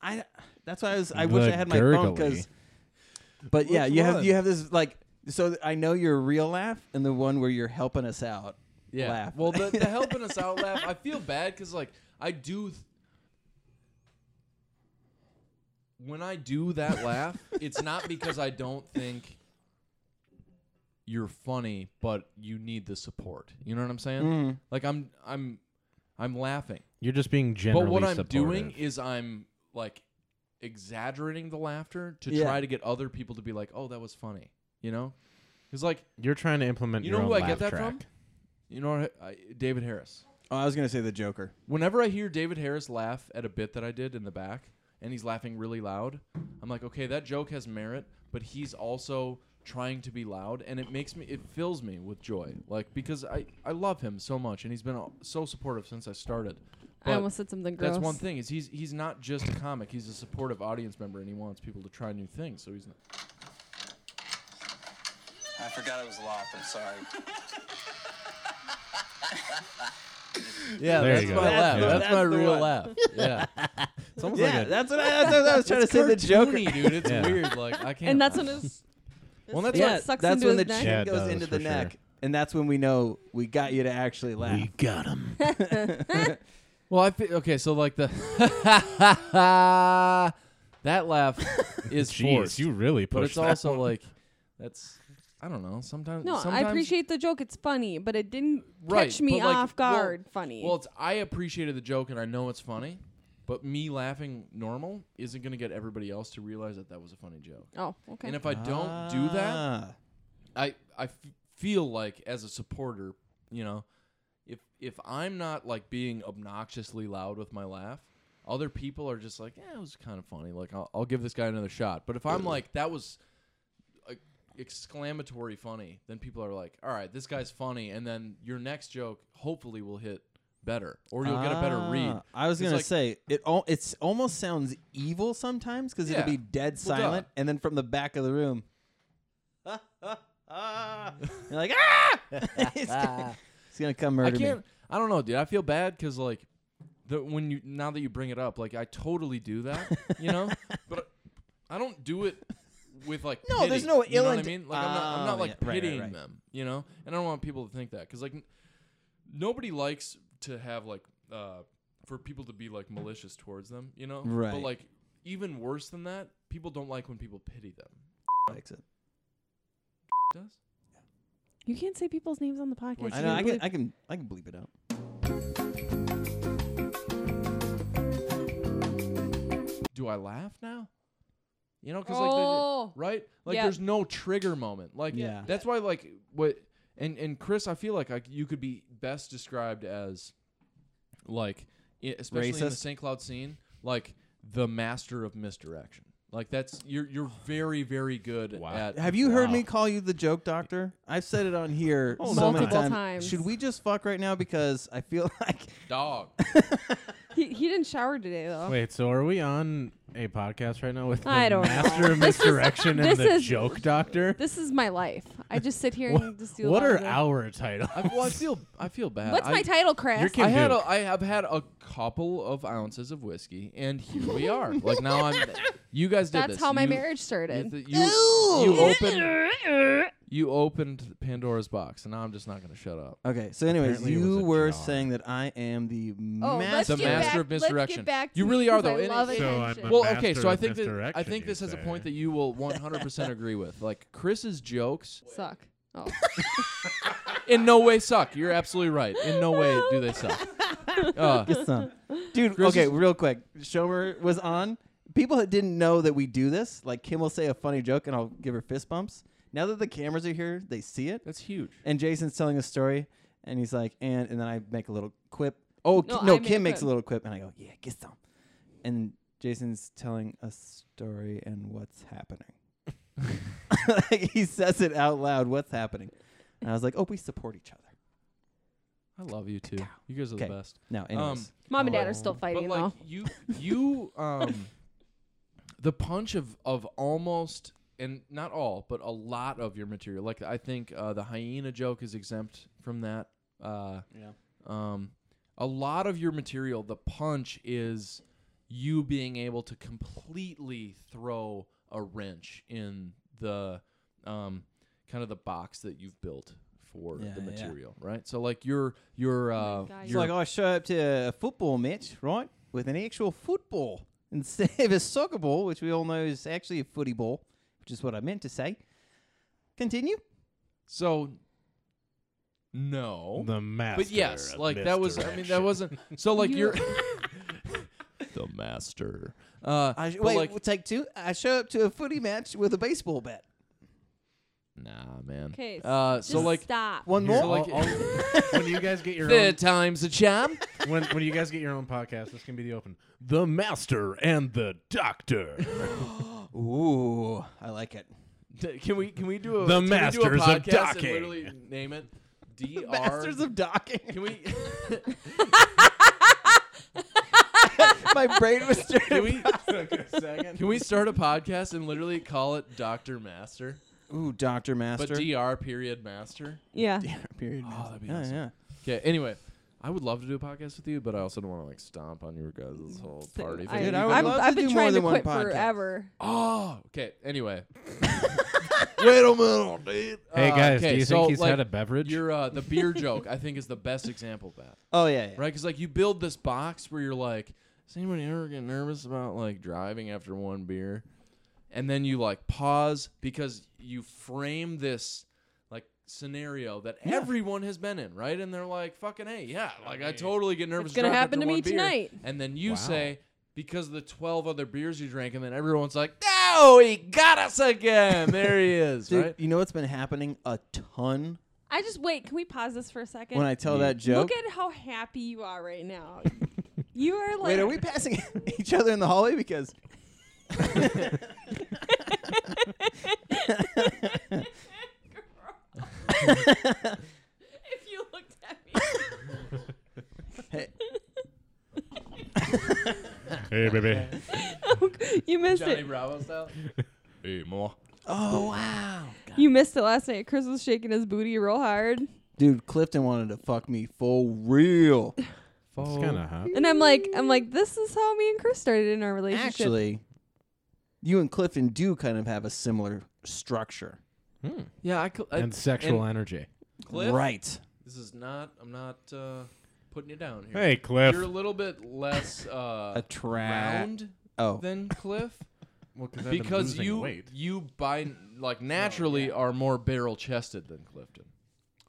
i that's why i was i wish i
The
had my phone because
gurgly.
but yeah
Which
you have
one?
you have this like so th- i know your real laugh and the one where you're helping us out
Yeah.
laugh
Well, the, the helping us out laugh. I feel bad because like I do. Th- when I do that laugh, it's not because I don't think you're funny, but you need the support. You know what I'm saying?
Mm-hmm.
Mhm.
Like I'm, I'm, I'm laughing.
you're just being generally
but what I'm
supportive.
doing is I'm like exaggerating the laughter to
Yeah.
try to get other people to be like, "Oh, that was funny," you know? Because like,
You're trying to implement
you
your
know
own
who I
laugh
get that
track.
from? You know, what I, David Harris.
oh i was gonna say the joker
Whenever I hear David Harris laugh at a bit that I did in the back, and he's laughing really loud, I'm like, okay, that joke has merit, but he's also trying to be loud, and it makes me, it fills me with joy, like because I I love him so much, and he's been uh, so supportive since I started.
I
But
almost said something gross.
That's one thing is he's he's not just a comic. He's a supportive audience member, and he wants people to try new things. So he's not.
I forgot it was locked. I'm sorry.
Yeah,
There
that's
you
my
go.
laugh.
That's
That's,
the
my real
one.
laugh. Yeah.
It's almost like Yeah, a-
that's what I- that's what I was trying
It's
to say, the Joker.
cartoony, dude. It's
Yeah.
weird, like, I
and that's when it's.
Well, that's
yeah,
what-
it sucks
that's
into
when
his
the
neck.
chin
Yeah, it
goes
does,
into
for
the
sure.
neck.
And that's when we know we got you to actually laugh. We
got him.
Well, I think okay. So like the that laugh is
Jeez,
forced.
you really
But
pushed
it's
that
also
one.
like that's I don't know. Sometimes
No,
sometimes,
I appreciate the joke. It's funny, but it didn't
right,
catch me
but, like,
off
well-
guard. funny.
Well, it's I appreciated the joke and I know it's funny, but me laughing normal isn't going to get everybody else to realize that that was a funny joke.
Oh, okay.
And if I don't do
Ah.
that, I I f- feel like as a supporter, you know, if if I'm not like being obnoxiously loud with my laugh, other people are just like, yeah, it was kind of funny. Like I'll, I'll give this guy another shot. But if I'm like, that was like, exclamatory funny, then people are like, all right, this guy's funny, and then your next joke hopefully will hit better, or you'll get a better read.
Ah, I was
It's
gonna
like-
say it. Al- it's almost sounds evil sometimes because
Yeah.
it'll be dead
Well, duh.
silent, and then from the back of the room, you're like, ah! it's, gonna, it's gonna come
I
murder me.
can't. I don't know, dude. I feel bad because like, the when you now that you bring it up, like I totally do that, you know. but I don't do it with like
No,
pity,
there's no
you know
ill
what I
int-
mean. Like I'm not, I'm
Oh,
not like
yeah, right, right,
pitying
right.
them, you know. And I don't want people to think that because like n- nobody likes to have like uh for people to be like malicious towards them, you know. But
Right.
like even worse than that, people don't like when people pity them.
Likes it.
Does
You can't say people's names on the podcast.
I know. I can. I can. I can bleep it out.
do I laugh now? You know, because
Oh.
like, the, right? Like,
Yeah.
there's no trigger moment. Like,
Yeah.
that's why, like, what? And and Chris, I feel like I, you could be best described as, like, i- especially in the
Racist?
St. Cloud scene, like the master of misdirection. Like that's you're you're very very good at.
Have you heard
Wow.
me call you the joke doctor? I've said it on here
Oh,
so many
Multiple
times.
times.
Should we just fuck right now? Because I feel like
dog?
he, he didn't shower today though.
Wait, so are we on a podcast right now with the
Oh. I don't know.
Master of
This is-
Misdirection
this
and the
is-
Joke Doctor?
This is my life. I just sit here and just do. a
What
lot
are
of work.
our titles?
I, well, I feel I feel bad.
What's
uh, I-
my title, Chris? You're Kim
I had
Duke.
a, I have had a couple of ounces of whiskey, and here we are. like now I'm. You guys did
That's
this.
how my
You-
marriage started.
You, you opened. You opened Pandora's box, and now I'm just not going to shut up.
Okay, so anyways,
Apparently it was
you
a
were
jar.
saying that I am the
Oh, let's
master,
the master of misdirection. you really are though. And- well, okay, so I think that I think this is a point that you will 100% agree with. Like Chris's jokes
Suck. Oh.
in no way suck. You're absolutely right. In no way do they suck. Uh,
Get some. dude.
Chris
okay,
is-
real quick, Shomer was on. People that didn't know that we do this. Like Kim will say a funny joke, and I'll give her fist bumps. Now that the cameras are here, they see it.
That's huge.
And Jason's telling a story, and he's like, and and then I make a little quip. Oh
No,
Ki- no
I made
Kim
a
makes a
quip.
little quip, and I go, yeah, get some. And Jason's telling a story, and what's happening? like he says it out loud. What's happening? And I was like, oh, we support each other.
I love you too. You guys are
Okay.
the best.
No,
Um,
anyways.
Mom and dad are
but-
still fighting,
But like
though.
you, you, um, the punch of of almost and not all, but a lot of your material. Like I think uh, the hyena joke is exempt from that. Uh,
Yeah.
Um, a lot of your material, the punch is you being able to completely throw a wrench in the um, kind of the box that you've built for
Yeah,
the
yeah.
material, right? So like your your uh,
It's
your
like "Oh, I show up to a football match, right, with an actual football instead of a soccer ball, which we all know is actually a footy ball, which is what I meant to say. Continue.
So, no,
The master.
but yes,
of
like that was. I mean, that
misdirection.
wasn't. So like
You-
you're.
The master.
Uh,
I sh-
but,
wait,
like,
we'll take two. I show up to a footy match with a baseball bat.
nah, man.
'Kay, s-
Uh, so
just
like
stop. One
Here,
more?
I'll- I'll- when you guys get your
Third
own,
time's a charm.
When when you guys get your own podcast, this can be the open. The master and the doctor.
Ooh, I like it.
D- Can we can we do a
The
can we do a
Masters of
podcast and
Docking.
literally name it D R
Masters of Docking.
Can we?
My brain was turning.
Can we?
Took a second.
Can we start a podcast and literally call it Doctor Master?
Ooh, Doctor Master.
But Dr. Period Master.
Yeah.
Period.
Oh, that'd be
Yeah,
awesome.
yeah.
Okay. Anyway, I would love to do a podcast with you, but I also don't want to like stomp on your guys' whole party
I,
thing.
I'm- I've been trying to quit forever.
Oh, okay. Anyway. Wait a minute, dude. Uh,
Hey, guys, do
okay,
you
so,
think he's
like,
had a beverage?
Your uh, the beer joke, I think, is the best example of that.
Oh, yeah, yeah.
right. Because like you build this box where you're like, does anybody ever get nervous about like driving after one beer? And then you like pause because you frame this like scenario that everyone has been in, right? And they're like, fucking hey, yeah, like I totally get nervous.
It's gonna
driving
happen
after
to me
one beer."
tonight.
And then you
Wow.
say because of the twelve other beers you drank, and then everyone's like, no, he got us again. there he is,
Dude,
right?
You know what's been happening a ton
I just wait. Can we pause this for a second?
When I tell that joke-
look at how happy you are right now. you are like,
Wait, are we passing each other in the hallway? Because
if you looked at me.
Hey.
Hey, baby.
Oh, you missed
Johnny
it.
Bravo style. hey, ma.
Oh wow.
You missed it last night. Chris was shaking his booty real hard.
dude, Clifton wanted to fuck me for real.
Oh.
It's kinda hot.
And I'm like, I'm like, this is how me and Chris started in our relationship.
Actually, you and Clifton do kind of have a similar structure.
Yeah, I cl- I-
And sexual energy.
Cliff,
Right.
This is not. I'm not uh, putting you down here.
Hey, Cliff.
You're a little bit less uh,
Attract-
round
Oh.
than Cliff. well,
'cause I've been
because
losing
you
weight.
you by like naturally are more barrel chested than Clifton.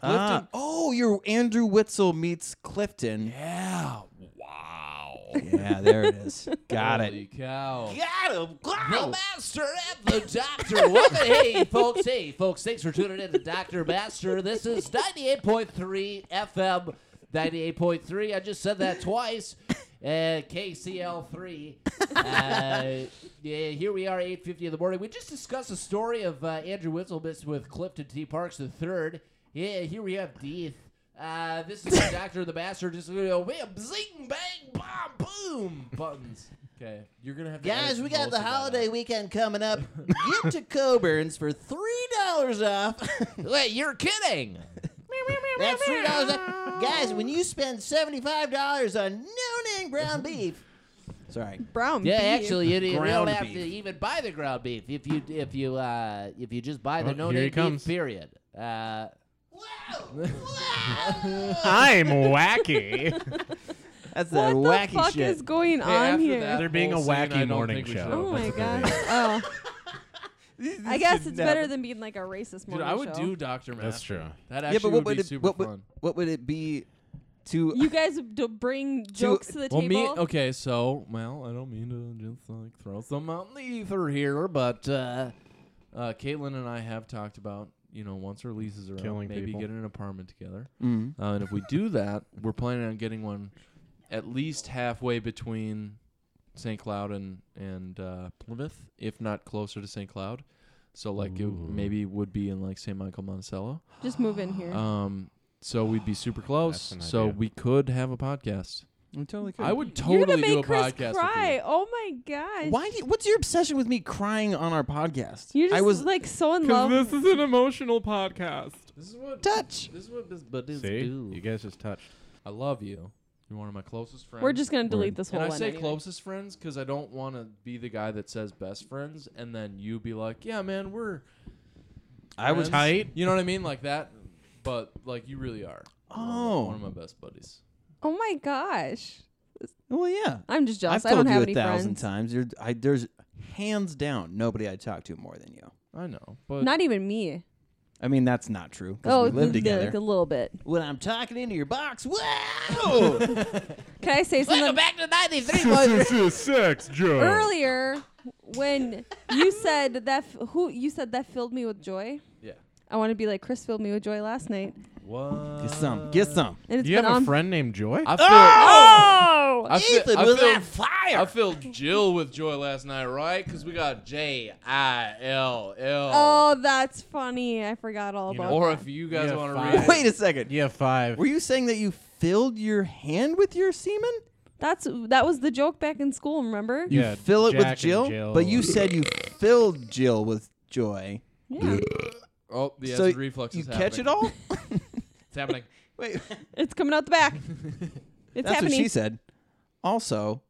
Ah, oh, you're Andrew Witzel meets Clifton. Yeah.
Wow.
Yeah, there it is. Got
Holy
it.
cow.
Got him!
No.
The master and the doctor! Welcome, hey, folks! Hey, folks! Thanks for tuning in to Doctor Master. This is ninety-eight point three FM, ninety-eight point three. I just said that twice. Uh, KCL three. Uh, yeah, here we are, eight fifty in the morning. We just discussed the story of uh, Andrew Witzelbitz with Clifton T. Parks the third. Yeah, here we have Deeth. Uh, this is the Doctor and the Master. Just you know, wham, zing, bang, bomb, boom buttons.
Okay, you're gonna have to
Guys,
edit
we got
most
the
of that out.
holiday weekend coming up.
Get to Coburn's for three dollars off.
Wait, you're kidding.
That's
three dollars. Guys, when you spend seventy-five dollars on no name ground beef,
Sorry.
Brown
yeah,
beef.
actually, you, you don't
Ground
have
beef.
to even buy the ground beef if you if you uh, if you just buy the
Oh,
no
here
name
he
beef.
comes.
Period. Uh,
I'm wacky.
That's
What the fuck is going
Hey,
on
after
here?
that They're being a whole scene, wacky I don't morning think we show. should
Oh
have
my
this
god.
movie.
oh. I guess
should
it's
never-
better than being like a racist morning
I would
show.
do Doctor Master.
That's true.
That
yeah,
actually
but what
would
would
be
it,
super
what
fun.
Would, what would it be to?
You guys do bring jokes to, the
well,
table.
me. Okay, so well, I don't mean to just like throw some out in the ether here, but uh, uh, Caitlin and I have talked about you know once our leases are
Killing
out, maybe
people.
get an apartment together.
Mhm.
Uh, and if we do that, we're planning on getting one at least halfway between St. Cloud and and uh, Plymouth, if not closer to St. Cloud. So like it maybe would be in like St. Michael Monticello.
Just move in here.
Um, so we'd be super close.
an
So
idea.
we could have a podcast.
We totally could.
I would
You're gonna
totally
make
do a
Chris
podcast.
cry. Oh my gosh.
Why? Do you, what's your obsession with me crying on our podcast?
You're just
I was
like so in love. This is an
emotional podcast. This is what
touch.
This is what this but is
See,
do.
you guys just touched.
I love you. You're one of my closest friends.
We're just gonna delete this whole
And I
one
say
anyway.
closest friends because I don't want to be the guy that says best friends, and then you be like, "Yeah, man, we're."
I was-
tight. You know what I mean, like that. But like, you really are. One of my-
Oh.
one of my best buddies.
Oh my gosh.
Well, yeah.
I'm just jealous.
I've
I don't
told you
have
a
any
thousand
friends.
times. You're, I, there's hands down nobody I talk to more than you.
I know, but
Not even me.
I mean that's not true. 'cause
Oh,
we live
the- the-
together.
a little bit.
When I'm talking into your box, wow!
Can I say something?
back to '93,
Sex
Oh.
joke.
Earlier, when you said that, f- who you said that filled me with joy.
Yeah.
I want to be like Chris filled me with joy last night.
What?
Get some. Get some.
And it's
you
been
have a
on-
friend named Joy?
I feel.
Oh,
I feel-
Ethan
I
was
feel-
on fire.
I filled Jill with joy last night, right? Because we got J I L L.
Oh, that's funny. I forgot all about
or
that.
if you guys
Yeah,
want to
fine.
read, it,
Wait a second.
Yeah, five.
Were you saying that you filled your hand with your semen?
That's that was the joke back in school. Remember?
You
Yeah,
fill it
Jack
with
and
Jill,
Jill.
but you said you filled Jill with joy.
Yeah.
oh, the
so
acid reflux
you
is
catch it
happening.
all?
It's happening.
Wait.
It's coming out the back. It's
That's
happening.
what she said. Also,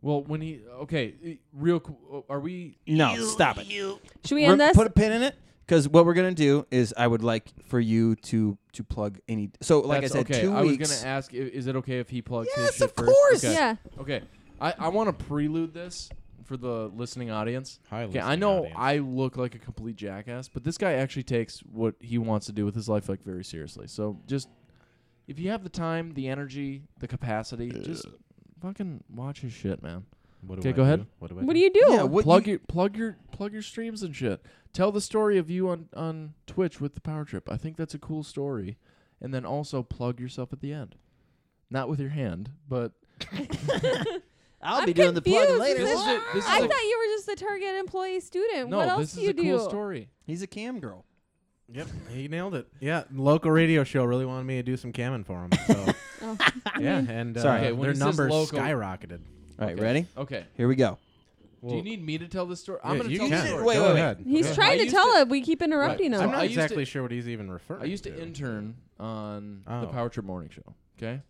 Well, when he okay, i- real. qu- Are we?
no, stop it.
Should we
We're-
end this?
Put a pin in it because what we're gonna do is I would like for you to to plug any. So like
That's
I said,
okay.
two
I
weeks.
was gonna ask, i- is it okay if he plugs his
Yes,
shit
of
first?
course.
Okay.
Yeah.
Okay. I, I want to prelude this for the listening audience.
Hi,
okay. I
listening
know
audience.
I look like a complete jackass, but this guy actually takes what he wants to do with his life like very seriously. So just if you have the time, the energy, the capacity, just fucking watch his shit, man.
What do
okay,
I
go ahead.
do? What do I
What do you do?
Yeah, plug your plug your plug your streams and shit. Tell the story of you on on Twitch with the power trip. I think that's a cool story, and then also plug yourself at the end, not with your hand, but
I'll
I'm
be doing the plugging
confused.
later.
This
is it- this is
I
a-
thought you were just a target employee student.
no,
what else
this
do
is
you
a
do?
cool story.
He's a cam girl.
Yep, he nailed it. Yeah, local radio show really wanted me to do some camming for him. So
Oh.
yeah, and uh,
Sorry. Okay,
their
when
he says
numbers
local-
skyrocketed.
All right,
Okay.
ready?
Okay.
Here we go.
do
Well-
you need me to tell this story?
Yeah,
I'm gonna
you
tell
can.
the story.
Wait,
Go
wait, wait.
ahead.
He's
Go
trying
ahead.
to
used
tell
to-
it. We keep interrupting
Right.
him.
I'm
I
not
used to-
exactly sure what he's even referring.
I used to intern on the
Oh.
Power Trip Morning Show. Okay,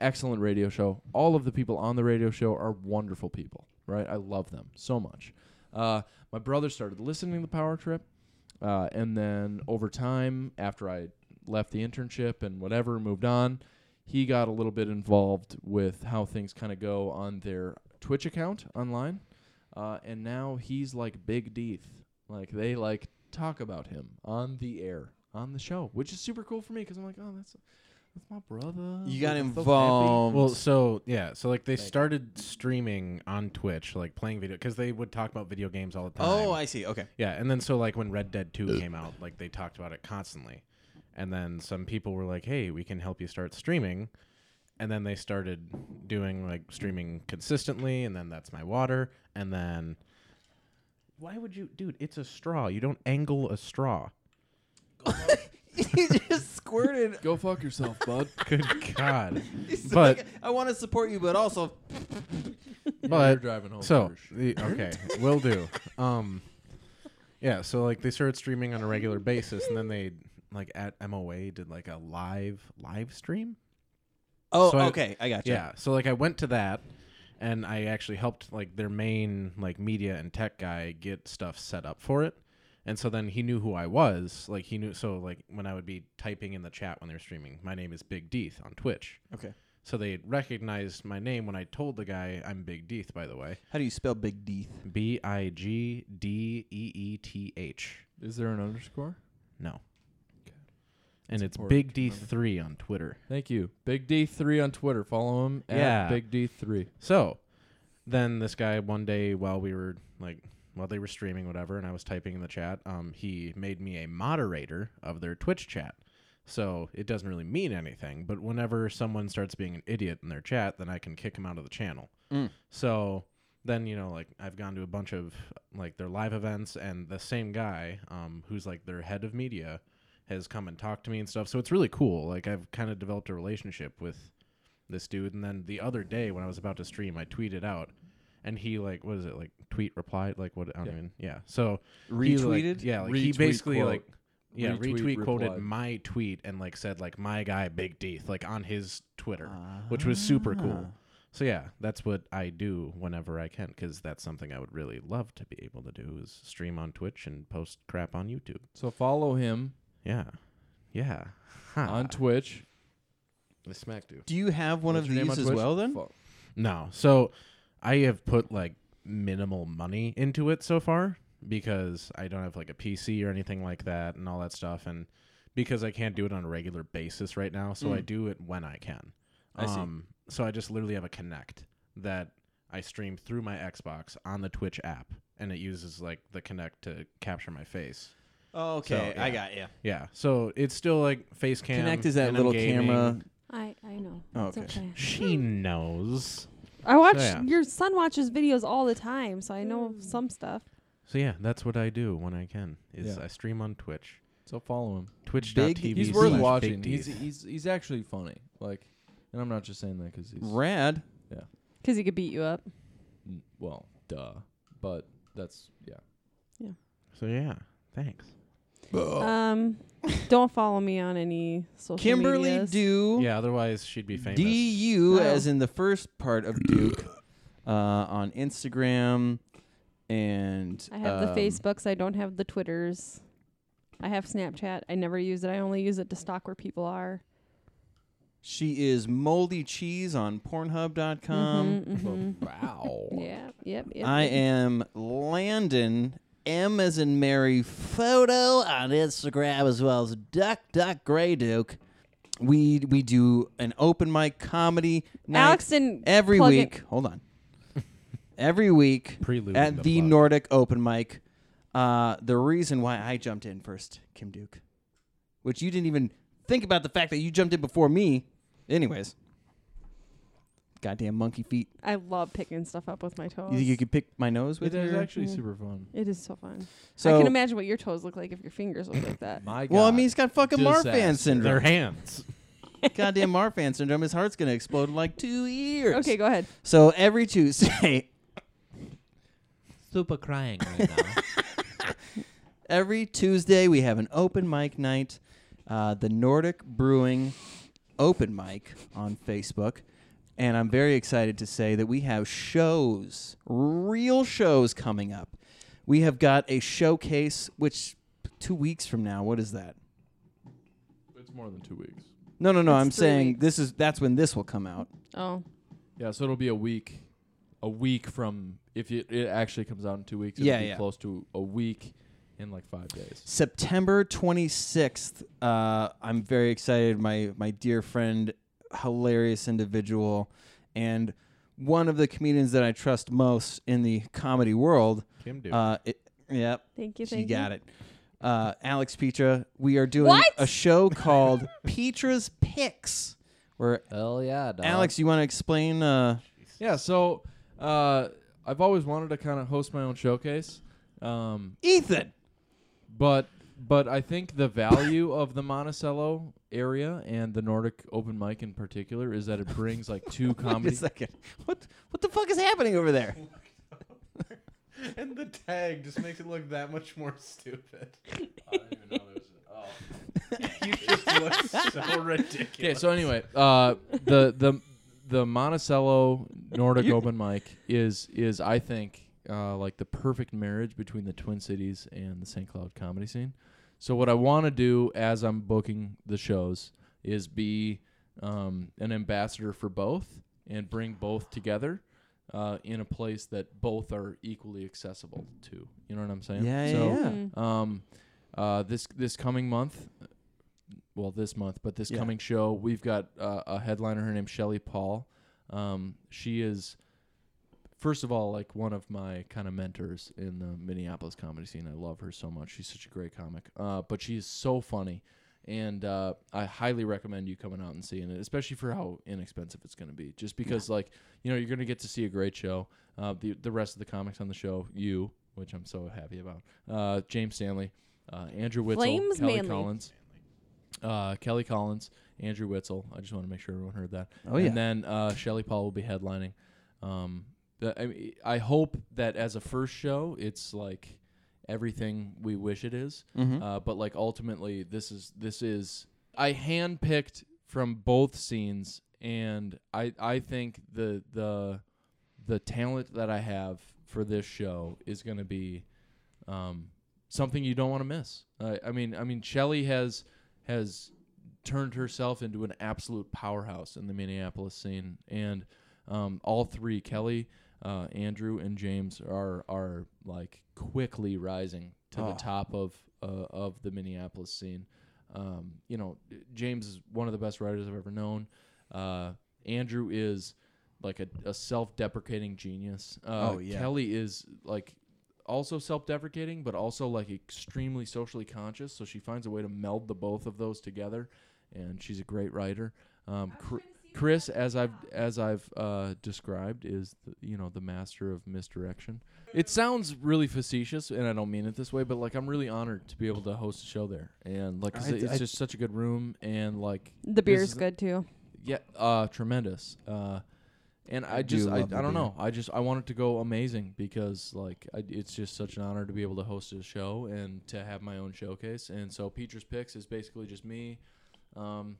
excellent radio show. All of the people on the radio show are wonderful people. Right, I love them so much. Uh, my brother started listening to the Power Trip, uh, and then over time, after I left the internship and whatever, moved on, he got a little bit involved with how things kind of go on their Twitch account online, uh, and now he's like Big Deeth. Like they like talk about him on the air on the show, which is super cool for me because I'm like, oh, that's that's my brother.
You got
Like, I'm so happy.
involved.
Well, so yeah, so like they started streaming on Twitch, like playing video, because they would talk about video games all the time.
Oh, I see. Okay.
Yeah, and then so like when Red Dead 2 came out, like they talked about it constantly. And then some people were like, "Hey, we can help you start streaming." And then they started doing like streaming consistently, and then that's my water, and then why would you dude, it's a straw. You don't angle a straw.
he just squirted.
Go fuck yourself, bud.
Good god.
He's
But-
like, I want to support you, but also
but
you're driving home
so
first.
the, okay will do um yeah so like they started streaming on a regular basis and then they like at moa did like a live live stream
Oh,
So I-
okay. I got you.
yeah so like i went to that and i actually helped like their main like media and tech guy get stuff set up for it and so then he knew who i was like he knew so like when i would be typing in the chat when they're streaming my name is big deeth on twitch
Okay.
so they recognized my name when i told the guy i'm big deeth by the way
How do you spell Big Deeth?
B I G D E E T H.
Is there an underscore?
No. And it's
important
Big
to
D
remember.
three on Twitter.
Thank you, Big D three on Twitter. Follow him
Yeah.
at Big D three.
So then this guy one day while we were like while they were streaming whatever and I was typing in the chat, um, he made me a moderator of their Twitch chat. So it doesn't really mean anything, but whenever someone starts being an idiot in their chat, then I can kick him out of the channel.
Mm.
So then you know like I've gone to a bunch of like their live events and the same guy um, who's like their head of media has come and talked to me and stuff. So it's really cool. Like I've kind of developed a relationship with this dude. And then the other day when I was about to stream, I tweeted out, and he like what is it like tweet replied like what I don't
Yeah.
even yeah. So he, like-
Retweeted?
yeah. Like he
Retweet
basically
quote.
like yeah
Retweet
retweet, quoted
replied.
my tweet and like said like my guy Big Deeth like on his Twitter, which was super
Ah.
cool. So yeah, that's what I do whenever I can because that's something I would really love to be able to do is stream on Twitch and post crap on YouTube.
So follow him
Yeah, yeah. Huh.
on Twitch.
the smack do.
Do you have one
What's
of
your name
these
on
as
Twitch?
well? Then
Fuck.
No. So I have put like minimal money into it so far because I don't have like a PC or anything like that and all that stuff and because I can't do it on a regular basis right now, so I do it when I can.
Mm. I see.
um so I just literally have a connect that I stream through my Xbox on the Twitch app and it uses like the connect to capture my face.
Oh,
okay,
So,
I
yeah.
got yeah.
Yeah. So it's still like face cam.
Connect is that
and I'm
little
gaming.
camera.
I, I know.
Oh,
It's
okay.
okay.
She knows.
I watch
yeah.
your son watches videos all the time, so I know some stuff.
So yeah, that's what I do when I can. Is
Yeah.
I stream on Twitch.
So follow him.
Twitch.tv.
He's
Big
worth
Deeth.
watching. He's, e- he's he's actually funny. Like, and I'm not just saying that because he's
Rad.
Because he could beat you up.
n- well, duh. But that's yeah.
so yeah, thanks.
Buh.
Um, don't follow me on any social
Kimberly
medias.
Do.
Yeah, otherwise she'd be famous.
D U
Oh.
as in the first part of Duke uh, on Instagram and
I have the
um,
Facebooks. I don't have the Twitters. I have Snapchat. I never use it. I only use it to stalk where people are.
She is moldy cheese on Pornhub.com.
Mhm, mhm.
Wow.
Yeah. Yep. yep
Um, oh, I
yep.
am Landon M as in Mary photo on Instagram as well as Duck Duck Grey Duke. We we do an open mic comedy night
Alex didn't
every
plug
week.
it.
Hold on. every week
Prelude
at
the
the, Nordic Open Mic. Uh, the reason why I jumped in first, Kim Duke, which you didn't even think about the fact that you jumped in before me. Anyways, goddamn monkey feet.
I love picking stuff up with my toes.
You think you could pick my nose with
It is
your-
actually
Mm.
super fun.
It is so fun. I
So-
can imagine what your toes look like if your fingers look like that.
My Well, I mean, he's got fucking Marfan syndrome.
Their hands.
Goddamn Marfan syndrome. His heart's gonna explode in like two years.
Okay, go ahead.
So every Tuesday,
Super crying right now.
every Tuesday we have an open mic night. Uh, the Nordic Brewing open mic on Facebook. And I'm very excited to say that we have shows, real shows coming up. We have got a showcase, which two weeks from now, what is that?
It's more than two weeks.
No, no, no.
It's
I'm
three
saying this is that's when this will come out.
Oh.
Yeah, so it'll be a week, a week from if it, it actually comes out in two weeks. It'll
Yeah,
be
yeah.
close to a week in like five days.
September 26th. Uh, I'm very excited. My my dear friend, hilarious individual, and one of the comedians that I trust most in the comedy world.
Kim Duke.
Uh, it, yep.
Thank you,
She
thank you.
got it. Uh, Alex Petra. We are doing
What?
a show called Petra's Picks. Where
Uh-huh.
hell yeah, dog.
Alex, you want to explain? Uh,
Yeah, so uh, I've always wanted to kind of host my own showcase. Um,
Ethan.
But but I think the value of the Monticello area and the Nordic open mic in particular is that it brings like two comedy.
second. What what the fuck is happening over there?
and the tag just makes it look that much more stupid. you just look so ridiculous.
oh. Okay, so anyway, uh, the the the Monticello Nordic open mic is is I think uh, like the perfect marriage between the Twin Cities and the St. Cloud comedy scene. So what I want to do as I'm booking the shows is be um, an ambassador for both and bring both together uh, in a place that both are equally accessible to. You know what I'm saying?
Yeah, yeah,
So,
yeah.
mm.
Um, uh, this this coming month, well, this month, but this
Yeah.
coming show, we've got uh, a headliner. Her name's Shelly Paul. Um, she is, first of all, like one of my kind of mentors in the Minneapolis comedy scene. I love her so much. She's such a great comic. Uh, but she is so funny. And uh, I highly recommend you coming out and seeing it, especially for how inexpensive it's going to be. Just because, like, you know, you're going to get to see a great show. Uh, the the rest of the comics on the show, you, which I'm so happy about, uh, James Stanley, uh, Andrew Witzel,
Flames
Kelly
Manley.
Collins, uh, Kelly Collins, Andrew Witzel. I just want to make sure everyone heard that.
Oh, yeah.
And then uh, Shelly Paul will be headlining. Um, the, I, mean, I hope that as a first show, it's like everything we wish it is.
Mhm.
Uh, but like ultimately, this is this is I handpicked from both scenes, and I I think the the the talent that I have for this show is going to be um, something you don't want to miss. I I mean, I mean, Shelley has has turned herself into an absolute powerhouse in the Minneapolis scene, and um, all three, Kelly, uh, Andrew, and James, are are like quickly rising to the
Oh.
top of uh, of the Minneapolis scene. Um, you know, James is one of the best writers I've ever known. Uh, Andrew is like a, a self-deprecating genius. Uh,
Oh, yeah.
Kelly is like also self-deprecating, but also like extremely socially conscious. So she finds a way to meld the both of those together, and she's a great writer. Um, Chr- Chris, as I've as I've uh, described, is the, you know the master of misdirection. It sounds really facetious, and I don't mean it this way, but like I'm really honored to be able to host a show there, and like 'cause
I-
it's
I-
just such a good room, and like
The
this
beer's
is-
good too.
yeah, uh, tremendous. Uh, And
I
I
do
just, I, I
love the
don't
beer.
know. I just, I want it to go amazing because, like, I, it's just such an honor to be able to host a show and to have my own showcase. And so, Peter's Picks is basically just me, um,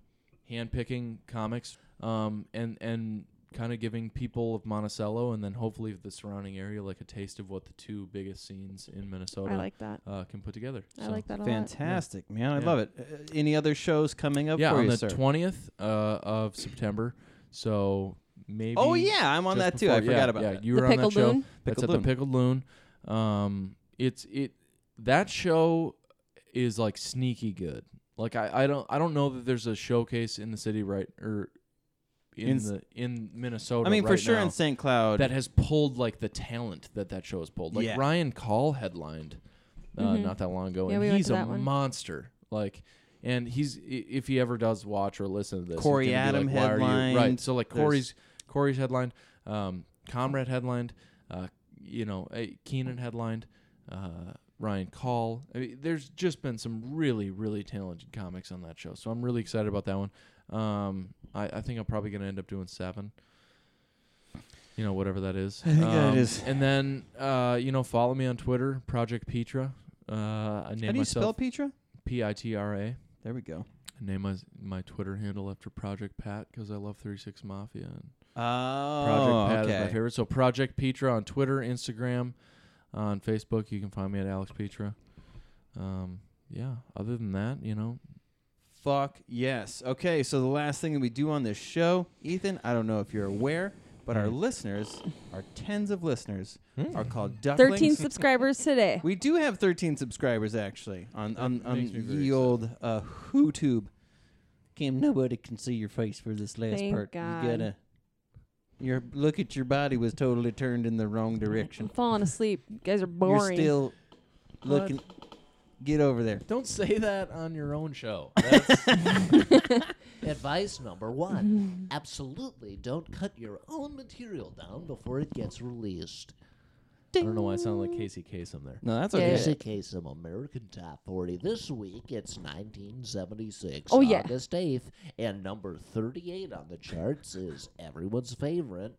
handpicking comics, um, and and kind of giving people of Monticello and then hopefully the surrounding area like a taste of what the two biggest scenes in Minnesota
like that.
uh, can put together.
I like that a lot.
Fantastic,
Yeah.
man. I
Yeah.
love it. Uh, any other shows coming up
yeah,
for
on
you,
the
sir?
twentieth uh, of September. So maybe.
Oh, yeah, I'm on
just
that too. I
before-
forgot
yeah,
about
yeah,
that.
You
The
were on that
Pickled
show.
Loon?
That's
Pickled
at the
Loon.
Pickled Loon. Um, it's it that show is like sneaky good. Like I, I don't I don't know that there's a showcase in the city right or in,
In s-
the in Minnesota.
I mean, for
right
sure in
now
St. Cloud.
that has pulled like the talent that that show has pulled. Like
Yeah.
Ryan Call headlined uh,
Mhm.
not that long ago,
Yeah,
and
we went
he's
to
a
that one.
monster. Like, and he's i- if he ever does watch or listen to this, he's
Corey
gonna be
Adam
like, "Why are you-"
headlined.
right? So like
There's-
Corey's Corey's headlined, um, Comrade headlined, uh, you know, uh, Keenan headlined. Uh, Ryan Call. I mean, there's just been some really, really talented comics on that show, so I'm really excited about that one. Um, I, I think I'm probably gonna end up doing seven you know, whatever that is. Um,
I think that is-
And then, uh, you know, follow me on Twitter, Project Petra. Uh, I name
How do you spell
myself
Petra?
P I T R A.
There we go.
I name my my Twitter handle after Project Pat because I love Three Six Mafia and
Oh,
Project Pat is my
okay.
favorite. So Project Petra on Twitter, Instagram, on Facebook. You can find me at Alex Petra. Um, yeah. Other than that, you know,
Fuck yes. Okay, so the last thing that we do on this show, Ethan, I don't know if you're aware, but our
Mm.
listeners, our tens of listeners,
Hmm.
are called ducklings.
Thirteen subscribers today.
We do have 13 subscribers actually on on, on
makes me very
ye old uh, HooTube. Kim, nobody can see your face for this last
Thank
part.
God.
You gotta. Your look at your body was totally turned in the wrong
I'm
direction.
falling asleep. You guys are boring.
You're still
What?
looking. Get over there.
don't say that on your own show.
Advice number one absolutely don't cut your own material down before it gets released.
I don't know why I sound like Casey Kasem there.
No, that's
Here's
okay.
a case of American Top 40. This week it's 1976,
Oh, yeah.
August 8th, and number 38 on the charts is everyone's favorite.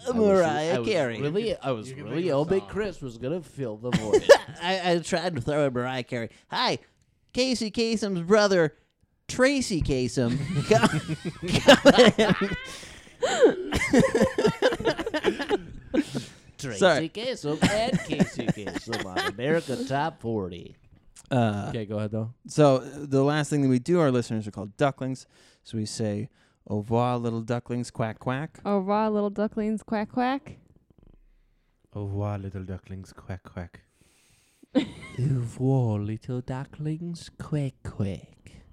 I was-
Mariah
I was
Carey.
really- I was
You can
really
make a
hoping
song.
Chris was
gonna fill the void.
I, I tried to throw in Mariah Carey. Hi, Casey Kasem's brother, Tracy Kasem. come, come in.
Tracy
Sorry.
Kasem and Casey Kasem on America Top 40.
okay, go ahead though.
Uh, So uh, the last thing that we do, our listeners are called ducklings. So we say, "Au revoir, little ducklings, quack quack."
Oh, raw little ducklings, quack quack.
Oh,
Au revoir, little ducklings, quack quack.
Au revoir, little ducklings. Quack, quack.